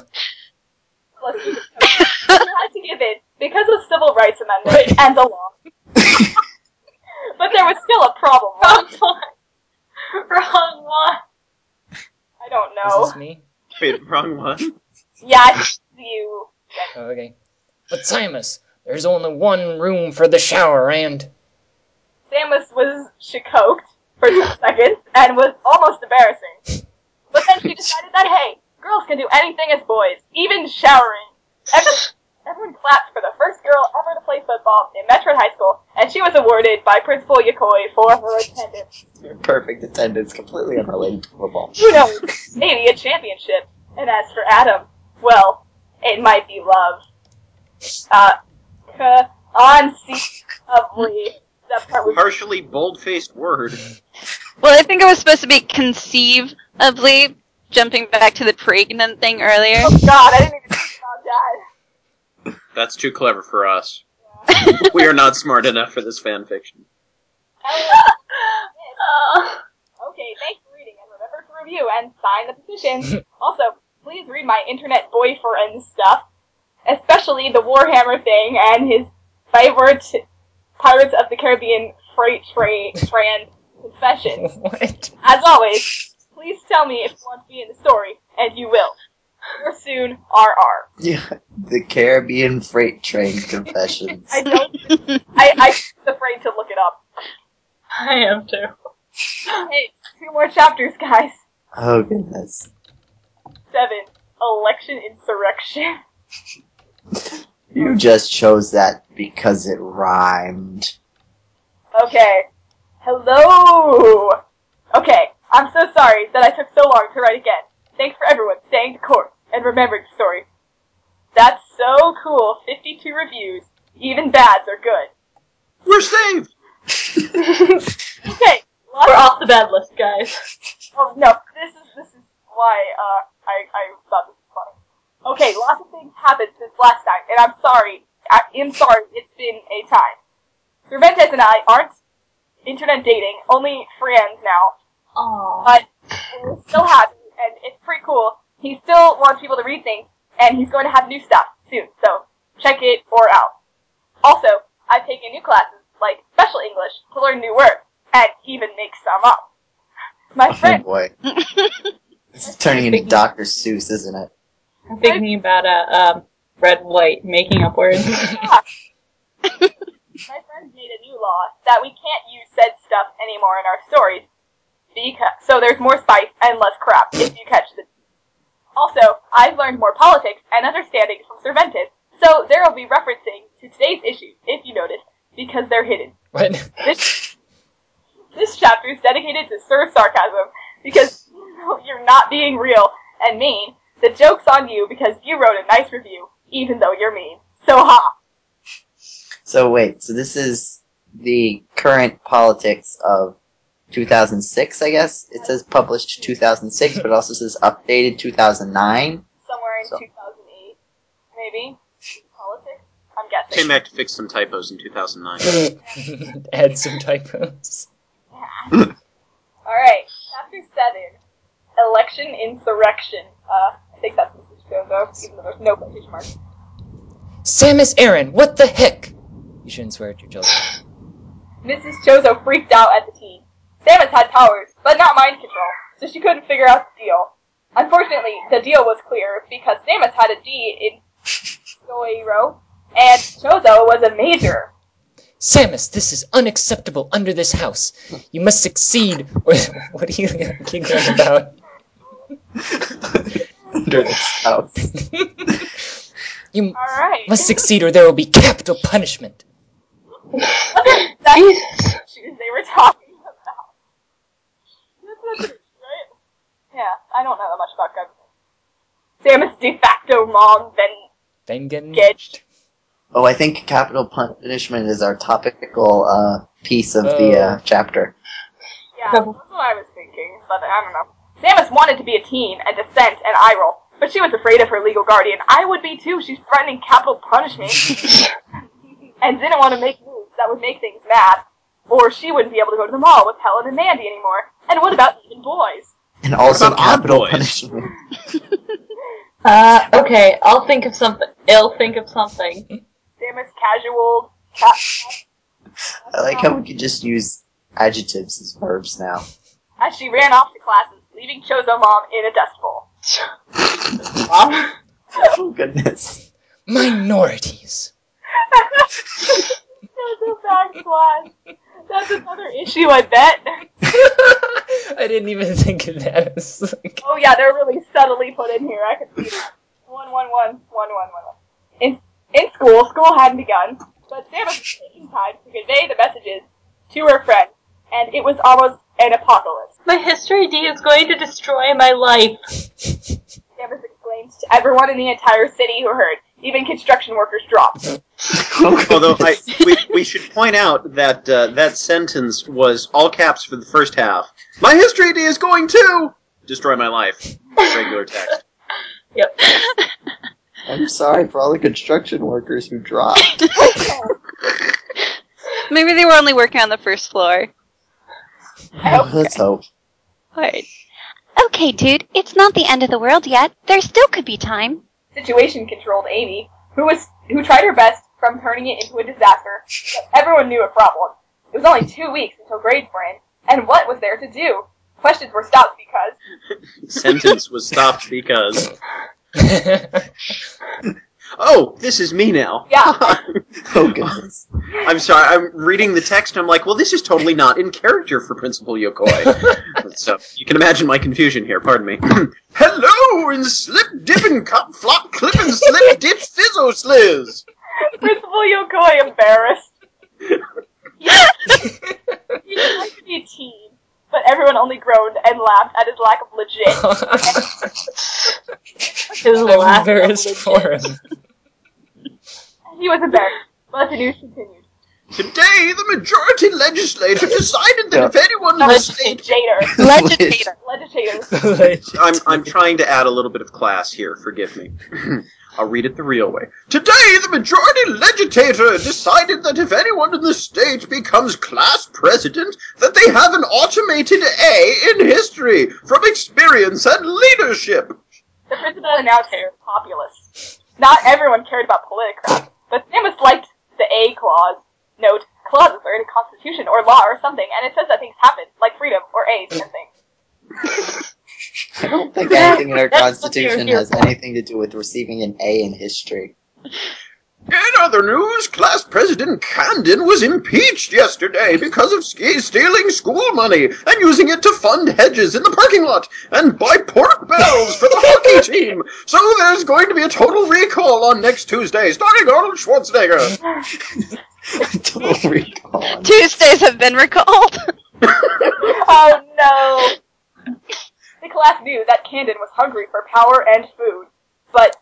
[SPEAKER 1] Let's see. I had to give it because of civil rights amendment
[SPEAKER 9] Right.
[SPEAKER 1] and the law. but there was still a problem.
[SPEAKER 4] Wrong one. Wrong one.
[SPEAKER 1] I don't
[SPEAKER 3] Is
[SPEAKER 1] know.
[SPEAKER 3] this me?
[SPEAKER 2] Wait, wrong one.
[SPEAKER 1] Yeah, I see you.
[SPEAKER 9] Oh, okay. But Samus, there's only one room for the shower, and
[SPEAKER 1] Samus was chicoked for two seconds and was almost embarrassing. But then she decided that hey, girls can do anything as boys, even showering. Everyone, everyone clapped for the first girl ever to play football in Metro High School, and she was awarded by Principal Yokoi for her attendance.
[SPEAKER 7] Your perfect attendance, completely unrelated to football.
[SPEAKER 1] Who knows? Maybe a championship. And as for Adam, well, it might be love. Uh, c- unseasonably. That part was
[SPEAKER 2] Partially bold-faced word.
[SPEAKER 6] Well, I think it was supposed to be conceivably, jumping back to the pregnant thing earlier.
[SPEAKER 1] Oh god, I didn't even think about that.
[SPEAKER 2] That's too clever for us. we are not smart enough for this fan fiction.
[SPEAKER 4] Oh.
[SPEAKER 1] okay, thanks for reading and remember to review and sign the petition. also, please read my internet boyfriend stuff, especially the Warhammer thing and his favorite Pirates of the Caribbean freight train trans confession.
[SPEAKER 9] what?
[SPEAKER 1] As always, please tell me if you want to be in the story, and you will. Or soon, RR.
[SPEAKER 7] Yeah, the Caribbean freight train confessions.
[SPEAKER 1] I don't. I, I'm afraid to look it up.
[SPEAKER 4] I am too.
[SPEAKER 1] Hey, two more chapters, guys.
[SPEAKER 7] oh goodness.
[SPEAKER 1] Seven. Election insurrection.
[SPEAKER 7] You just chose that because it rhymed.
[SPEAKER 1] Okay. Hello. Okay. I'm so sorry that I took so long to write again. Thanks for everyone staying the course and remembering the story. That's so cool. 52 reviews. Even bads are good.
[SPEAKER 8] We're saved.
[SPEAKER 1] Okay. Lots
[SPEAKER 4] We're off the bad list, guys.
[SPEAKER 1] Oh no, this is this is why uh, I I thought this was funny. Okay, lots of things happened since last time, and I'm sorry. I am sorry. It's been a time. Cervantes and I aren't internet dating, only friends now,
[SPEAKER 4] Aww.
[SPEAKER 1] but we're still happy, and it's pretty cool. He still wants people to read things, and he's going to have new stuff soon. So check it or out. Also, I've taken new classes like special English to learn new words and even make some up. My
[SPEAKER 7] Oh
[SPEAKER 1] friend.
[SPEAKER 7] boy. this is turning into Dr. Seuss, isn't it?
[SPEAKER 4] I'm thinking about a um, red and white making up words.
[SPEAKER 1] my friends made a new law that we can't use said stuff anymore in our stories. Because, so there's more spice and less crap if you catch the. Also, I've learned more politics and understanding from Cervantes, so there will be referencing to today's issue, if you notice, because they're hidden.
[SPEAKER 9] What?
[SPEAKER 1] This, this chapter is dedicated to Sir Sarcasm, because even though you're not being real and mean, the joke's on you because you wrote a nice review, even though you're mean. So ha!
[SPEAKER 7] So wait, so this is the current politics of 2006, I guess? It says published 2006, but it also says updated 2009.
[SPEAKER 1] somewhere in
[SPEAKER 7] So-
[SPEAKER 1] 2008, maybe. Politics? I'm guessing.
[SPEAKER 2] Came back to fix some typos in 2009.
[SPEAKER 9] Add some typos.
[SPEAKER 1] Alright, chapter 7 Election Insurrection. Uh, I think that's what this goes over, even though there's no quotation mark.
[SPEAKER 9] Samus Aaron, what the heck? You shouldn't swear at your children.
[SPEAKER 1] Mrs. Chozo freaked out at the teen. Samus had powers, but not mind control, so she couldn't figure out the deal. Unfortunately, the deal was clear because Samus had a D in Soiro, and Chozo was a major.
[SPEAKER 9] Samus, this is unacceptable under this house. You must succeed, or what are you giggling about?
[SPEAKER 7] Under this house.
[SPEAKER 9] You
[SPEAKER 1] Alright.
[SPEAKER 9] must succeed, or there will be capital punishment.
[SPEAKER 4] Jesus.
[SPEAKER 1] issues they were talking about. That's the truth, right? Yeah, I don't know that much about government. Samus de facto mom, then
[SPEAKER 3] Bengen.
[SPEAKER 1] get
[SPEAKER 7] Oh, I think capital punishment is our topical uh, piece of the uh, chapter.
[SPEAKER 1] Yeah, that's what I was thinking, but I don't know. Samus wanted to be a teen and dissent and eye roll, but she was afraid of her legal guardian. I would be too. She's threatening capital punishment and didn't want to make moves that would make things mad, or she wouldn't be able to go to the mall with Helen and Mandy anymore. And what about even boys?
[SPEAKER 7] And also
[SPEAKER 2] about Odd
[SPEAKER 7] capital
[SPEAKER 2] Boys?
[SPEAKER 7] punishment.
[SPEAKER 4] Uh, okay, I'll think of something. I'll think of something.
[SPEAKER 1] Samus casual. Cat-
[SPEAKER 7] I like how we can just use adjectives as verbs now.
[SPEAKER 1] as she ran off to classes, leaving Chozo mom in a dust bowl.
[SPEAKER 4] Mom?
[SPEAKER 7] oh, goodness.
[SPEAKER 9] Minorities.
[SPEAKER 1] That's a backslash. That's another issue, I bet.
[SPEAKER 3] I didn't even think of that. It's like-
[SPEAKER 1] Oh yeah, they're really subtly put in here. I can see that. One, one, one, one, one, one, one. In in school, school hadn't begun, but Samus was taking time to convey the messages to her friends, and it was almost an apocalypse.
[SPEAKER 4] My history D is going to destroy my life.
[SPEAKER 1] Samus exclaimed to everyone in the entire city who heard. Even construction workers dropped.
[SPEAKER 7] Oh,
[SPEAKER 2] Although I,
[SPEAKER 7] goodness.
[SPEAKER 2] we, we should point out that uh, that sentence was all caps for the first half. My history day is going to destroy my life. Regular text.
[SPEAKER 4] Yep.
[SPEAKER 7] I'm sorry for all the construction workers who dropped.
[SPEAKER 6] Maybe they were only working on the first floor.
[SPEAKER 7] Let's hope.
[SPEAKER 6] Right. Okay, dude, it's not the end of the world yet. There still could be time.
[SPEAKER 1] Situation controlled Amy, who was who tried her best from turning it into a disaster. But everyone knew a problem. It was only two weeks until grades were in, and what was there to do? Questions were stopped because
[SPEAKER 2] Sentence was stopped because. Oh, this is me now.
[SPEAKER 1] Yeah.
[SPEAKER 7] Oh, goodness.
[SPEAKER 2] I'm sorry. I'm reading the text. And I'm like, well, this is totally not in character for Principal Yokoi. so you can imagine my confusion here. Pardon me.
[SPEAKER 8] Hello in slip, dip, and cup, flop, clip, and slip, dip, sizzle, sliz.
[SPEAKER 1] Principal Yokoi embarrassed. He he tried to be a teen, but everyone only groaned and laughed at his lack of legit.
[SPEAKER 4] His
[SPEAKER 3] I'm
[SPEAKER 4] last
[SPEAKER 3] embarrassed for him.
[SPEAKER 1] He was embarrassed, but the news continued.
[SPEAKER 8] Today, the majority legislature decided that if anyone was state
[SPEAKER 1] Legislator.
[SPEAKER 6] Legitator.
[SPEAKER 1] Legislators.
[SPEAKER 2] I'm I'm trying to add a little bit of class here. Forgive me. I'll read it the real way.
[SPEAKER 8] Today, the majority legislator decided that if anyone in the state becomes class president, that they have an automated A in history from experience and leadership.
[SPEAKER 1] The principal announced it was populist. Not everyone cared about Politicraft, but Samus liked the A clause. Note, clauses are in a constitution or law or something, and it says that things happen, like freedom or AIDS and things.
[SPEAKER 7] I don't think anything in our
[SPEAKER 4] That's what you're
[SPEAKER 7] Constitution
[SPEAKER 4] here
[SPEAKER 7] has anything to do with receiving an A in history.
[SPEAKER 8] In other news, class president Camden was impeached yesterday because of ski stealing school money and using it to fund hedges in the parking lot and buy pork barrels for the hockey team. So there's going to be a total recall on next Tuesday, starting Arnold Schwarzenegger.
[SPEAKER 7] Total recall.
[SPEAKER 6] Tuesdays have been recalled.
[SPEAKER 1] Oh no! The class knew that Candon was hungry for power and food, but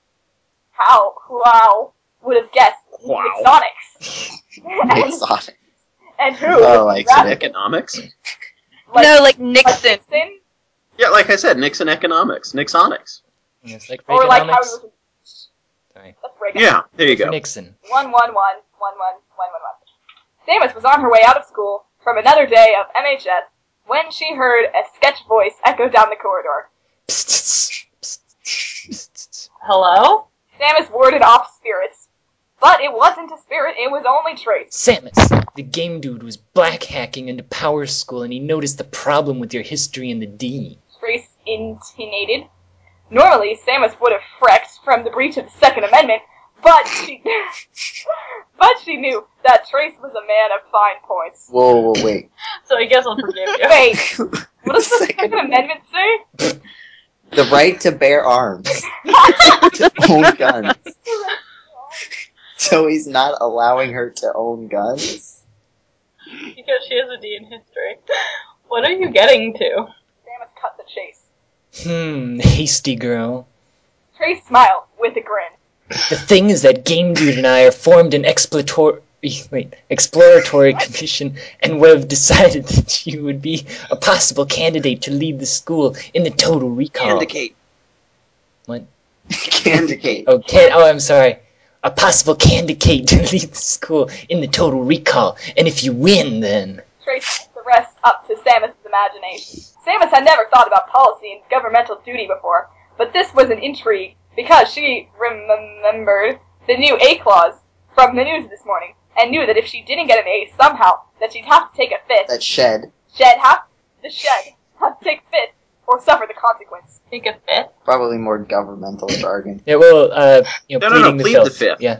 [SPEAKER 1] how, wow, would have guessed
[SPEAKER 2] Wow.
[SPEAKER 1] Sonics. and,
[SPEAKER 7] Exotic.
[SPEAKER 1] and who?
[SPEAKER 7] Oh, like
[SPEAKER 1] Rather,
[SPEAKER 2] Economics.
[SPEAKER 1] like,
[SPEAKER 6] no, like
[SPEAKER 1] like
[SPEAKER 6] Nixon.
[SPEAKER 1] Nixon,
[SPEAKER 2] Yeah, like I said, Nixon economics, Nixonics.
[SPEAKER 9] It's like
[SPEAKER 1] or like how he
[SPEAKER 9] Reaganomics.
[SPEAKER 1] was.
[SPEAKER 9] Sorry.
[SPEAKER 1] Let's break it.
[SPEAKER 2] Yeah, there you go.
[SPEAKER 9] Nixon.
[SPEAKER 1] One, one, one, one, one, one, one, one. Samus was on her way out of school from another day of MHS when she heard a sketch voice echo down the corridor.
[SPEAKER 4] Hello?
[SPEAKER 1] Samus warded off spirits. But it wasn't a spirit, it was only Trace.
[SPEAKER 9] Samus, the game dude, was black hacking into Power School and he noticed the problem with your history and the D.
[SPEAKER 1] Trace intonated. Normally, Samus would have frecked from the breach of the Second Amendment, but she, but she knew that Trace was a man of fine points.
[SPEAKER 7] Whoa, whoa, wait.
[SPEAKER 4] So I guess I'll forgive you.
[SPEAKER 1] Wait, what does the
[SPEAKER 7] Second
[SPEAKER 1] Second Amendment say?
[SPEAKER 7] The right to bear arms. to own guns. So he's not allowing her to own guns?
[SPEAKER 4] Because she has a D in history. What are you getting to?
[SPEAKER 1] Samus cut the chase.
[SPEAKER 9] Hmm, hasty girl.
[SPEAKER 1] Trace smiled with a grin.
[SPEAKER 3] The thing is that Game Dude and I are formed an exploratory wait, exploratory commission, and we've decided that you would be a possible candidate to lead the school in the total recall.
[SPEAKER 2] Candicate.
[SPEAKER 3] What?
[SPEAKER 2] Candicate.
[SPEAKER 3] Oh, can- oh, I'm sorry. A possible candidate to lead the school in the total recall, and if you win, then
[SPEAKER 1] Trace left the rest up to Samus's imagination. Samus had never thought about policy and governmental duty before, but this was an intrigue because she remembered the new A clause from the news this morning and knew that if she didn't get an A somehow, that she'd have to take a fifth.
[SPEAKER 7] That shed.
[SPEAKER 1] Shed have the shed have to take a fifth or suffer the consequence.
[SPEAKER 4] Take a fit.
[SPEAKER 7] Probably more governmental jargon.
[SPEAKER 3] yeah, well, uh, you know,
[SPEAKER 2] No, no, no,
[SPEAKER 3] pleading the
[SPEAKER 2] plead
[SPEAKER 3] fifth.
[SPEAKER 2] the fifth.
[SPEAKER 3] Yeah,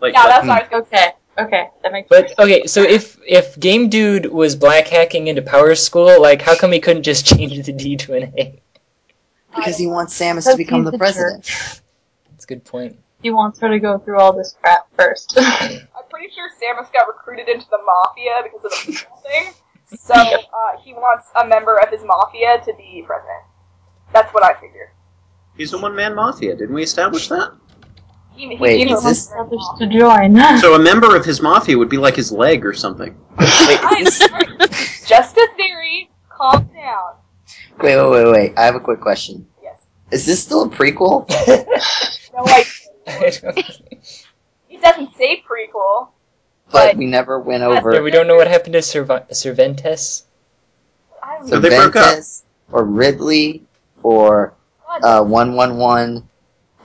[SPEAKER 2] Like, hmm.
[SPEAKER 1] Yeah,
[SPEAKER 2] what?
[SPEAKER 1] that's what I was going
[SPEAKER 4] Okay, okay, that makes sense.
[SPEAKER 3] but okay. So if if Game Dude was black hacking into Power School, like how come he couldn't just change the D to an A?
[SPEAKER 7] Because he wants Samus
[SPEAKER 4] Because
[SPEAKER 7] to become
[SPEAKER 4] he's
[SPEAKER 7] the
[SPEAKER 4] the
[SPEAKER 7] president.
[SPEAKER 3] That's a good point.
[SPEAKER 4] He wants her to go through all this crap first.
[SPEAKER 1] I'm pretty sure Samus got recruited into the mafia because of the football thing. So uh, he wants a member of his mafia to be president. That's what I figure.
[SPEAKER 2] He's a one-man mafia. Didn't we establish that?
[SPEAKER 1] He, he
[SPEAKER 7] Wait,
[SPEAKER 1] he
[SPEAKER 7] is this-
[SPEAKER 1] others
[SPEAKER 4] Others to join.
[SPEAKER 2] So a member of his mafia would be like his leg or something.
[SPEAKER 1] Just a theory. Calm down.
[SPEAKER 7] Wait, wait, wait, wait. I have a quick question.
[SPEAKER 1] Yes.
[SPEAKER 7] Is this still a prequel?
[SPEAKER 1] No, like
[SPEAKER 3] I don't-
[SPEAKER 1] he doesn't say prequel.
[SPEAKER 7] But we never went over
[SPEAKER 3] yeah, we don't know what happened to Cerv- Cervantes.
[SPEAKER 1] I don't
[SPEAKER 2] So
[SPEAKER 1] know.
[SPEAKER 2] they broke up.
[SPEAKER 7] Cervantes or Ridley or uh, 111.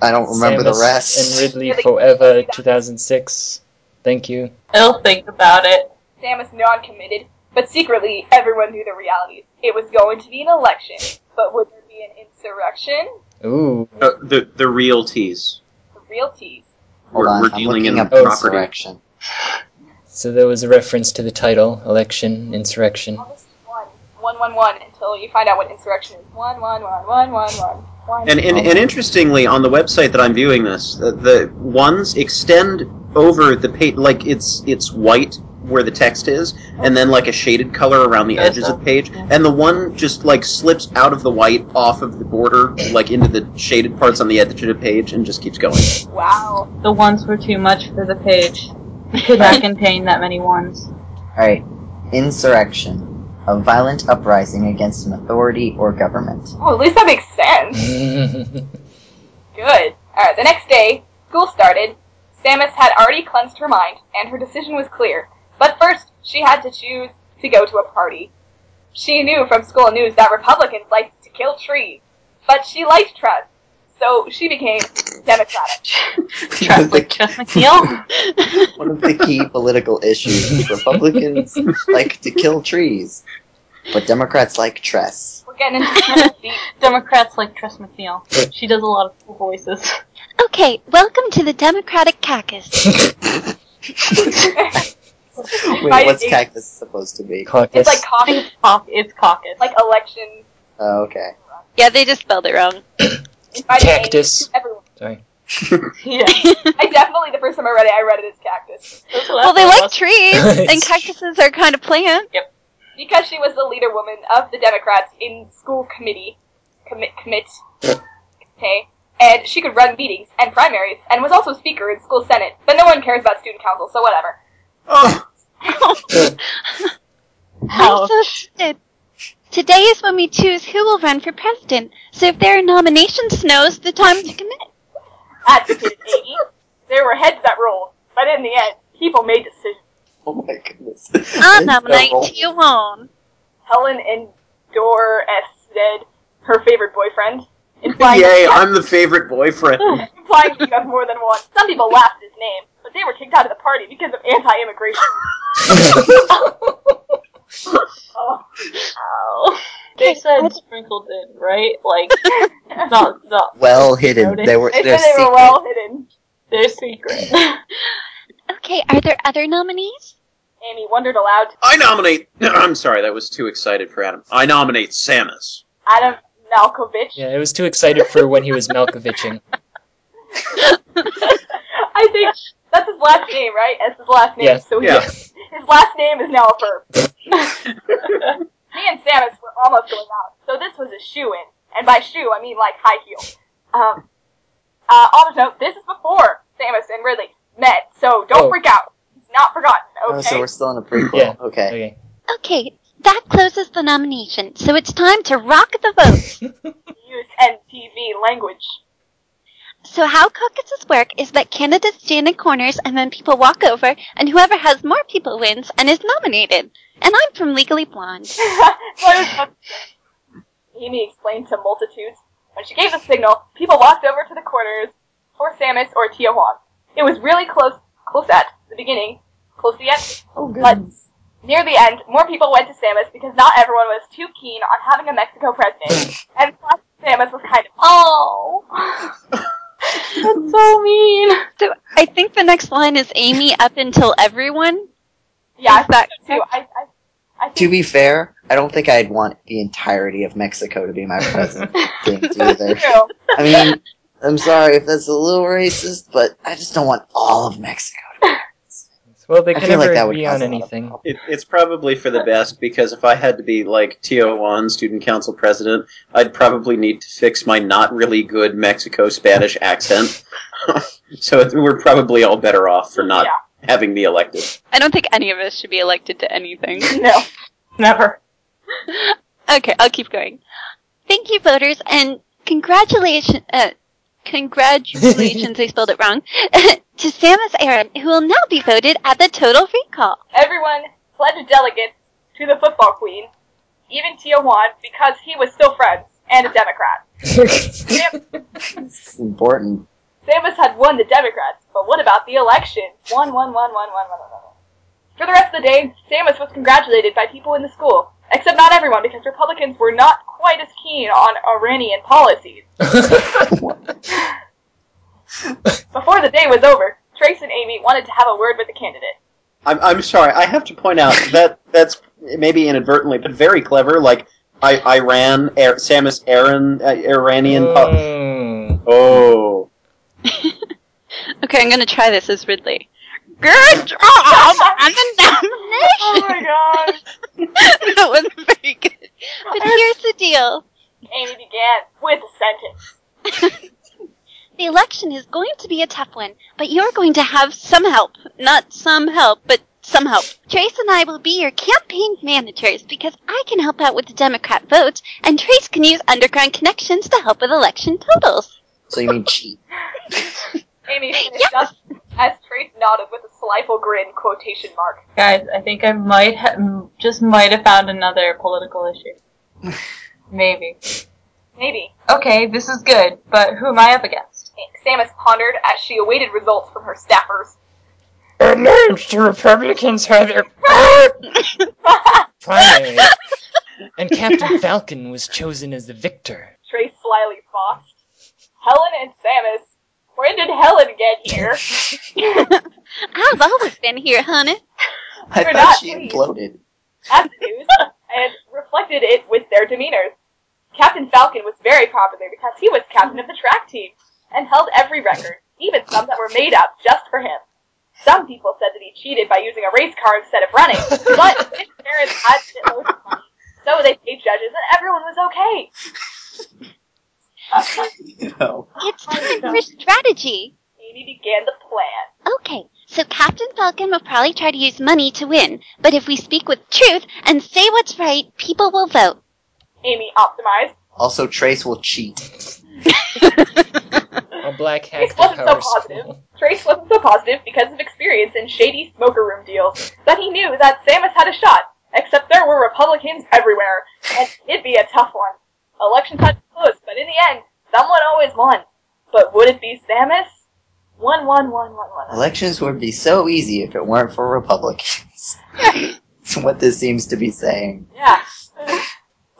[SPEAKER 7] I don't remember
[SPEAKER 3] Samus
[SPEAKER 7] the rest.
[SPEAKER 3] And Ridley
[SPEAKER 1] Yeah, they-
[SPEAKER 3] Forever, 2006. Thank you.
[SPEAKER 4] I'll think about it.
[SPEAKER 1] Samus non-committed, but secretly everyone knew the realities. It was going to be an election, but would there be an insurrection?
[SPEAKER 3] Ooh.
[SPEAKER 2] Uh, the the real tease.
[SPEAKER 1] The real tease.
[SPEAKER 7] Hold
[SPEAKER 2] We're,
[SPEAKER 7] on,
[SPEAKER 2] we're
[SPEAKER 7] I'm
[SPEAKER 2] dealing
[SPEAKER 7] looking
[SPEAKER 2] in
[SPEAKER 7] up
[SPEAKER 3] Oh,
[SPEAKER 2] property.
[SPEAKER 7] insurrection.
[SPEAKER 3] So there was a reference to the title, election, insurrection.
[SPEAKER 1] August one, one, one, one, until you find out what insurrection is. One, one, one, one, one, one, one.
[SPEAKER 2] And,
[SPEAKER 4] Oh.
[SPEAKER 2] and, and interestingly, on the website that I'm viewing this, the, the ones extend over the page, like it's it's white where the text is, and then like a shaded color around the edges of the page, and the one just like slips out of the white off of the border, like into the shaded parts on the edge of the page, and just keeps going.
[SPEAKER 1] wow.
[SPEAKER 4] The ones were too much for the page. It could not contain that many ones.
[SPEAKER 7] Alright, insurrection. A violent uprising against an authority or government.
[SPEAKER 1] Well, Oh, at least that makes sense. Good. Alright, the next day, school started. Samus had already cleansed her mind, and her decision was clear. But first, she had to choose to go to a party. She knew from school news that Republicans liked to kill trees, but she liked Trump, so she became Democratic.
[SPEAKER 7] One of the-
[SPEAKER 4] Just McNeil?
[SPEAKER 7] one of the key political issues. Republicans like to kill trees, but Democrats like tress.
[SPEAKER 1] We're getting into some of the deep.
[SPEAKER 4] Democrats like Tress McNeil. She does a lot of cool voices.
[SPEAKER 10] Okay, welcome to the Democratic Caucus.
[SPEAKER 7] Wait,
[SPEAKER 1] Right,
[SPEAKER 7] what's
[SPEAKER 1] it-
[SPEAKER 7] cactus supposed to be?
[SPEAKER 1] It's
[SPEAKER 3] Caucus.
[SPEAKER 1] like caucus,
[SPEAKER 4] Cauc- It's caucus.
[SPEAKER 1] like election.
[SPEAKER 7] Oh, okay.
[SPEAKER 10] yeah, they just spelled it wrong.
[SPEAKER 1] inviting A to
[SPEAKER 3] Cactus.
[SPEAKER 1] Everyone.
[SPEAKER 4] yeah.
[SPEAKER 1] I definitely, the first time I read it, I read it as cactus.
[SPEAKER 10] Well, they like trees, and cactuses are kind of plants.
[SPEAKER 1] Because she was the leader woman of the Democrats in school committee. Commit, commit. Okay. And she could run meetings and primaries and was also speaker in school senate. But no one cares about student council, so whatever.
[SPEAKER 2] Oh,
[SPEAKER 10] I'm so stupid. Today is when we choose who will run for president. So if there are nomination snows, the time to commit.
[SPEAKER 1] Advocated 80. There were heads that rolled. But in the end, people made decisions.
[SPEAKER 7] Oh my goodness.
[SPEAKER 10] I'll
[SPEAKER 7] It's
[SPEAKER 10] nominate
[SPEAKER 7] terrible.
[SPEAKER 10] Tion.
[SPEAKER 1] Helen and Dor S. said her favorite boyfriend. Implying,
[SPEAKER 2] yay! I'm the favorite boyfriend.
[SPEAKER 1] implying that you have more than one. Some people laughed at his name, but they were kicked out of the party because of anti-immigration. oh.
[SPEAKER 4] They said sprinkled in, right? Like, not, not
[SPEAKER 7] Well hidden.
[SPEAKER 4] Notice.
[SPEAKER 7] They were.
[SPEAKER 1] They
[SPEAKER 7] They're
[SPEAKER 1] said they were
[SPEAKER 7] secret.
[SPEAKER 1] well hidden.
[SPEAKER 4] their secret.
[SPEAKER 10] Okay, are there other nominees?
[SPEAKER 1] Amy wondered aloud.
[SPEAKER 2] I nominate. I'm sorry, that was too excited for Adam. I nominate Samus.
[SPEAKER 1] Adam Malkovich.
[SPEAKER 3] yeah, I was too excited for when he was Malkoviching.
[SPEAKER 1] I think that's his last name, right? That's his last name.
[SPEAKER 3] Yeah.
[SPEAKER 1] So he,
[SPEAKER 2] Yeah.
[SPEAKER 1] his last name is now a verb. Me and Samus were almost going out, so this was a shoe in, and by shoe I mean like high heel. Um, Uh, on a note, this is before Samus and Ridley met, so don't
[SPEAKER 3] Oh.
[SPEAKER 1] freak out. It's not forgotten,
[SPEAKER 7] Oh, so
[SPEAKER 1] okay?
[SPEAKER 7] we're still in a prequel.
[SPEAKER 3] Yeah.
[SPEAKER 7] Okay.
[SPEAKER 3] Okay.
[SPEAKER 10] Okay, that closes the nomination, so it's time to rock the vote.
[SPEAKER 1] Use NTV language.
[SPEAKER 10] so how caucuses work is that candidates stand in corners and then people walk over, and whoever has more people wins and is nominated. And I'm from Legally Blonde.
[SPEAKER 1] What is that? Amy explained to multitudes. When she gave the signal, people walked over to the corners for Samus or Tiahuan. It was really close, close at the beginning, close to the end.
[SPEAKER 7] Oh, good.
[SPEAKER 1] But near the end, more people went to Samus because not everyone was too keen on having a Mexico president. and plus, Samus was kind of, oh, that's so mean.
[SPEAKER 10] So I think the next line is Amy up until everyone.
[SPEAKER 1] Yeah, I
[SPEAKER 10] Is that
[SPEAKER 1] think so too. I, I, I
[SPEAKER 7] To
[SPEAKER 1] think
[SPEAKER 7] be fair, I don't think I'd want the entirety of Mexico to be my president either.
[SPEAKER 1] it's true.
[SPEAKER 7] I mean, I'm sorry if that's a little racist, but I just don't want all of Mexico.
[SPEAKER 3] Well, they
[SPEAKER 7] I
[SPEAKER 3] could
[SPEAKER 7] feel
[SPEAKER 3] never
[SPEAKER 7] like that would
[SPEAKER 3] agree on
[SPEAKER 7] cause a lot of
[SPEAKER 3] anything.
[SPEAKER 7] problems.
[SPEAKER 2] It, it's probably for the best because if I had to be like TO1 student council president, I'd probably need to fix my not really good Mexico Spanish accent. so it, we're probably all better off for not having me elected.
[SPEAKER 10] I don't think any of us should be elected to anything.
[SPEAKER 1] Yeah, no, never.
[SPEAKER 10] Okay, I'll keep going. Thank you, voters, and congratulations. Uh, congratulations, I spelled it wrong. to Samus Aran, who will now be voted at the total recall.
[SPEAKER 1] Everyone pledged a delegate to the football queen, even Tiahuan, because he was still friends and a Democrat. Sam-
[SPEAKER 7] It's important.
[SPEAKER 1] Samus had won the Democrats, but what about the election? One, one, one, one, one, one, one, one. For the rest of the day, Samus was congratulated by people in the school, except not everyone, because Republicans were not quite as keen on Iranian policies. Before the day was over, Trace and Amy wanted to have a word with the candidate.
[SPEAKER 2] I'm, I'm sorry, I have to point out that that's maybe inadvertently, but very clever. Like I, Iran, Air, Samus Aran, uh, Iranian. uh, po-
[SPEAKER 3] Mm.
[SPEAKER 2] oh.
[SPEAKER 10] Okay, I'm gonna try this as Ridley. Good job on the
[SPEAKER 1] Oh
[SPEAKER 10] nomination!
[SPEAKER 1] my god!
[SPEAKER 10] that wasn't very good. But here's the deal.
[SPEAKER 1] Amy began with a sentence.
[SPEAKER 10] The election is going to be a tough one, but you're going to have some help. Not some help, but some help. Trace and I will be your campaign managers because I can help out with the Democrat votes, and Trace can use underground connections to help with election totals.
[SPEAKER 7] So you mean cheat?
[SPEAKER 1] Amy finished up as Trace nodded with a slyful grin quotation mark.
[SPEAKER 4] Guys, I think I might ha- m- just might have found another political issue. Maybe.
[SPEAKER 1] Maybe.
[SPEAKER 4] Okay, this is good, but who am I up against?
[SPEAKER 1] Samus pondered as she awaited results from her staffers.
[SPEAKER 11] Announced the Republicans have
[SPEAKER 3] primary, and Captain Falcon was chosen as the victor.
[SPEAKER 1] Trace slyly foxed. Helen and Samus. When did Helen get here?
[SPEAKER 10] I've always been here, honey.
[SPEAKER 7] I
[SPEAKER 1] You're
[SPEAKER 7] thought
[SPEAKER 1] not
[SPEAKER 7] she
[SPEAKER 1] pleased.
[SPEAKER 7] imploded.
[SPEAKER 1] That's the news, and reflected it with their demeanors. Captain Falcon was very popular because he was captain of the track team and held every record, even some that were made up just for him. Some people said that he cheated by using a race car instead of running, but his parents had shitloads of money, so they paid judges, and everyone was okay.
[SPEAKER 7] You know.
[SPEAKER 10] It's time for strategy.
[SPEAKER 1] Amy began the plan.
[SPEAKER 10] Okay, so Captain Falcon will probably try to use money to win, but if we speak with truth and say what's right, people will vote.
[SPEAKER 1] Amy optimized.
[SPEAKER 7] Also, Trace will cheat.
[SPEAKER 3] A black hack
[SPEAKER 1] Trace
[SPEAKER 3] the
[SPEAKER 1] wasn't so
[SPEAKER 3] power
[SPEAKER 1] positive.
[SPEAKER 3] school.
[SPEAKER 1] Trace wasn't so positive because of experience in shady smoker room deals that he knew that Samus had a shot. Except there were Republicans everywhere, and it'd be a tough one. Election time was close, but in the end, someone always won. But would it be Samus? One, one, one, one, one.
[SPEAKER 7] Elections would be so easy if it weren't for Republicans. That's what this seems to be saying.
[SPEAKER 1] Yeah.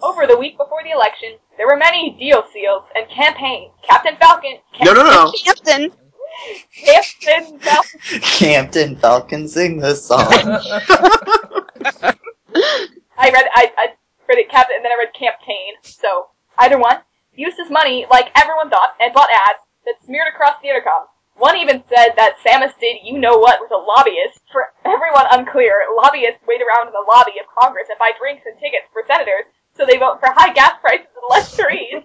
[SPEAKER 1] Over the week before the election, there were many deal seals and campaigns. Captain Falcon.
[SPEAKER 2] No, no, no.
[SPEAKER 10] Hampton.
[SPEAKER 1] Captain Falcon.
[SPEAKER 7] Campton Falcon sing this song.
[SPEAKER 1] I read I, I read it Captain and then I read Campaign. So either one used his money like everyone thought and bought ads that smeared across the intercom. One even said that Samus did you know what with a lobbyist. For everyone unclear, lobbyists wait around in the lobby of Congress and buy drinks and tickets for senators so they vote for high gas prices and less trees.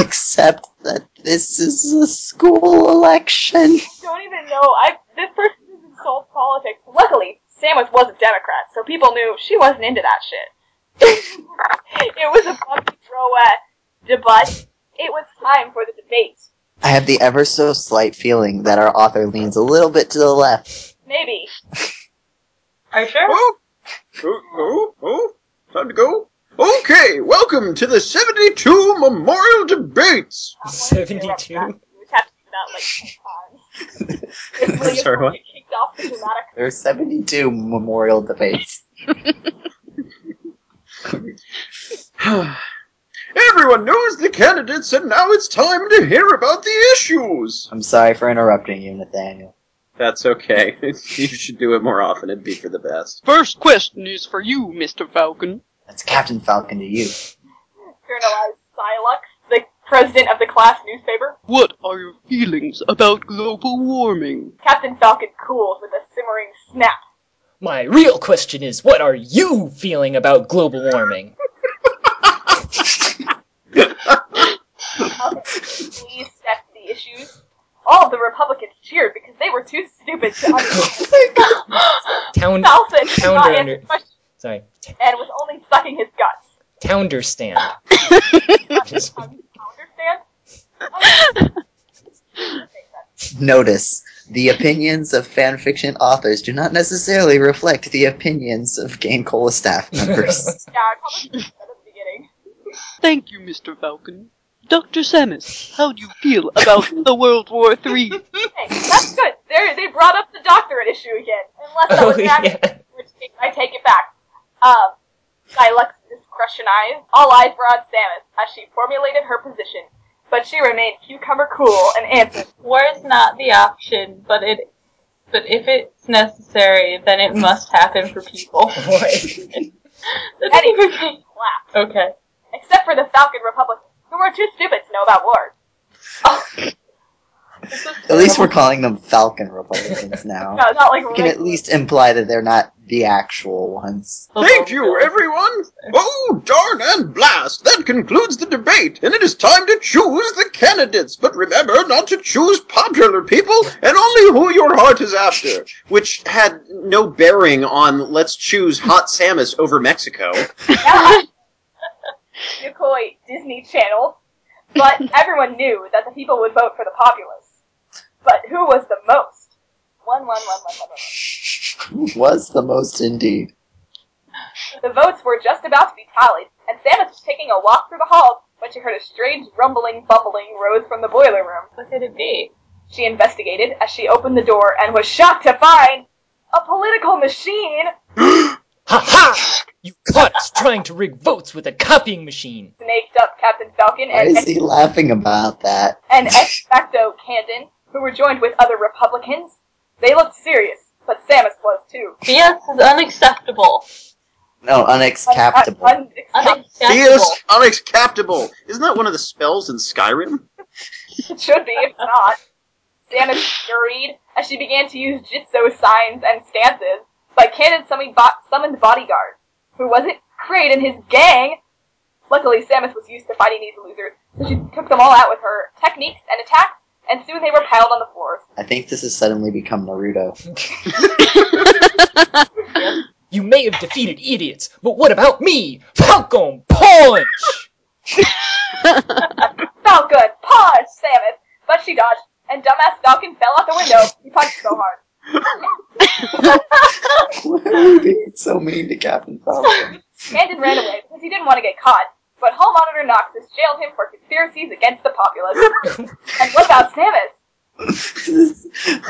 [SPEAKER 7] Except that this is a school election.
[SPEAKER 1] Don't even know. I this person isn't sold politics. Luckily, Sandwich was a Democrat, so people knew she wasn't into that shit. it was a bumpy row debut. It was time for the debate.
[SPEAKER 7] I have the ever so slight feeling that our author leans a little bit to the left.
[SPEAKER 1] Maybe.
[SPEAKER 4] Are you sure?
[SPEAKER 8] Oh, oh, oh, oh, time to go. Okay, welcome to the 72 Memorial Debates.
[SPEAKER 1] I wanted to interrupt
[SPEAKER 3] 72?
[SPEAKER 1] that. You would have to do that like ten times.
[SPEAKER 2] I'm sorry, what?
[SPEAKER 1] You kicked off the dramatic.
[SPEAKER 7] There are 72 memorial debates.
[SPEAKER 8] Everyone knows the candidates, and now it's time to hear about the issues.
[SPEAKER 7] I'm sorry for interrupting you, Nathaniel.
[SPEAKER 2] That's okay. you should do it more often. It'd be for the best.
[SPEAKER 12] First question is for you, Mr. Falcon.
[SPEAKER 7] That's Captain Falcon to you.
[SPEAKER 1] Journalized Silux, the president of the class newspaper.
[SPEAKER 12] What are your feelings about global warming?
[SPEAKER 1] Captain Falcon cools with a simmering snap.
[SPEAKER 9] My real question is, what are you feeling about global warming?
[SPEAKER 1] Please step to the issues. All of the Republicans cheered because they were too stupid to understand.
[SPEAKER 3] Town,
[SPEAKER 1] Falcon did not
[SPEAKER 3] Pounder
[SPEAKER 1] answer
[SPEAKER 3] under-
[SPEAKER 1] the question
[SPEAKER 3] sorry, t-
[SPEAKER 1] and was only sucking his guts.
[SPEAKER 3] Tounder stand. Just-
[SPEAKER 1] How do you understand? I mean, that makes sense.
[SPEAKER 7] Notice, the opinions of fanfiction authors do not necessarily reflect the opinions of Game Cola staff members.
[SPEAKER 1] Yeah, I probably should have said at the beginning.
[SPEAKER 12] Thank you, Mr. Falcon. Dr. Samus, how do you feel about the World War III?
[SPEAKER 1] Hey, that's good. There, they brought up the doctorate issue again. Unless that
[SPEAKER 3] oh
[SPEAKER 1] was an accident.
[SPEAKER 3] yeah.
[SPEAKER 1] Which case, I take it back. Um, Silex discretion eyes. All eyes were on Samus as she formulated her position, but she remained cucumber cool and answered.
[SPEAKER 4] War is not the uh, option, but it, but if it's necessary, then it must happen for people. That doesn't even make-
[SPEAKER 1] Clap.
[SPEAKER 4] Okay.
[SPEAKER 1] Except for the Falcon Republicans, who were too stupid to know about wars.
[SPEAKER 7] at least we're calling them Falcon Republicans now.
[SPEAKER 1] No, not like
[SPEAKER 7] We can at least imply that they're not the actual ones.
[SPEAKER 8] Thank you, everyone. Oh, darn and blast. That concludes the debate, and it is time to choose the candidates. But remember not to choose popular people and only who your heart is after.
[SPEAKER 2] Which had no bearing on let's choose hot Samus over Mexico.
[SPEAKER 1] decoy Disney Channel, but everyone knew that the people would vote for the populace. But who was the most? One, one, one, one, one, one.
[SPEAKER 7] Who was the most indeed?
[SPEAKER 1] The votes were just about to be tallied, and Samus was taking a walk through the halls when she heard a strange rumbling, bumbling rose from the boiler room.
[SPEAKER 4] What could it be?
[SPEAKER 1] She investigated as she opened the door and was shocked to find a political machine.
[SPEAKER 3] Ha ha! You caught us trying to rig votes with a copying machine.
[SPEAKER 1] Snaked up Captain Falcon
[SPEAKER 7] Why
[SPEAKER 1] and,
[SPEAKER 7] is he laughing about that?
[SPEAKER 1] and ex facto Candon, who were joined with other Republicans. They looked serious, but Samus was too.
[SPEAKER 4] BS is unacceptable.
[SPEAKER 7] No, unexcaptable.
[SPEAKER 1] Un- un-
[SPEAKER 4] Unacceptable.
[SPEAKER 2] unacceptable. Isn't that one of the spells in Skyrim?
[SPEAKER 1] it should be, if not. Samus scurried as she began to use jitsu signs and stances, but Cannon summoned, bo- summoned bodyguard. Who was it? Kraid and his gang! Luckily, Samus was used to fighting these losers, so she took them all out with her techniques and attacks, and soon they were piled on the floor.
[SPEAKER 7] I think this has suddenly become Naruto.
[SPEAKER 3] You may have defeated idiots, but what about me? Falcon Punch!
[SPEAKER 1] Felt good! Punch, Samus! But she dodged, and dumbass Falcon fell out the window. He punched so hard.
[SPEAKER 7] Why are we being so mean to Captain Falcon?
[SPEAKER 1] Candon ran away because he didn't want to get caught, but Hall Monitor Noxus jailed him for conspiracies against the populace. and what about Samus?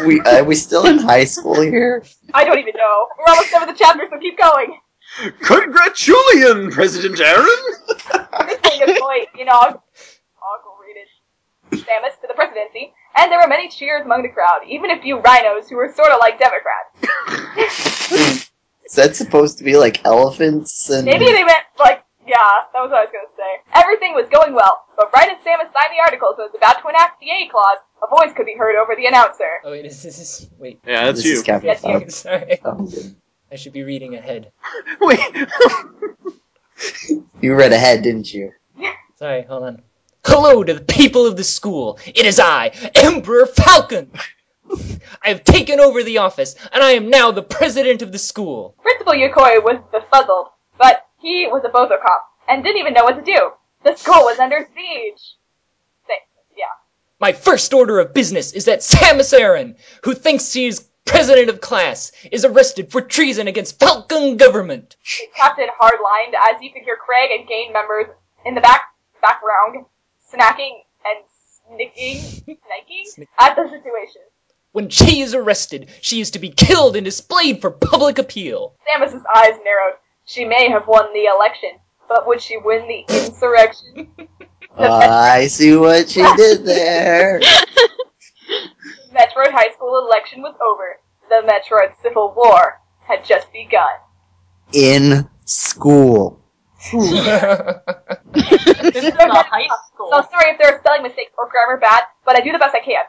[SPEAKER 7] we are we still in high school here?
[SPEAKER 1] I don't even know. We're almost done with the chapter, so keep going.
[SPEAKER 2] Congratulations, President Aaron!
[SPEAKER 1] This thing is quite inaugurated Samus to the presidency, and there were many cheers among the crowd, even a few rhinos who were sort of like Democrats.
[SPEAKER 7] Is that supposed to be like elephants and
[SPEAKER 1] Maybe they meant like, yeah, that was what I was gonna say. Everything was going well, but right as Samus signed the articles and was about to enact the A clause, a voice could be heard over the announcer.
[SPEAKER 3] Oh, wait, is this is wait.
[SPEAKER 2] Yeah, that's
[SPEAKER 7] this
[SPEAKER 2] you.
[SPEAKER 7] is Captain
[SPEAKER 1] Yes, you.
[SPEAKER 7] Falcon.
[SPEAKER 3] Sorry,
[SPEAKER 7] Falcon.
[SPEAKER 3] I should be reading ahead.
[SPEAKER 2] Wait.
[SPEAKER 7] You read ahead, didn't you?
[SPEAKER 3] Sorry, hold on. Hello to the people of the school. It is I, Emperor Falcon. I have taken over the office, and I am now the president of the school.
[SPEAKER 1] Principal Yokoi was befuddled, but he was a bozo cop and didn't even know what to do. The school was under siege. Say, yeah.
[SPEAKER 3] My first order of business is that Samus Aran, who thinks she is president of class, is arrested for treason against Falcon government.
[SPEAKER 1] Captain hardlined as you could hear Craig and gang members in the back background snacking and snicking, snicking at the situation.
[SPEAKER 3] When she is arrested, she is to be killed and displayed for public appeal.
[SPEAKER 1] Samus's eyes narrowed. She may have won the election, but would she win the insurrection?
[SPEAKER 7] Oh, I see what she did there.
[SPEAKER 1] Metroid High School election was over. The Metroid Civil War had just begun.
[SPEAKER 7] In school.
[SPEAKER 1] this is not high school. So sorry if there are spelling mistakes or grammar bad, but I do the best I can.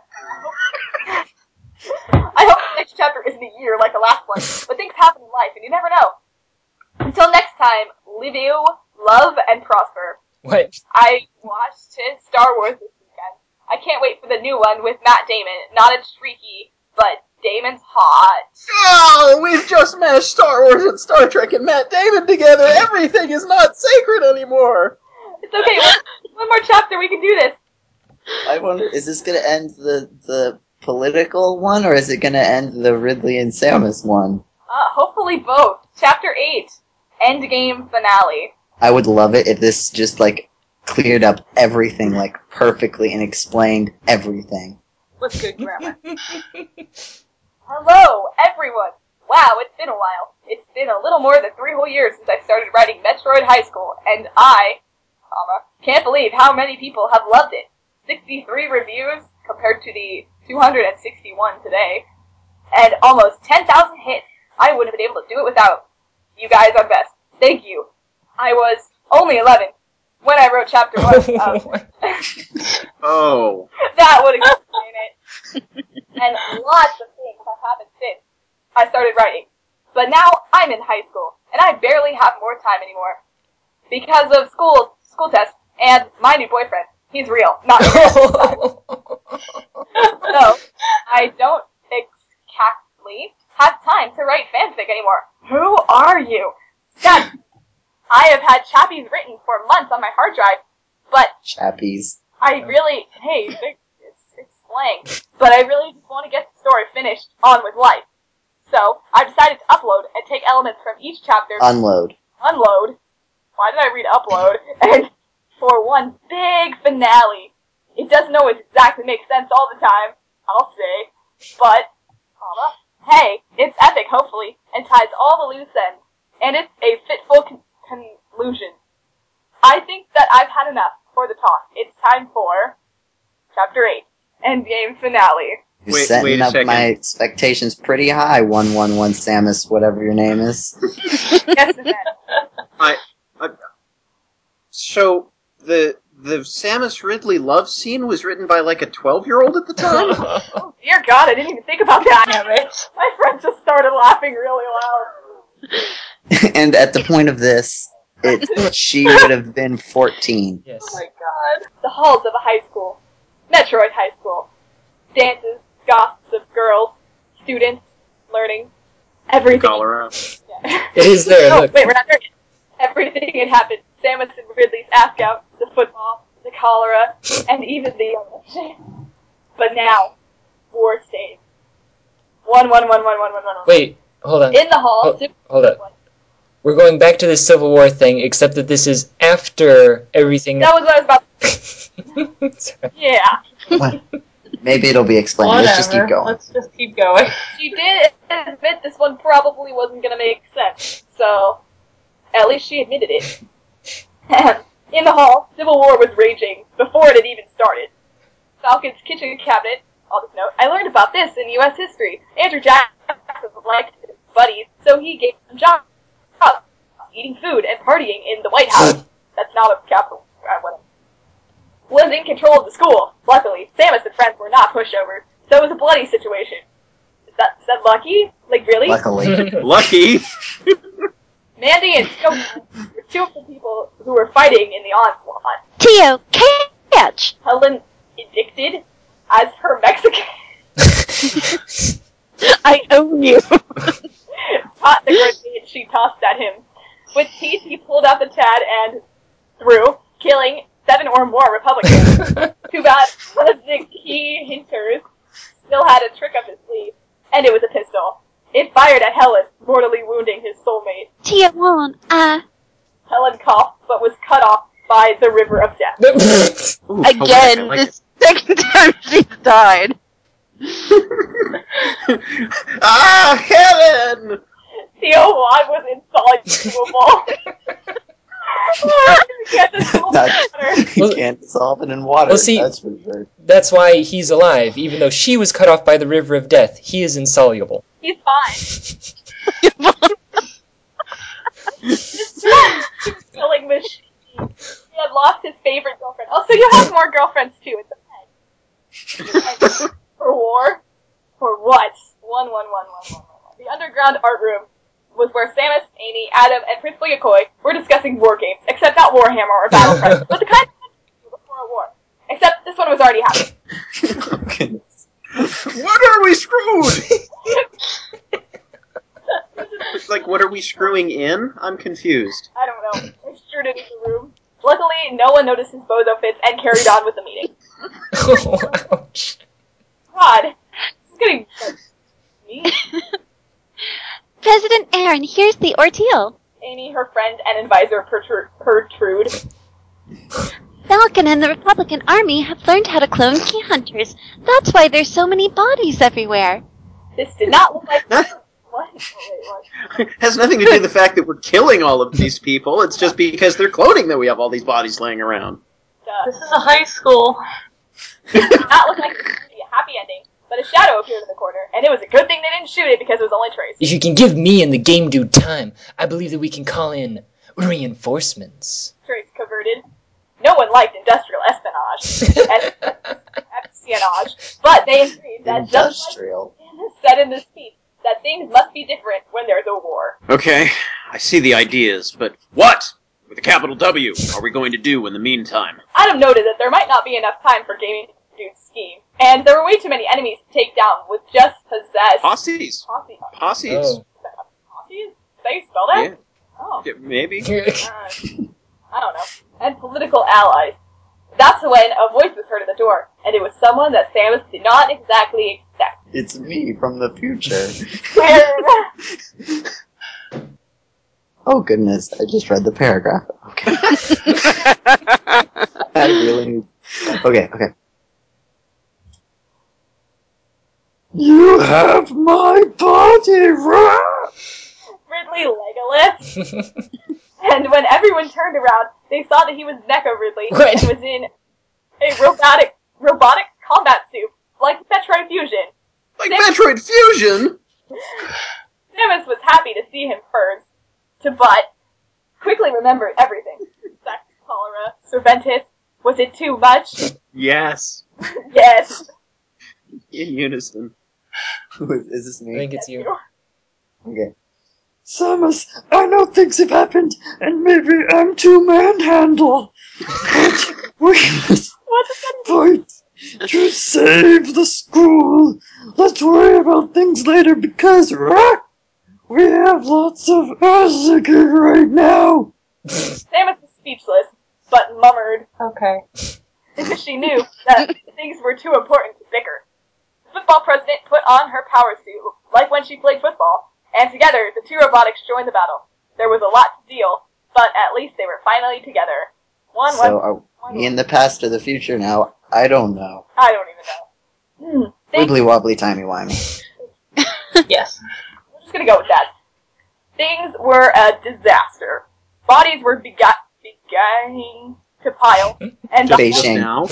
[SPEAKER 1] I hope the next chapter isn't a year like the last one, but things happen in life and you never know. Until next time, live you, love, and prosper.
[SPEAKER 3] What?
[SPEAKER 1] I watched his Star Wars this weekend. I can't wait for the new one with Matt Damon. Not a streaky, but Damon's hot.
[SPEAKER 8] Oh, we've just mashed Star Wars and Star Trek and Matt Damon together. Everything is not sacred anymore.
[SPEAKER 1] It's okay. One, one more chapter, we can do this.
[SPEAKER 7] I wonder, is this going to end the, the political one, or is it going to end the Ridley and Samus one?
[SPEAKER 1] Uh, hopefully both. Chapter eight, endgame finale.
[SPEAKER 7] I would love it if this just, like, cleared up everything, like, perfectly and explained everything.
[SPEAKER 4] With good grammar.
[SPEAKER 1] Hello, everyone. Wow, it's been a while. It's been a little more than three whole years since I started writing Metroid High School, and I, comma, can't believe how many people have loved it. 63 reviews compared to the 261 today, and almost 10,000 hits. I wouldn't have been able to do it without. You guys are best. Thank you. I was only 11 when I wrote chapter 1. Um,
[SPEAKER 2] Oh.
[SPEAKER 1] that would explain it. and lots of things have happened since I started writing. But now I'm in high school, and I barely have more time anymore because of school school tests and my new boyfriend. He's real, not so I don't exactly have time to write fanfic anymore. Who are you? God, I have had chappies written for months on my hard drive, but
[SPEAKER 7] Chappies.
[SPEAKER 1] I really, hey, it's, it's slang, but I really just want to get the story finished on with life. So I decided to upload and take elements from each chapter,
[SPEAKER 7] Unload.
[SPEAKER 1] unload. Why did I read upload? And for one big finale. It doesn't always exactly make sense all the time, I'll say, but, comma, hey, it's epic, hopefully, and ties all the loose ends, and it's a fitful con- conclusion. I think that I've had enough for the talk. It's time for chapter eight, endgame finale.
[SPEAKER 7] You're
[SPEAKER 2] Wait-
[SPEAKER 7] setting
[SPEAKER 2] wait a
[SPEAKER 7] up
[SPEAKER 2] second.
[SPEAKER 7] my expectations pretty high, 111 Samus, whatever your name is.
[SPEAKER 1] yes, and then.
[SPEAKER 2] So the the Samus Ridley love scene was written by like a twelve year old at the time.
[SPEAKER 1] Oh dear God, I didn't even think about that.
[SPEAKER 4] Damn it.
[SPEAKER 1] My friend just started laughing really loud.
[SPEAKER 7] and at the point of this, it, she would have been 14.
[SPEAKER 3] yes.
[SPEAKER 4] Oh my god.
[SPEAKER 1] the halls of a high school, Metroid High School. Dances, gossips of girls, students, learning, everything.
[SPEAKER 2] Cholera.
[SPEAKER 1] Yeah.
[SPEAKER 3] It is there,
[SPEAKER 1] oh,
[SPEAKER 3] look.
[SPEAKER 1] wait, we're not there yet. Everything had happened. Samus and Ridley's ask out, the football, the cholera, and even the election. But now, war stains. One, one, one, one, one, one, one, one.
[SPEAKER 3] Wait, hold on. Oh.
[SPEAKER 1] In the hall,
[SPEAKER 3] Hold- hold up. We're going back to the Civil War thing, except that this is after everything.
[SPEAKER 1] that was what I was about.
[SPEAKER 3] Sorry.
[SPEAKER 1] Yeah.
[SPEAKER 7] Maybe it'll be explained.
[SPEAKER 4] Whatever.
[SPEAKER 7] Let's just keep going.
[SPEAKER 4] Let's just keep going.
[SPEAKER 1] she did admit this one probably wasn't going to make sense. So, at least she admitted it. In the hall, civil war was raging before it had even started. Falcon's kitchen cabinet. I'll just note, I learned about this in U.S. history. Andrew Jackson liked his buddies, so he gave them jobs, eating food and partying in the White House. That's not a capital. Uh, whatever. Was in control of the school. Luckily, Samus and friends were not pushovers, so it was a bloody situation. Is that, is that lucky? Like, really?
[SPEAKER 7] Luckily.
[SPEAKER 2] Lucky.
[SPEAKER 1] Mandy and Toku were two of the people who were fighting in the onslaught.
[SPEAKER 6] Tio, catch!
[SPEAKER 1] Helen, addicted as her Mexican,
[SPEAKER 6] I own you.
[SPEAKER 1] caught the grenade she tossed at him. With teeth, he pulled out the Chad and threw, killing seven or more Republicans. Too bad one of the key hinters still had a trick up his sleeve, and it was a pistol. It fired at Helen, mortally wounding his soulmate.
[SPEAKER 6] Tio, on. I.
[SPEAKER 1] Helen coughed, but was cut off by the river of death.
[SPEAKER 2] Ooh, poetic, I
[SPEAKER 6] Again,
[SPEAKER 2] like
[SPEAKER 6] this second time she's died.
[SPEAKER 8] Ah, Helen!
[SPEAKER 1] Theo Wan was insolvable. Get this little
[SPEAKER 7] Not-
[SPEAKER 1] water.
[SPEAKER 7] you can't dissolve it in water.
[SPEAKER 3] Well, see-
[SPEAKER 7] that's for sure.
[SPEAKER 3] That's why he's alive, even though she was cut off by the river of death. He is insoluble.
[SPEAKER 1] He's fine. He was killing machine. He had lost his favorite girlfriend. Oh, so you have more girlfriends too. It's a pet. for war? For what? One, one, one, one, one, one, one. The underground art room was where Samus, Amy, Adam, and Prince Yokoi were discussing war games, except not Warhammer or Battlefront, but the kind of thing you do before a war. Except this one was already happening.
[SPEAKER 8] What are we screwed?
[SPEAKER 2] Like, what are we screwing in? I'm confused.
[SPEAKER 1] I don't know. I screwed it in the room. Luckily, no one noticed his bozo fits and carried on with the meeting.
[SPEAKER 3] oh, ouch.
[SPEAKER 1] God, it's getting like, me,
[SPEAKER 6] President Aaron, here's the ordeal.
[SPEAKER 1] Amy, her friend and advisor protrude. protrude.
[SPEAKER 6] Falcon and the Republican Army have learned how to clone key hunters. That's why there's so many bodies everywhere.
[SPEAKER 1] This did not look like
[SPEAKER 2] That
[SPEAKER 1] what? Oh,
[SPEAKER 2] has nothing to do with the fact that we're killing all of these people. It's just because they're cloning that we have all these bodies laying around.
[SPEAKER 1] wait, what?
[SPEAKER 4] This is a high school.
[SPEAKER 1] Duh. did not look like a happy ending. But a shadow appeared in the corner, and it was a good thing they didn't shoot it because it was only Trace.
[SPEAKER 9] If you can give me and the game dude time, I believe that we can call in reinforcements.
[SPEAKER 1] Trace converted. No one liked industrial espionage, es- espionage, but they agreed that just like
[SPEAKER 7] Industrial.
[SPEAKER 1] Anna said in this speech that things must be different when there's a war.
[SPEAKER 2] Okay, I see the ideas, but what, with a capital W, are we going to do in the meantime?
[SPEAKER 1] Adam noted that there might not be enough time for gaming dude's scheme, and there were way too many enemies to take down with just possessed
[SPEAKER 2] Posses.
[SPEAKER 1] posse.
[SPEAKER 3] Oh.
[SPEAKER 2] Posses.
[SPEAKER 1] Posses? Is that how you spell that?
[SPEAKER 2] Yeah.
[SPEAKER 1] Oh,
[SPEAKER 2] Yeah, Maybe.
[SPEAKER 1] uh, I don't know. And political allies. That's when a voice was heard at the door, and it was someone that Samus did not exactly expect.
[SPEAKER 7] It's me from the future. Oh goodness, I just read the paragraph. Okay. I really need. Okay, okay.
[SPEAKER 5] You have my body, rah!
[SPEAKER 1] Ridley Legolas. and when everyone turned around, they saw that he was Neko Ridley
[SPEAKER 3] Right.
[SPEAKER 1] and was in a robotic robotic combat suit like Metroid Fusion.
[SPEAKER 8] Like Metroid Fusion?
[SPEAKER 1] Samus was happy to see him first, to but quickly remembered everything. Sex, cholera, Cervantes. Was it too much?
[SPEAKER 2] Yes.
[SPEAKER 1] yes.
[SPEAKER 2] In unison.
[SPEAKER 7] Who is, is this
[SPEAKER 3] I
[SPEAKER 7] me?
[SPEAKER 3] think it's you.
[SPEAKER 7] Okay.
[SPEAKER 5] Samus, I know things have happened, and maybe I'm too manhandled. But we must
[SPEAKER 1] What does that
[SPEAKER 5] fight to save the school. Let's worry about things later because rah, we have lots of arsenic right now.
[SPEAKER 1] Samus was speechless, but mummered
[SPEAKER 4] Okay.
[SPEAKER 1] because she knew that things were too important to bicker. The football president put on her power suit, like when she played football, and together the two robotics joined the battle. There was a lot to deal, but at least they were finally together. One,
[SPEAKER 7] So
[SPEAKER 1] one,
[SPEAKER 7] are
[SPEAKER 1] one,
[SPEAKER 7] we in
[SPEAKER 1] one.
[SPEAKER 7] the past or the future now? I don't know.
[SPEAKER 1] I don't even know. Hmm. Things
[SPEAKER 7] Wibbly wobbly timey wimey.
[SPEAKER 4] Yes.
[SPEAKER 1] We're just gonna go with that. Things were a disaster. Bodies were begot beginning to pile, and the
[SPEAKER 7] Beijing.
[SPEAKER 2] Just
[SPEAKER 7] Shame.
[SPEAKER 2] now?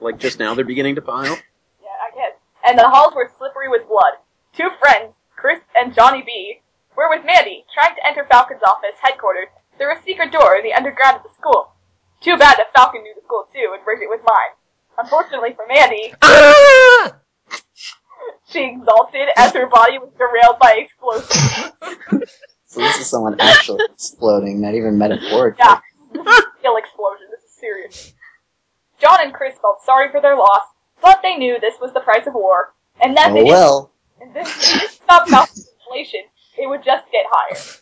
[SPEAKER 2] Like just now they're beginning to pile?
[SPEAKER 1] yeah, I guess. And the halls were slippery with blood. Two friends, Chris and Johnny B, were with Mandy, trying to enter Falcon's office headquarters through a secret door in the underground of the school. Too bad that Falcon knew the school too and rigged it with mine. Unfortunately for Mandy,
[SPEAKER 3] Ah!
[SPEAKER 1] she exulted as her body was derailed by explosions.
[SPEAKER 7] It's So this is someone actually exploding, not even metaphorically.
[SPEAKER 1] Yeah. Skill explosion. This is serious. John and Chris felt sorry for their loss, but they knew this was the price of war, and that they
[SPEAKER 7] Oh
[SPEAKER 1] didn't
[SPEAKER 7] well.
[SPEAKER 1] and then if you stop mounting inflation, it would just get higher.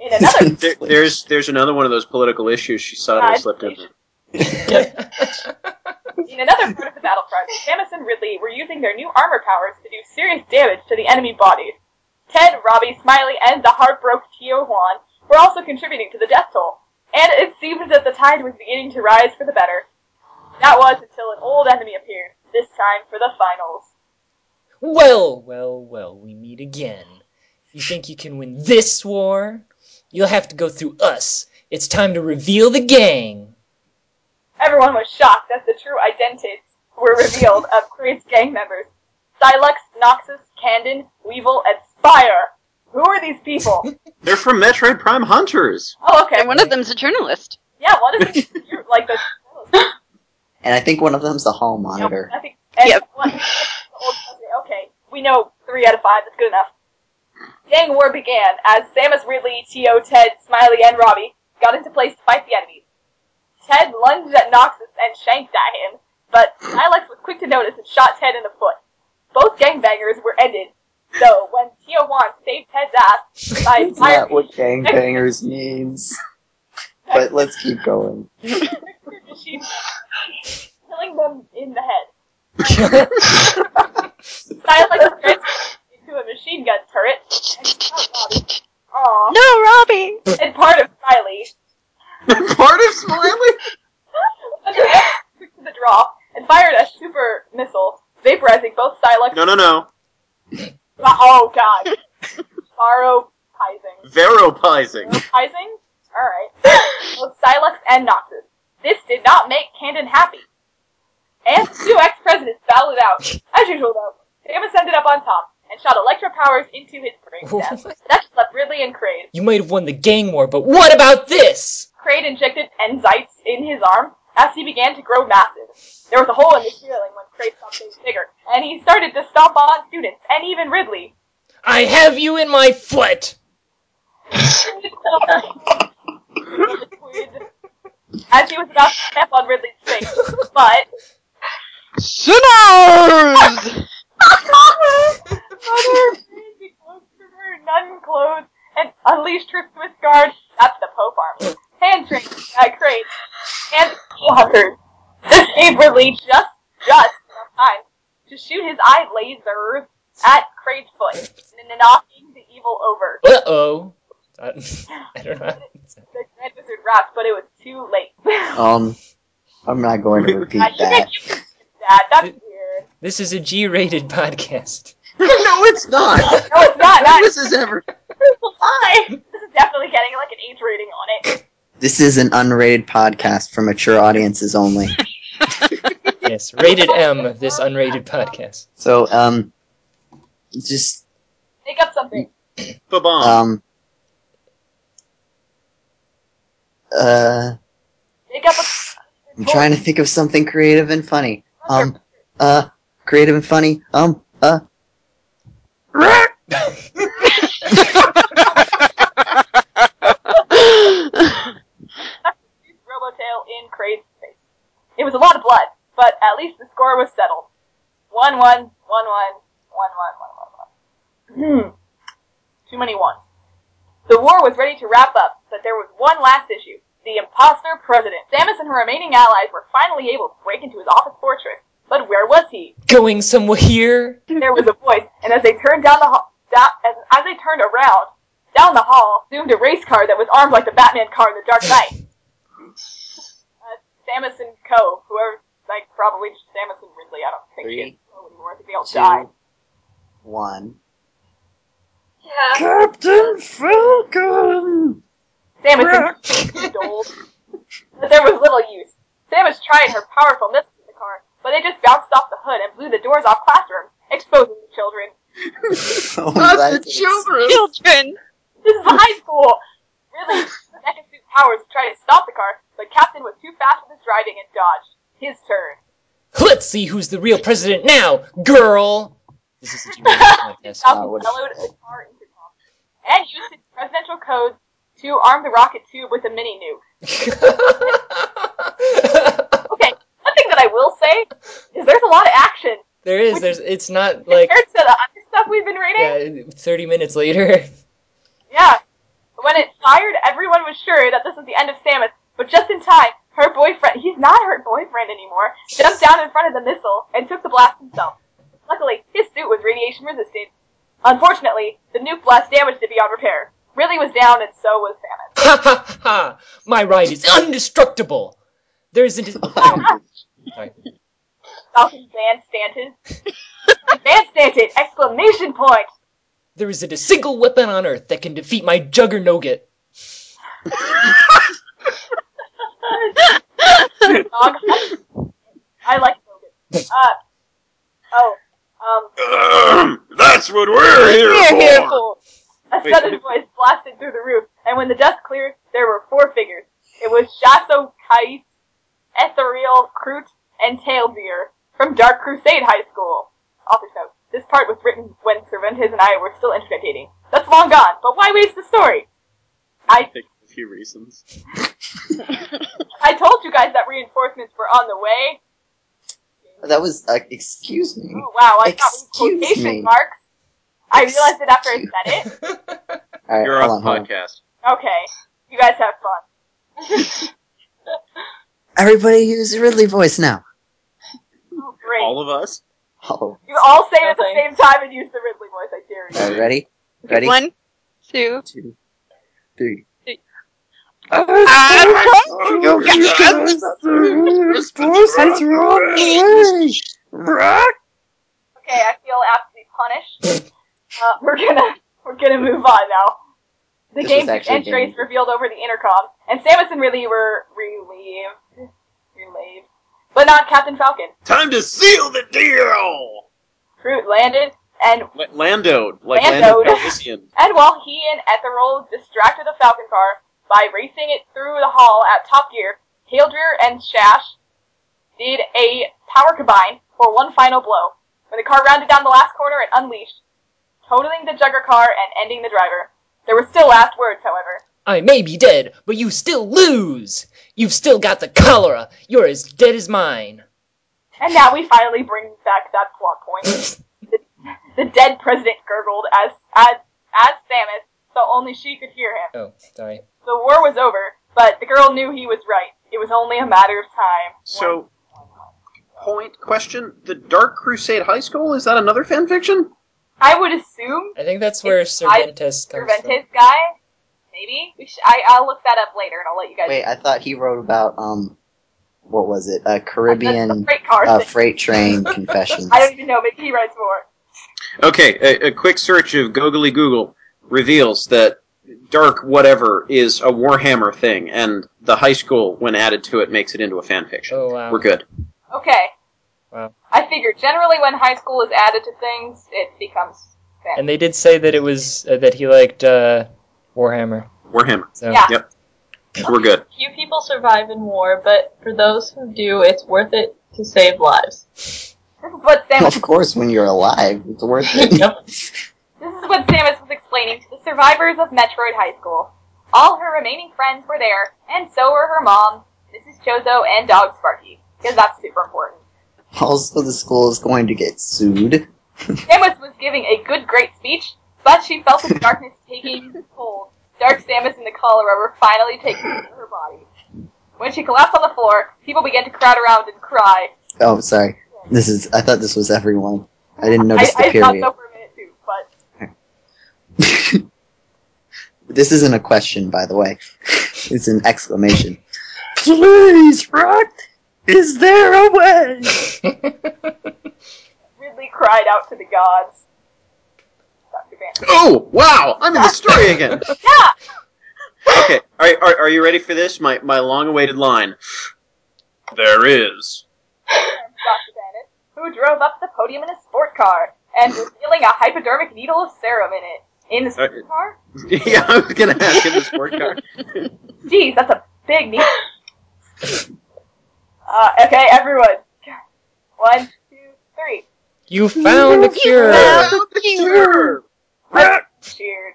[SPEAKER 1] In another
[SPEAKER 2] There, there's there's another one of those political issues she subtly
[SPEAKER 1] I'd
[SPEAKER 2] slipped in. there.
[SPEAKER 1] in another part of the battlefront, Samus and Ridley were using their new armor powers to do serious damage to the enemy bodies. Ted, Robbie, Smiley, and the heartbroken Tio Juan were also contributing to the death toll, and it seemed that the tide was beginning to rise for the better. That was until an old enemy appeared, this time for the finals.
[SPEAKER 9] Well, well, well, we meet again. You think you can win this war? You'll have to go through us. It's time to reveal the gang.
[SPEAKER 1] Everyone was shocked as the true identities were revealed of Creed's gang members. Silex, Noxus, Candon, Weevil, and Spire. Who are these people?
[SPEAKER 2] They're from Metroid Prime Hunters.
[SPEAKER 1] Oh, okay.
[SPEAKER 6] And one of them's a journalist.
[SPEAKER 1] Yeah, one of them you're like the
[SPEAKER 7] And I think one of them's the hall monitor.
[SPEAKER 1] I think and
[SPEAKER 6] Yep.
[SPEAKER 1] one, old- okay, we know three out of five, that's good enough. Gang war began as Samus Ridley, Tio, Ted, Smiley, and Robbie got into place to fight the enemies. Ted lunged at Noxus and shanked at him, but Silex was quick to notice and shot Ted in the foot. Both gangbangers were ended, though when Tio Wan saved Ted's ass by
[SPEAKER 7] It's
[SPEAKER 1] fire
[SPEAKER 7] not what gangbangers means. But let's keep going.
[SPEAKER 1] machine killing them in the head. Silex crashed into a machine gun turret and shot Robbie. Aw.
[SPEAKER 6] No, Robbie!
[SPEAKER 1] And part of Smiley.
[SPEAKER 2] Part of Smiley?
[SPEAKER 1] took to the draw and fired a super missile, vaporizing both Silex
[SPEAKER 2] No, no, no.
[SPEAKER 1] Oh, God. Baropizing.
[SPEAKER 2] Veropizing.
[SPEAKER 1] Baropizing? Alright. Both Silex and Noxus. This did not make Candon happy. And two ex-presidents battled it out. As usual, though, Samus ended up on top and shot electro powers into his brainstem. that just left Ridley and Kraid.
[SPEAKER 9] You might have won the gang war, but what about this?
[SPEAKER 1] Kraid injected enzytes in his arm as he began to grow massive. There was a hole in the ceiling when Kraid stopped getting bigger, and he started to stomp on students, and even Ridley.
[SPEAKER 9] I have you in my foot!
[SPEAKER 1] As he was about to step on Ridley's face, but
[SPEAKER 12] Sinners!
[SPEAKER 1] Mother, crazy clothes from her nun clothes, and unleashed her Swiss guard. That's the Pope army. Hand trained by Crate and Waters. This gave Ridley just, just enough time to shoot his eye lasers at Crate's foot, and knocking the evil over.
[SPEAKER 9] Uh oh. I don't know.
[SPEAKER 1] The Grand Wizard rapped, but it was too late.
[SPEAKER 7] Um, I'm not going to repeat
[SPEAKER 1] Uh, you
[SPEAKER 7] that.
[SPEAKER 1] think you can do that? That's weird.
[SPEAKER 9] This is a G rated podcast.
[SPEAKER 2] no, it's not.
[SPEAKER 1] No, it's not. That is
[SPEAKER 2] This is ever.
[SPEAKER 1] a lie. This is definitely getting like an age rating on it.
[SPEAKER 7] This is an unrated podcast for mature audiences only.
[SPEAKER 9] Yes, rated M, this unrated podcast.
[SPEAKER 7] So, um, just,
[SPEAKER 1] Make up something.
[SPEAKER 2] Ba-bomb.
[SPEAKER 7] um, uh,
[SPEAKER 1] Make up a.
[SPEAKER 7] I'm trying to think of something creative and funny. Um, uh, creative and funny. Um, uh,
[SPEAKER 1] Robotail in Craig's face. It was a lot of blood, but at least the score was settled. 1 1, 1 1, 1 1, 1 1 1. Hmm. Too many ones. The war was ready to wrap up, but there was one last issue the imposter president. Samus and her remaining allies were finally able to break into his office fortress. But where was he?
[SPEAKER 9] Going somewhere here?
[SPEAKER 1] There was a voice, and as they turned down the hall, da- as, as they turned around, down the hall, zoomed a race car that was armed like the Batman car in The Dark Knight. uh, Samus and Co. Whoever, like, probably just Samus and Ridley. I don't think
[SPEAKER 7] Three,
[SPEAKER 1] it's Co anymore. I think they all died.
[SPEAKER 7] two, one.
[SPEAKER 1] Yeah.
[SPEAKER 5] Captain Falcon!
[SPEAKER 1] Samus and old. But there was little use. Samus tried her powerful missiles in the car, but they just bounced off the hood and blew the doors off classrooms, exposing the children.
[SPEAKER 7] Oh,
[SPEAKER 2] Not the
[SPEAKER 7] that's-
[SPEAKER 2] children.
[SPEAKER 6] Children!
[SPEAKER 1] This is high school. Really, second suit powers tried to stop the car, but Captain was too fast with his driving and dodged. His turn.
[SPEAKER 9] Let's see who's the real president now, girl! This is a G rated podcast.
[SPEAKER 7] Ah,
[SPEAKER 1] Falcon
[SPEAKER 7] what a
[SPEAKER 1] bellowed a car into Tom. and usage presidential codes to arm the rocket tube with a mini nuke. okay, one thing that I will say is there's a lot of action
[SPEAKER 3] There is. There's. It's not like
[SPEAKER 1] compared to the other stuff we've been reading.
[SPEAKER 3] yeah, thirty minutes later.
[SPEAKER 1] Yeah. When it fired, everyone was sure that this was the end of Samus, but just in time, her boyfriend, he's not her boyfriend anymore, jumped down in front of the missile and took the blast himself. Luckily, his suit was radiation resistant. Unfortunately, the nuke blast damaged it beyond repair. Ridley was down and so was Samus.
[SPEAKER 3] ha ha ha! My ride is undestructible. There isn't. Sorry.
[SPEAKER 1] Falcon Van Stanton. Van Stanton! Exclamation point!
[SPEAKER 3] There isn't a single weapon on Earth that can defeat my Juggernaugit.
[SPEAKER 1] Dog. I like Logan. Uh, oh, um,
[SPEAKER 8] That's what we're here for.
[SPEAKER 1] A sudden voice blasted through the roof, and when the dust cleared, there were four figures. It was Shasso Kais, Ethereal Crute, and Tailbeer from Dark Crusade High School. Author's note. This part was written when Cervantes and I were still internet dating. That's long gone, but why waste the story?
[SPEAKER 13] I think for a few reasons.
[SPEAKER 1] I told you guys that reinforcements were on the way.
[SPEAKER 7] That was, uh, excuse me.
[SPEAKER 1] Oh wow, I got
[SPEAKER 7] Excuse
[SPEAKER 1] quotation
[SPEAKER 7] me.
[SPEAKER 1] marks. I realized it after I said it.
[SPEAKER 7] All right,
[SPEAKER 13] You're
[SPEAKER 7] hold
[SPEAKER 13] on
[SPEAKER 7] on, hold
[SPEAKER 13] the
[SPEAKER 7] on.
[SPEAKER 13] podcast.
[SPEAKER 1] Okay. You guys have fun.
[SPEAKER 7] Everybody use the Ridley voice now.
[SPEAKER 1] Oh, great.
[SPEAKER 13] All of us.
[SPEAKER 7] Oh,
[SPEAKER 1] you all say it at the
[SPEAKER 4] Okay.
[SPEAKER 1] same time and use the Ridley voice, I dare you.
[SPEAKER 7] all right, ready? Ready?
[SPEAKER 6] One, two.
[SPEAKER 7] two, three.
[SPEAKER 5] Voices are on the way. Rock.
[SPEAKER 1] Okay, I feel aptly punished. uh, we're gonna we're gonna move on now. The
[SPEAKER 7] This was
[SPEAKER 1] game
[SPEAKER 7] actually a
[SPEAKER 1] and
[SPEAKER 7] game.
[SPEAKER 1] trace revealed over the intercom, and Samus and Ridley were relieved, relieved, but not Captain Falcon.
[SPEAKER 13] Time to seal the deal.
[SPEAKER 1] Fruit landed, and
[SPEAKER 13] La- Landoed, like
[SPEAKER 1] Landoed.
[SPEAKER 13] Lando Calrissian.
[SPEAKER 1] and while he and Ethereal distracted the Falcon car by racing it through the hall at top gear, Hildrear and Shash did a power combine for one final blow. When the car rounded down the last corner, it unleashed, totaling the Jugger car and ending the driver. There were still last words, however.
[SPEAKER 3] I may be dead, but you still lose. You've still got the cholera. You're as dead as mine.
[SPEAKER 1] And now we finally bring back that plot point. the, the dead president gurgled as, as, as Samus, so only she could hear him.
[SPEAKER 3] Oh, sorry.
[SPEAKER 1] The war was over, but the girl knew he was right. It was only a matter of time.
[SPEAKER 2] So, point question: The Dark Crusade High School is that another fan fiction?
[SPEAKER 1] I would assume
[SPEAKER 3] I think that's where
[SPEAKER 1] It's- I-
[SPEAKER 3] Cervantes comes from.
[SPEAKER 1] Cervantes guy, maybe. We should, I, I'll look that up later and I'll let you guys.
[SPEAKER 7] Wait, I thought he wrote about um, what was it? A
[SPEAKER 1] That's
[SPEAKER 7] Caribbean
[SPEAKER 1] the freight car
[SPEAKER 7] uh,
[SPEAKER 1] thing.
[SPEAKER 7] freight train confessions.
[SPEAKER 1] I don't even know, maybe he writes more.
[SPEAKER 2] Okay, a, a quick search of googly Google reveals that dark whatever is a Warhammer thing, and the high school, when added to it, makes it into a fan fiction.
[SPEAKER 3] Oh wow.
[SPEAKER 2] We're good.
[SPEAKER 1] Okay.
[SPEAKER 3] Wow.
[SPEAKER 1] I figured generally when high school is added to things, it becomes fan.
[SPEAKER 3] And they did say that it was uh, that he liked uh, Warhammer.
[SPEAKER 2] Warhammer.
[SPEAKER 3] So
[SPEAKER 1] Yeah.
[SPEAKER 2] We're good.
[SPEAKER 4] Few people survive in war, but for those who do, it's worth it to save lives.
[SPEAKER 1] This is what Samus
[SPEAKER 7] of course, when you're alive, it's worth it.
[SPEAKER 4] Yep.
[SPEAKER 1] This is what Samus was explaining to the survivors of Metroid High School. All her remaining friends were there, and so were her mom, Mrs. Chozo, and dog Sparky, because that's super important.
[SPEAKER 7] Also, the school is going to get sued.
[SPEAKER 1] Samus was giving a good, great speech, but she felt the darkness taking hold. Dark Samus and the cholera were finally taking over her body. When she collapsed on the floor, people began to crowd around and cry.
[SPEAKER 7] Oh, sorry. This is. I thought this was everyone. I didn't notice
[SPEAKER 1] I,
[SPEAKER 7] the
[SPEAKER 1] I thought
[SPEAKER 7] period.
[SPEAKER 1] so for a minute too, but
[SPEAKER 7] this isn't a question, by the way. It's an exclamation.
[SPEAKER 5] Please, Rock. Is there a way?
[SPEAKER 1] Ridley cried out to the gods. Dr. Van.
[SPEAKER 2] Oh wow! I'm in the story again.
[SPEAKER 1] Yeah!
[SPEAKER 2] Okay, are, are, are you ready for this? My my long-awaited line. There is.
[SPEAKER 1] Dr. Bennett, who drove up to the podium in a sport car and was feeling a hypodermic needle of serum in it. In the sport car?
[SPEAKER 2] yeah, I was gonna ask him the sport car.
[SPEAKER 1] Jeez, that's a big needle. uh, okay, everyone. One, two, three.
[SPEAKER 3] you found the cure.
[SPEAKER 5] Rock.
[SPEAKER 1] cheered.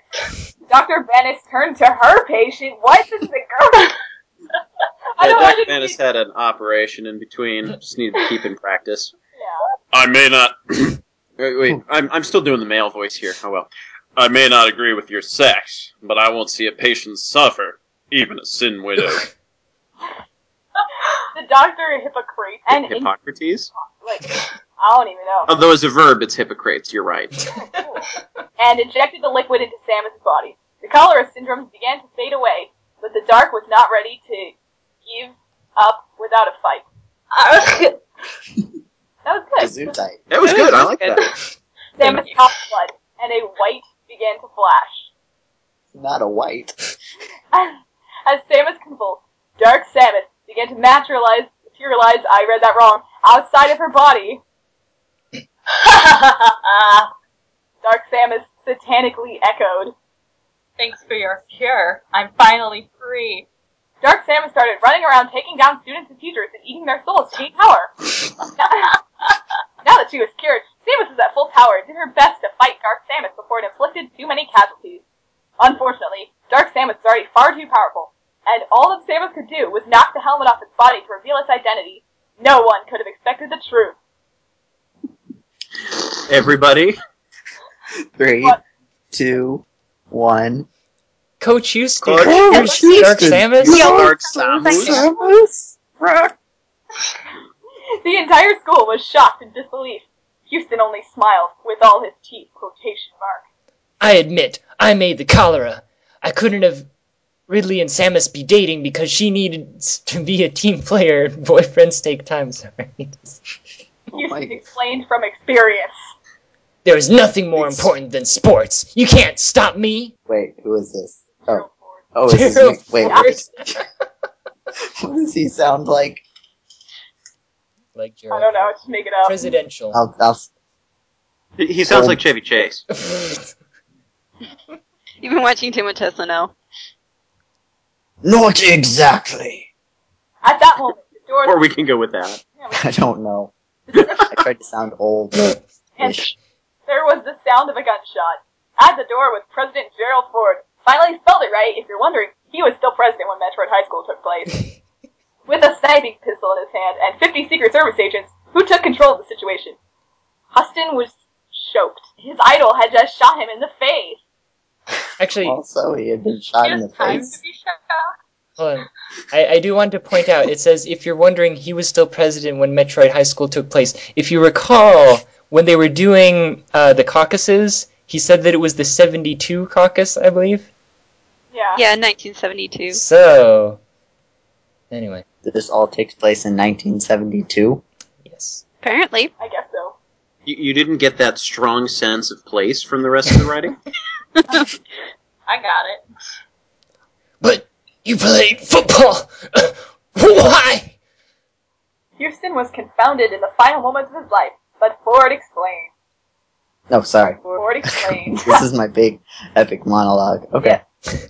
[SPEAKER 1] Dr. Bennis turned to her patient. What is the girl? I
[SPEAKER 13] Yeah,
[SPEAKER 1] don't
[SPEAKER 13] Dr.
[SPEAKER 1] understand.
[SPEAKER 13] Manis had an operation in between. Just needed to keep in practice.
[SPEAKER 1] Yeah.
[SPEAKER 13] I may not. wait, wait. I'm, I'm still doing the male voice here. Oh well. I may not agree with your sex, but I won't see a patient suffer, even a sin widow.
[SPEAKER 1] the doctor is Hippocrates. And in,
[SPEAKER 13] Hippocrates?
[SPEAKER 1] like, I don't even know.
[SPEAKER 13] Although as a verb, it's Hippocrates. You're right.
[SPEAKER 1] and injected the liquid into Samus's body. The cholera syndromes began to fade away, but the dark was not ready to give up without a fight. that was good.
[SPEAKER 13] That was good. I like that.
[SPEAKER 1] Samus caught blood, and a white began to flash.
[SPEAKER 7] Not a white.
[SPEAKER 1] As Samus convulsed, dark Samus began to materialize. Materialize. I read that wrong. Outside of her body. dark Samus satanically echoed.
[SPEAKER 4] Thanks for your cure. I'm finally free.
[SPEAKER 1] Dark Samus started running around taking down students and teachers and eating their souls to gain power. now that she was cured, Samus was at full power and did her best to fight Dark Samus before it inflicted too many casualties. Unfortunately, Dark Samus was already far too powerful, and all that Samus could do was knock the helmet off its body to reveal its identity. No one could have expected the truth.
[SPEAKER 2] Everybody.
[SPEAKER 7] Three, two, one.
[SPEAKER 3] Coach Houston.
[SPEAKER 7] Coach
[SPEAKER 3] Here's
[SPEAKER 7] Houston.
[SPEAKER 3] Dark Samus.
[SPEAKER 7] Yeah,
[SPEAKER 2] Dark
[SPEAKER 7] Samus?
[SPEAKER 1] The entire school was shocked and disbelief. Houston only smiled with all his teeth quotation mark.
[SPEAKER 9] I admit, I made the cholera. I couldn't have Ridley and Samus be dating because she needed s- to be a team player. Boyfriends take time, sorry.
[SPEAKER 1] Houston explained from experience.
[SPEAKER 9] There is nothing more important than sports. You can't stop me.
[SPEAKER 7] Wait, who is this? Oh, oh, this is
[SPEAKER 9] Gerald
[SPEAKER 7] Nick. Wait, what
[SPEAKER 9] Ford.
[SPEAKER 7] does, what does he sound like?
[SPEAKER 9] Like
[SPEAKER 1] I don't know, just make it up.
[SPEAKER 9] Presidential.
[SPEAKER 7] I'll, I'll,
[SPEAKER 2] He he sounds like Chevy Chase.
[SPEAKER 6] You've been watching too much SNL.
[SPEAKER 7] not exactly.
[SPEAKER 1] At that moment, the doors
[SPEAKER 2] Or we can go with that.
[SPEAKER 7] I don't know. I tried to sound old.
[SPEAKER 1] and there was the sound of a gunshot. At the door was President Gerald Ford. Finally spelled it right, if you're wondering. He was still president when Metroid High School took place. With a sniping pistol in his hand and 50 Secret Service agents who took control of the situation. Huston was choked. His idol had just shot him in the face.
[SPEAKER 9] Actually,
[SPEAKER 7] also he had been shot in the face.
[SPEAKER 9] Hold on. I, I do want to point out it says, if you're wondering, he was still president when Metroid High School took place. If you recall, when they were doing uh, the caucuses, he said that it was the 72 caucus, I believe.
[SPEAKER 1] Yeah.
[SPEAKER 6] Yeah, 1972.
[SPEAKER 9] So, anyway.
[SPEAKER 7] This all takes place in 1972.
[SPEAKER 9] Yes.
[SPEAKER 6] Apparently.
[SPEAKER 1] I guess so.
[SPEAKER 2] You, you didn't get that strong sense of place from the rest of the writing?
[SPEAKER 4] I got it.
[SPEAKER 9] But you played football! Why?
[SPEAKER 1] Houston was confounded in the final moments of his life, but Ford explained.
[SPEAKER 7] No, sorry.
[SPEAKER 1] Ford explained.
[SPEAKER 7] this is my big epic monologue. Okay.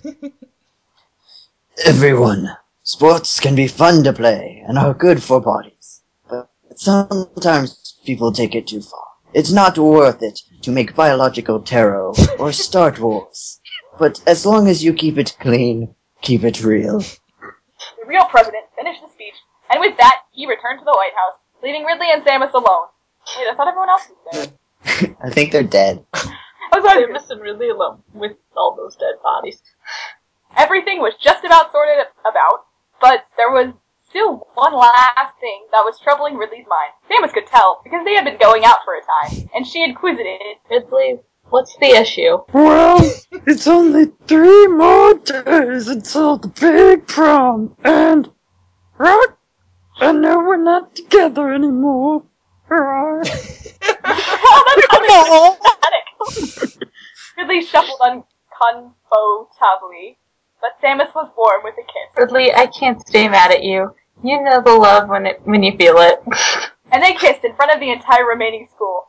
[SPEAKER 7] Everyone, sports can be fun to play and are good for bodies, but sometimes people take it too far. It's not worth it to make biological tarot or Star Wars, but as long as you keep it clean, keep it real.
[SPEAKER 1] The real president finished the speech, and with that, he returned to the White House, leaving Ridley and Samus alone. Wait, I thought everyone else was there.
[SPEAKER 7] I think they're dead.
[SPEAKER 1] I was already-
[SPEAKER 4] Samus and Ridley alone with all those dead bodies.
[SPEAKER 1] Everything was just about sorted about, but there was still one last thing that was troubling Ridley's mind. Samus could tell, because they had been going out for a time, and she had quizzited
[SPEAKER 4] Ridley, what's the issue?
[SPEAKER 5] Well, it's only three more days until the big prom, and right, I know we're not together anymore. Hurrah.
[SPEAKER 1] Ridley shuffled uncomfortably, but Samus was warm with a kiss.
[SPEAKER 4] Ridley, I can't stay mad at you. You know the love when it when you feel it.
[SPEAKER 1] And they kissed in front of the entire remaining school.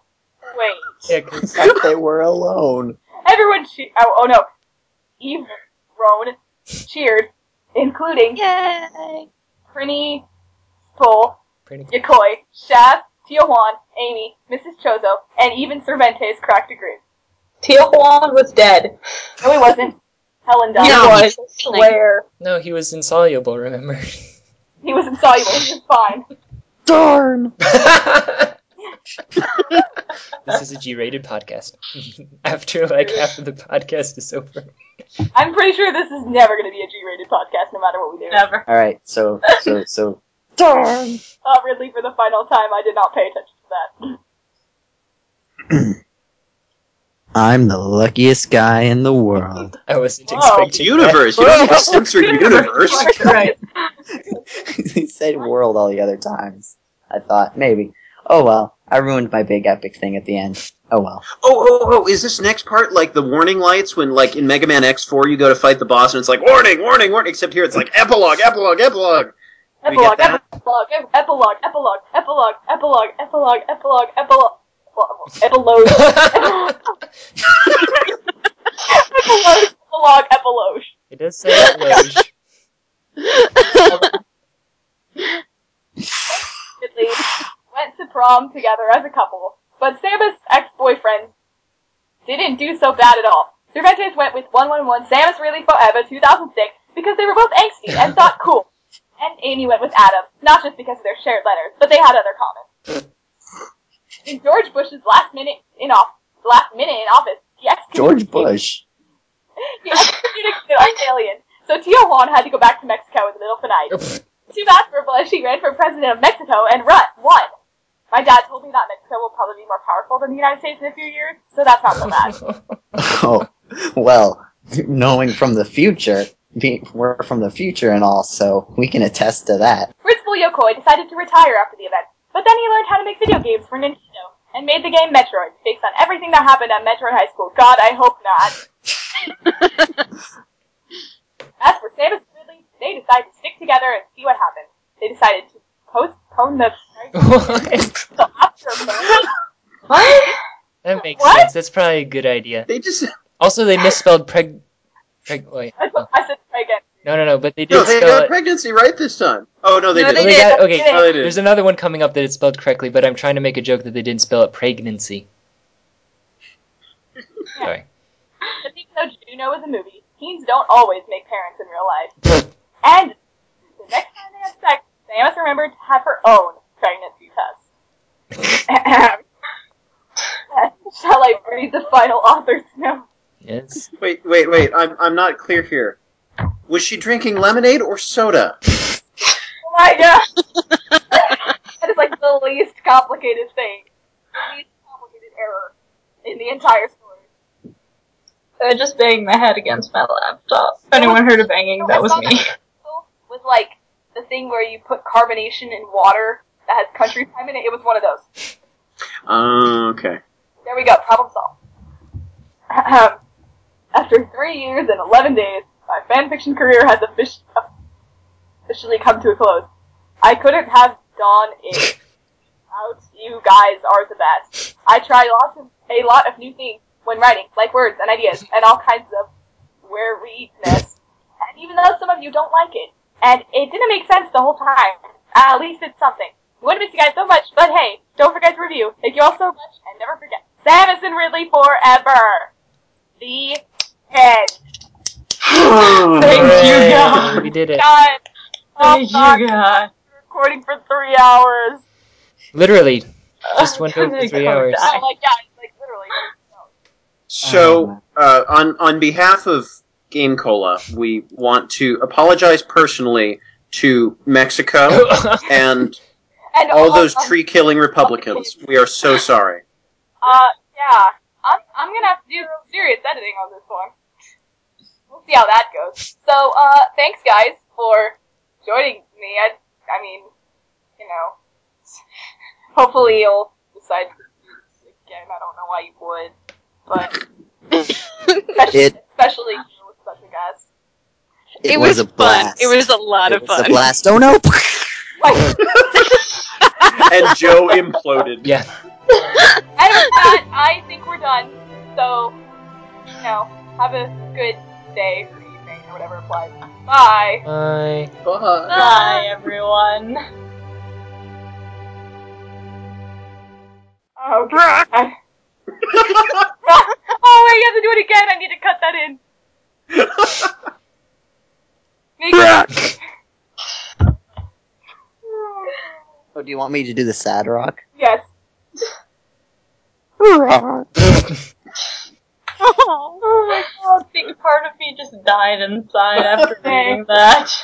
[SPEAKER 1] Wait.
[SPEAKER 9] Yeah, 'cause-
[SPEAKER 7] they were alone.
[SPEAKER 1] Everyone che- oh, oh no. Eve Roan cheered, including
[SPEAKER 6] Yay!
[SPEAKER 1] Prinny Toll,
[SPEAKER 9] Pretty cool.
[SPEAKER 1] Yakoi, Shab, Tio Juan, Amy, Mrs. Chozo, and even Cervantes cracked a grin.
[SPEAKER 4] Teal Huan was dead.
[SPEAKER 1] No, he wasn't. Helen died.
[SPEAKER 4] He was. I swear.
[SPEAKER 3] No, he was insoluble, remember?
[SPEAKER 1] He was insoluble. He was fine.
[SPEAKER 5] Darn.
[SPEAKER 3] This is a G rated podcast. After like half of the podcast is over.
[SPEAKER 1] I'm pretty sure this is never going to be a G-rated podcast, no matter what we do. Never.
[SPEAKER 7] All right, so so so
[SPEAKER 5] Darn.
[SPEAKER 1] Uh, Ridley, for the final time, I did not pay attention to that.
[SPEAKER 7] I'm the luckiest guy in the world.
[SPEAKER 3] I wasn't
[SPEAKER 1] Whoa.
[SPEAKER 3] expecting
[SPEAKER 2] Universe. You don't have to censor universe.
[SPEAKER 1] right.
[SPEAKER 7] he said world all the other times. I thought maybe. Oh well, I ruined my big epic thing at the end. Oh well.
[SPEAKER 2] Oh, oh, oh! Is this next part like the warning lights when, like, in Mega Man X4, you go to fight the boss and it's like warning, warning, warning? Except here it's like epilogue, epilogue, epilogue. We get
[SPEAKER 1] Epilogue,
[SPEAKER 2] that?
[SPEAKER 1] epilogue, ep- epilogue, epilogue, epilogue, epilogue, epilogue, epilogue, epilogue, epilogue, epilogue, epilogue, epilogue.
[SPEAKER 3] It does say epilogue.
[SPEAKER 1] Ridley went to prom together as a couple, but Samus' ex-boyfriend didn't do so bad at all. Cervantes went with 111 Samus Really Forever 2006 because they were both angsty and thought cool. And Amy went with Adam, not just because of their shared letters, but they had other comments. In George Bush's last minute in office, last minute in office, he
[SPEAKER 7] George
[SPEAKER 1] excommunicated-
[SPEAKER 7] Bush.
[SPEAKER 1] He excommunicated Australian, so Tio Juan had to go back to Mexico in the middle of the night. Too bad for Bush, he ran for president of Mexico and run, won. My dad told me that Mexico will probably be more powerful than the United States in a few years, so that's not so bad.
[SPEAKER 7] Oh well, knowing from the future, be- we're from the future and all, so we can attest to that.
[SPEAKER 1] Principal Yokoi decided to retire after the event, but then he learned how to make video games for Nintendo and made the game Metroid, based on everything that happened at Metroid High School. God, I hope not. As for Samus and Ridley, they decided to stick together and see what happens. They decided to postpone the so after
[SPEAKER 4] What?
[SPEAKER 3] That makes
[SPEAKER 1] What?
[SPEAKER 3] sense. That's probably a good idea.
[SPEAKER 2] They just
[SPEAKER 3] Also, they misspelled preg. preg- wait.
[SPEAKER 1] I said- I said try again.
[SPEAKER 3] No, no, no, but they did
[SPEAKER 2] no, they
[SPEAKER 3] spell
[SPEAKER 2] got
[SPEAKER 3] it.
[SPEAKER 2] pregnancy right this time. Oh no, they
[SPEAKER 4] No,
[SPEAKER 3] Well,
[SPEAKER 4] they
[SPEAKER 2] didn't.
[SPEAKER 3] they got-
[SPEAKER 1] did.
[SPEAKER 3] okay,
[SPEAKER 1] They
[SPEAKER 2] Oh, they
[SPEAKER 3] there's
[SPEAKER 2] did.
[SPEAKER 3] another one coming up that it's spelled correctly, but I'm trying to make a joke that they didn't spell it pregnancy. Sorry.
[SPEAKER 1] But even though Juno is a movie, teens don't always make parents in real life. and the next time they have sex, Samus remembered to have her own pregnancy test. Ahem. Shall I read the final author's note?
[SPEAKER 3] Yes.
[SPEAKER 2] Wait, wait, wait. I'm I'm not clear here. Was she drinking lemonade or soda?
[SPEAKER 1] Oh my god! that is like the least complicated thing. The least complicated error in the entire story.
[SPEAKER 4] I just banged my head against my laptop. If anyone heard a banging, that was me.
[SPEAKER 1] Was like the thing where you put carbonation in water that has country time in it. It was one of those.
[SPEAKER 2] Oh, okay.
[SPEAKER 1] There we go. Problem solved. Ahem. After three years and eleven days, my fanfiction career has offic- officially come to a close. I couldn't have gone it out. You guys are the best. I try lots of a lot of new things when writing, like words and ideas and all kinds of weirdness. And even though some of you don't like it, and it didn't make sense the whole time, at least it's something. We want to miss you guys so much, but hey, don't forget to review. Thank you all so much, and never forget, Samus and Ridley forever. The end.
[SPEAKER 4] Thank you,
[SPEAKER 3] Hooray,
[SPEAKER 4] God.
[SPEAKER 3] We did it.
[SPEAKER 1] God, oh,
[SPEAKER 4] Thank
[SPEAKER 1] God,
[SPEAKER 4] you, God.
[SPEAKER 1] recording for three hours.
[SPEAKER 3] Literally, just went
[SPEAKER 4] I'm
[SPEAKER 3] over
[SPEAKER 4] gonna
[SPEAKER 3] three
[SPEAKER 4] go
[SPEAKER 3] hours.
[SPEAKER 1] Oh
[SPEAKER 4] die.
[SPEAKER 1] my God, like literally.
[SPEAKER 7] Um,
[SPEAKER 2] So, uh, on on behalf of Game Cola, we want to apologize personally to Mexico and
[SPEAKER 1] And
[SPEAKER 2] all those
[SPEAKER 1] um,
[SPEAKER 2] tree killing Republicans. We are so sorry.
[SPEAKER 1] Uh, yeah. I'm, I'm gonna have to do serious editing on this one. We'll see how that goes. So, uh, thanks guys for joining me. I, I mean, you know, hopefully you'll decide to do this again. I don't know why you would, but especially,
[SPEAKER 7] It-
[SPEAKER 1] especially you with such a guest.
[SPEAKER 7] It, was, a
[SPEAKER 6] fun.
[SPEAKER 7] blast.
[SPEAKER 6] It was a lot
[SPEAKER 7] It
[SPEAKER 6] of
[SPEAKER 7] was
[SPEAKER 6] fun.
[SPEAKER 7] a blast. Oh no!
[SPEAKER 1] Like,
[SPEAKER 2] And Joe imploded.
[SPEAKER 3] yeah.
[SPEAKER 1] and with that, I think we're done. So, you know, have a good day or evening or whatever applies. Bye.
[SPEAKER 3] Bye.
[SPEAKER 2] Bye.
[SPEAKER 4] Bye, everyone.
[SPEAKER 1] Oh, God. oh my you have to do it again. I need to cut that in.
[SPEAKER 7] Oh, do you want me to do the sad rock?
[SPEAKER 1] Yes.
[SPEAKER 4] Oh my god, big part of me just died inside after reading that.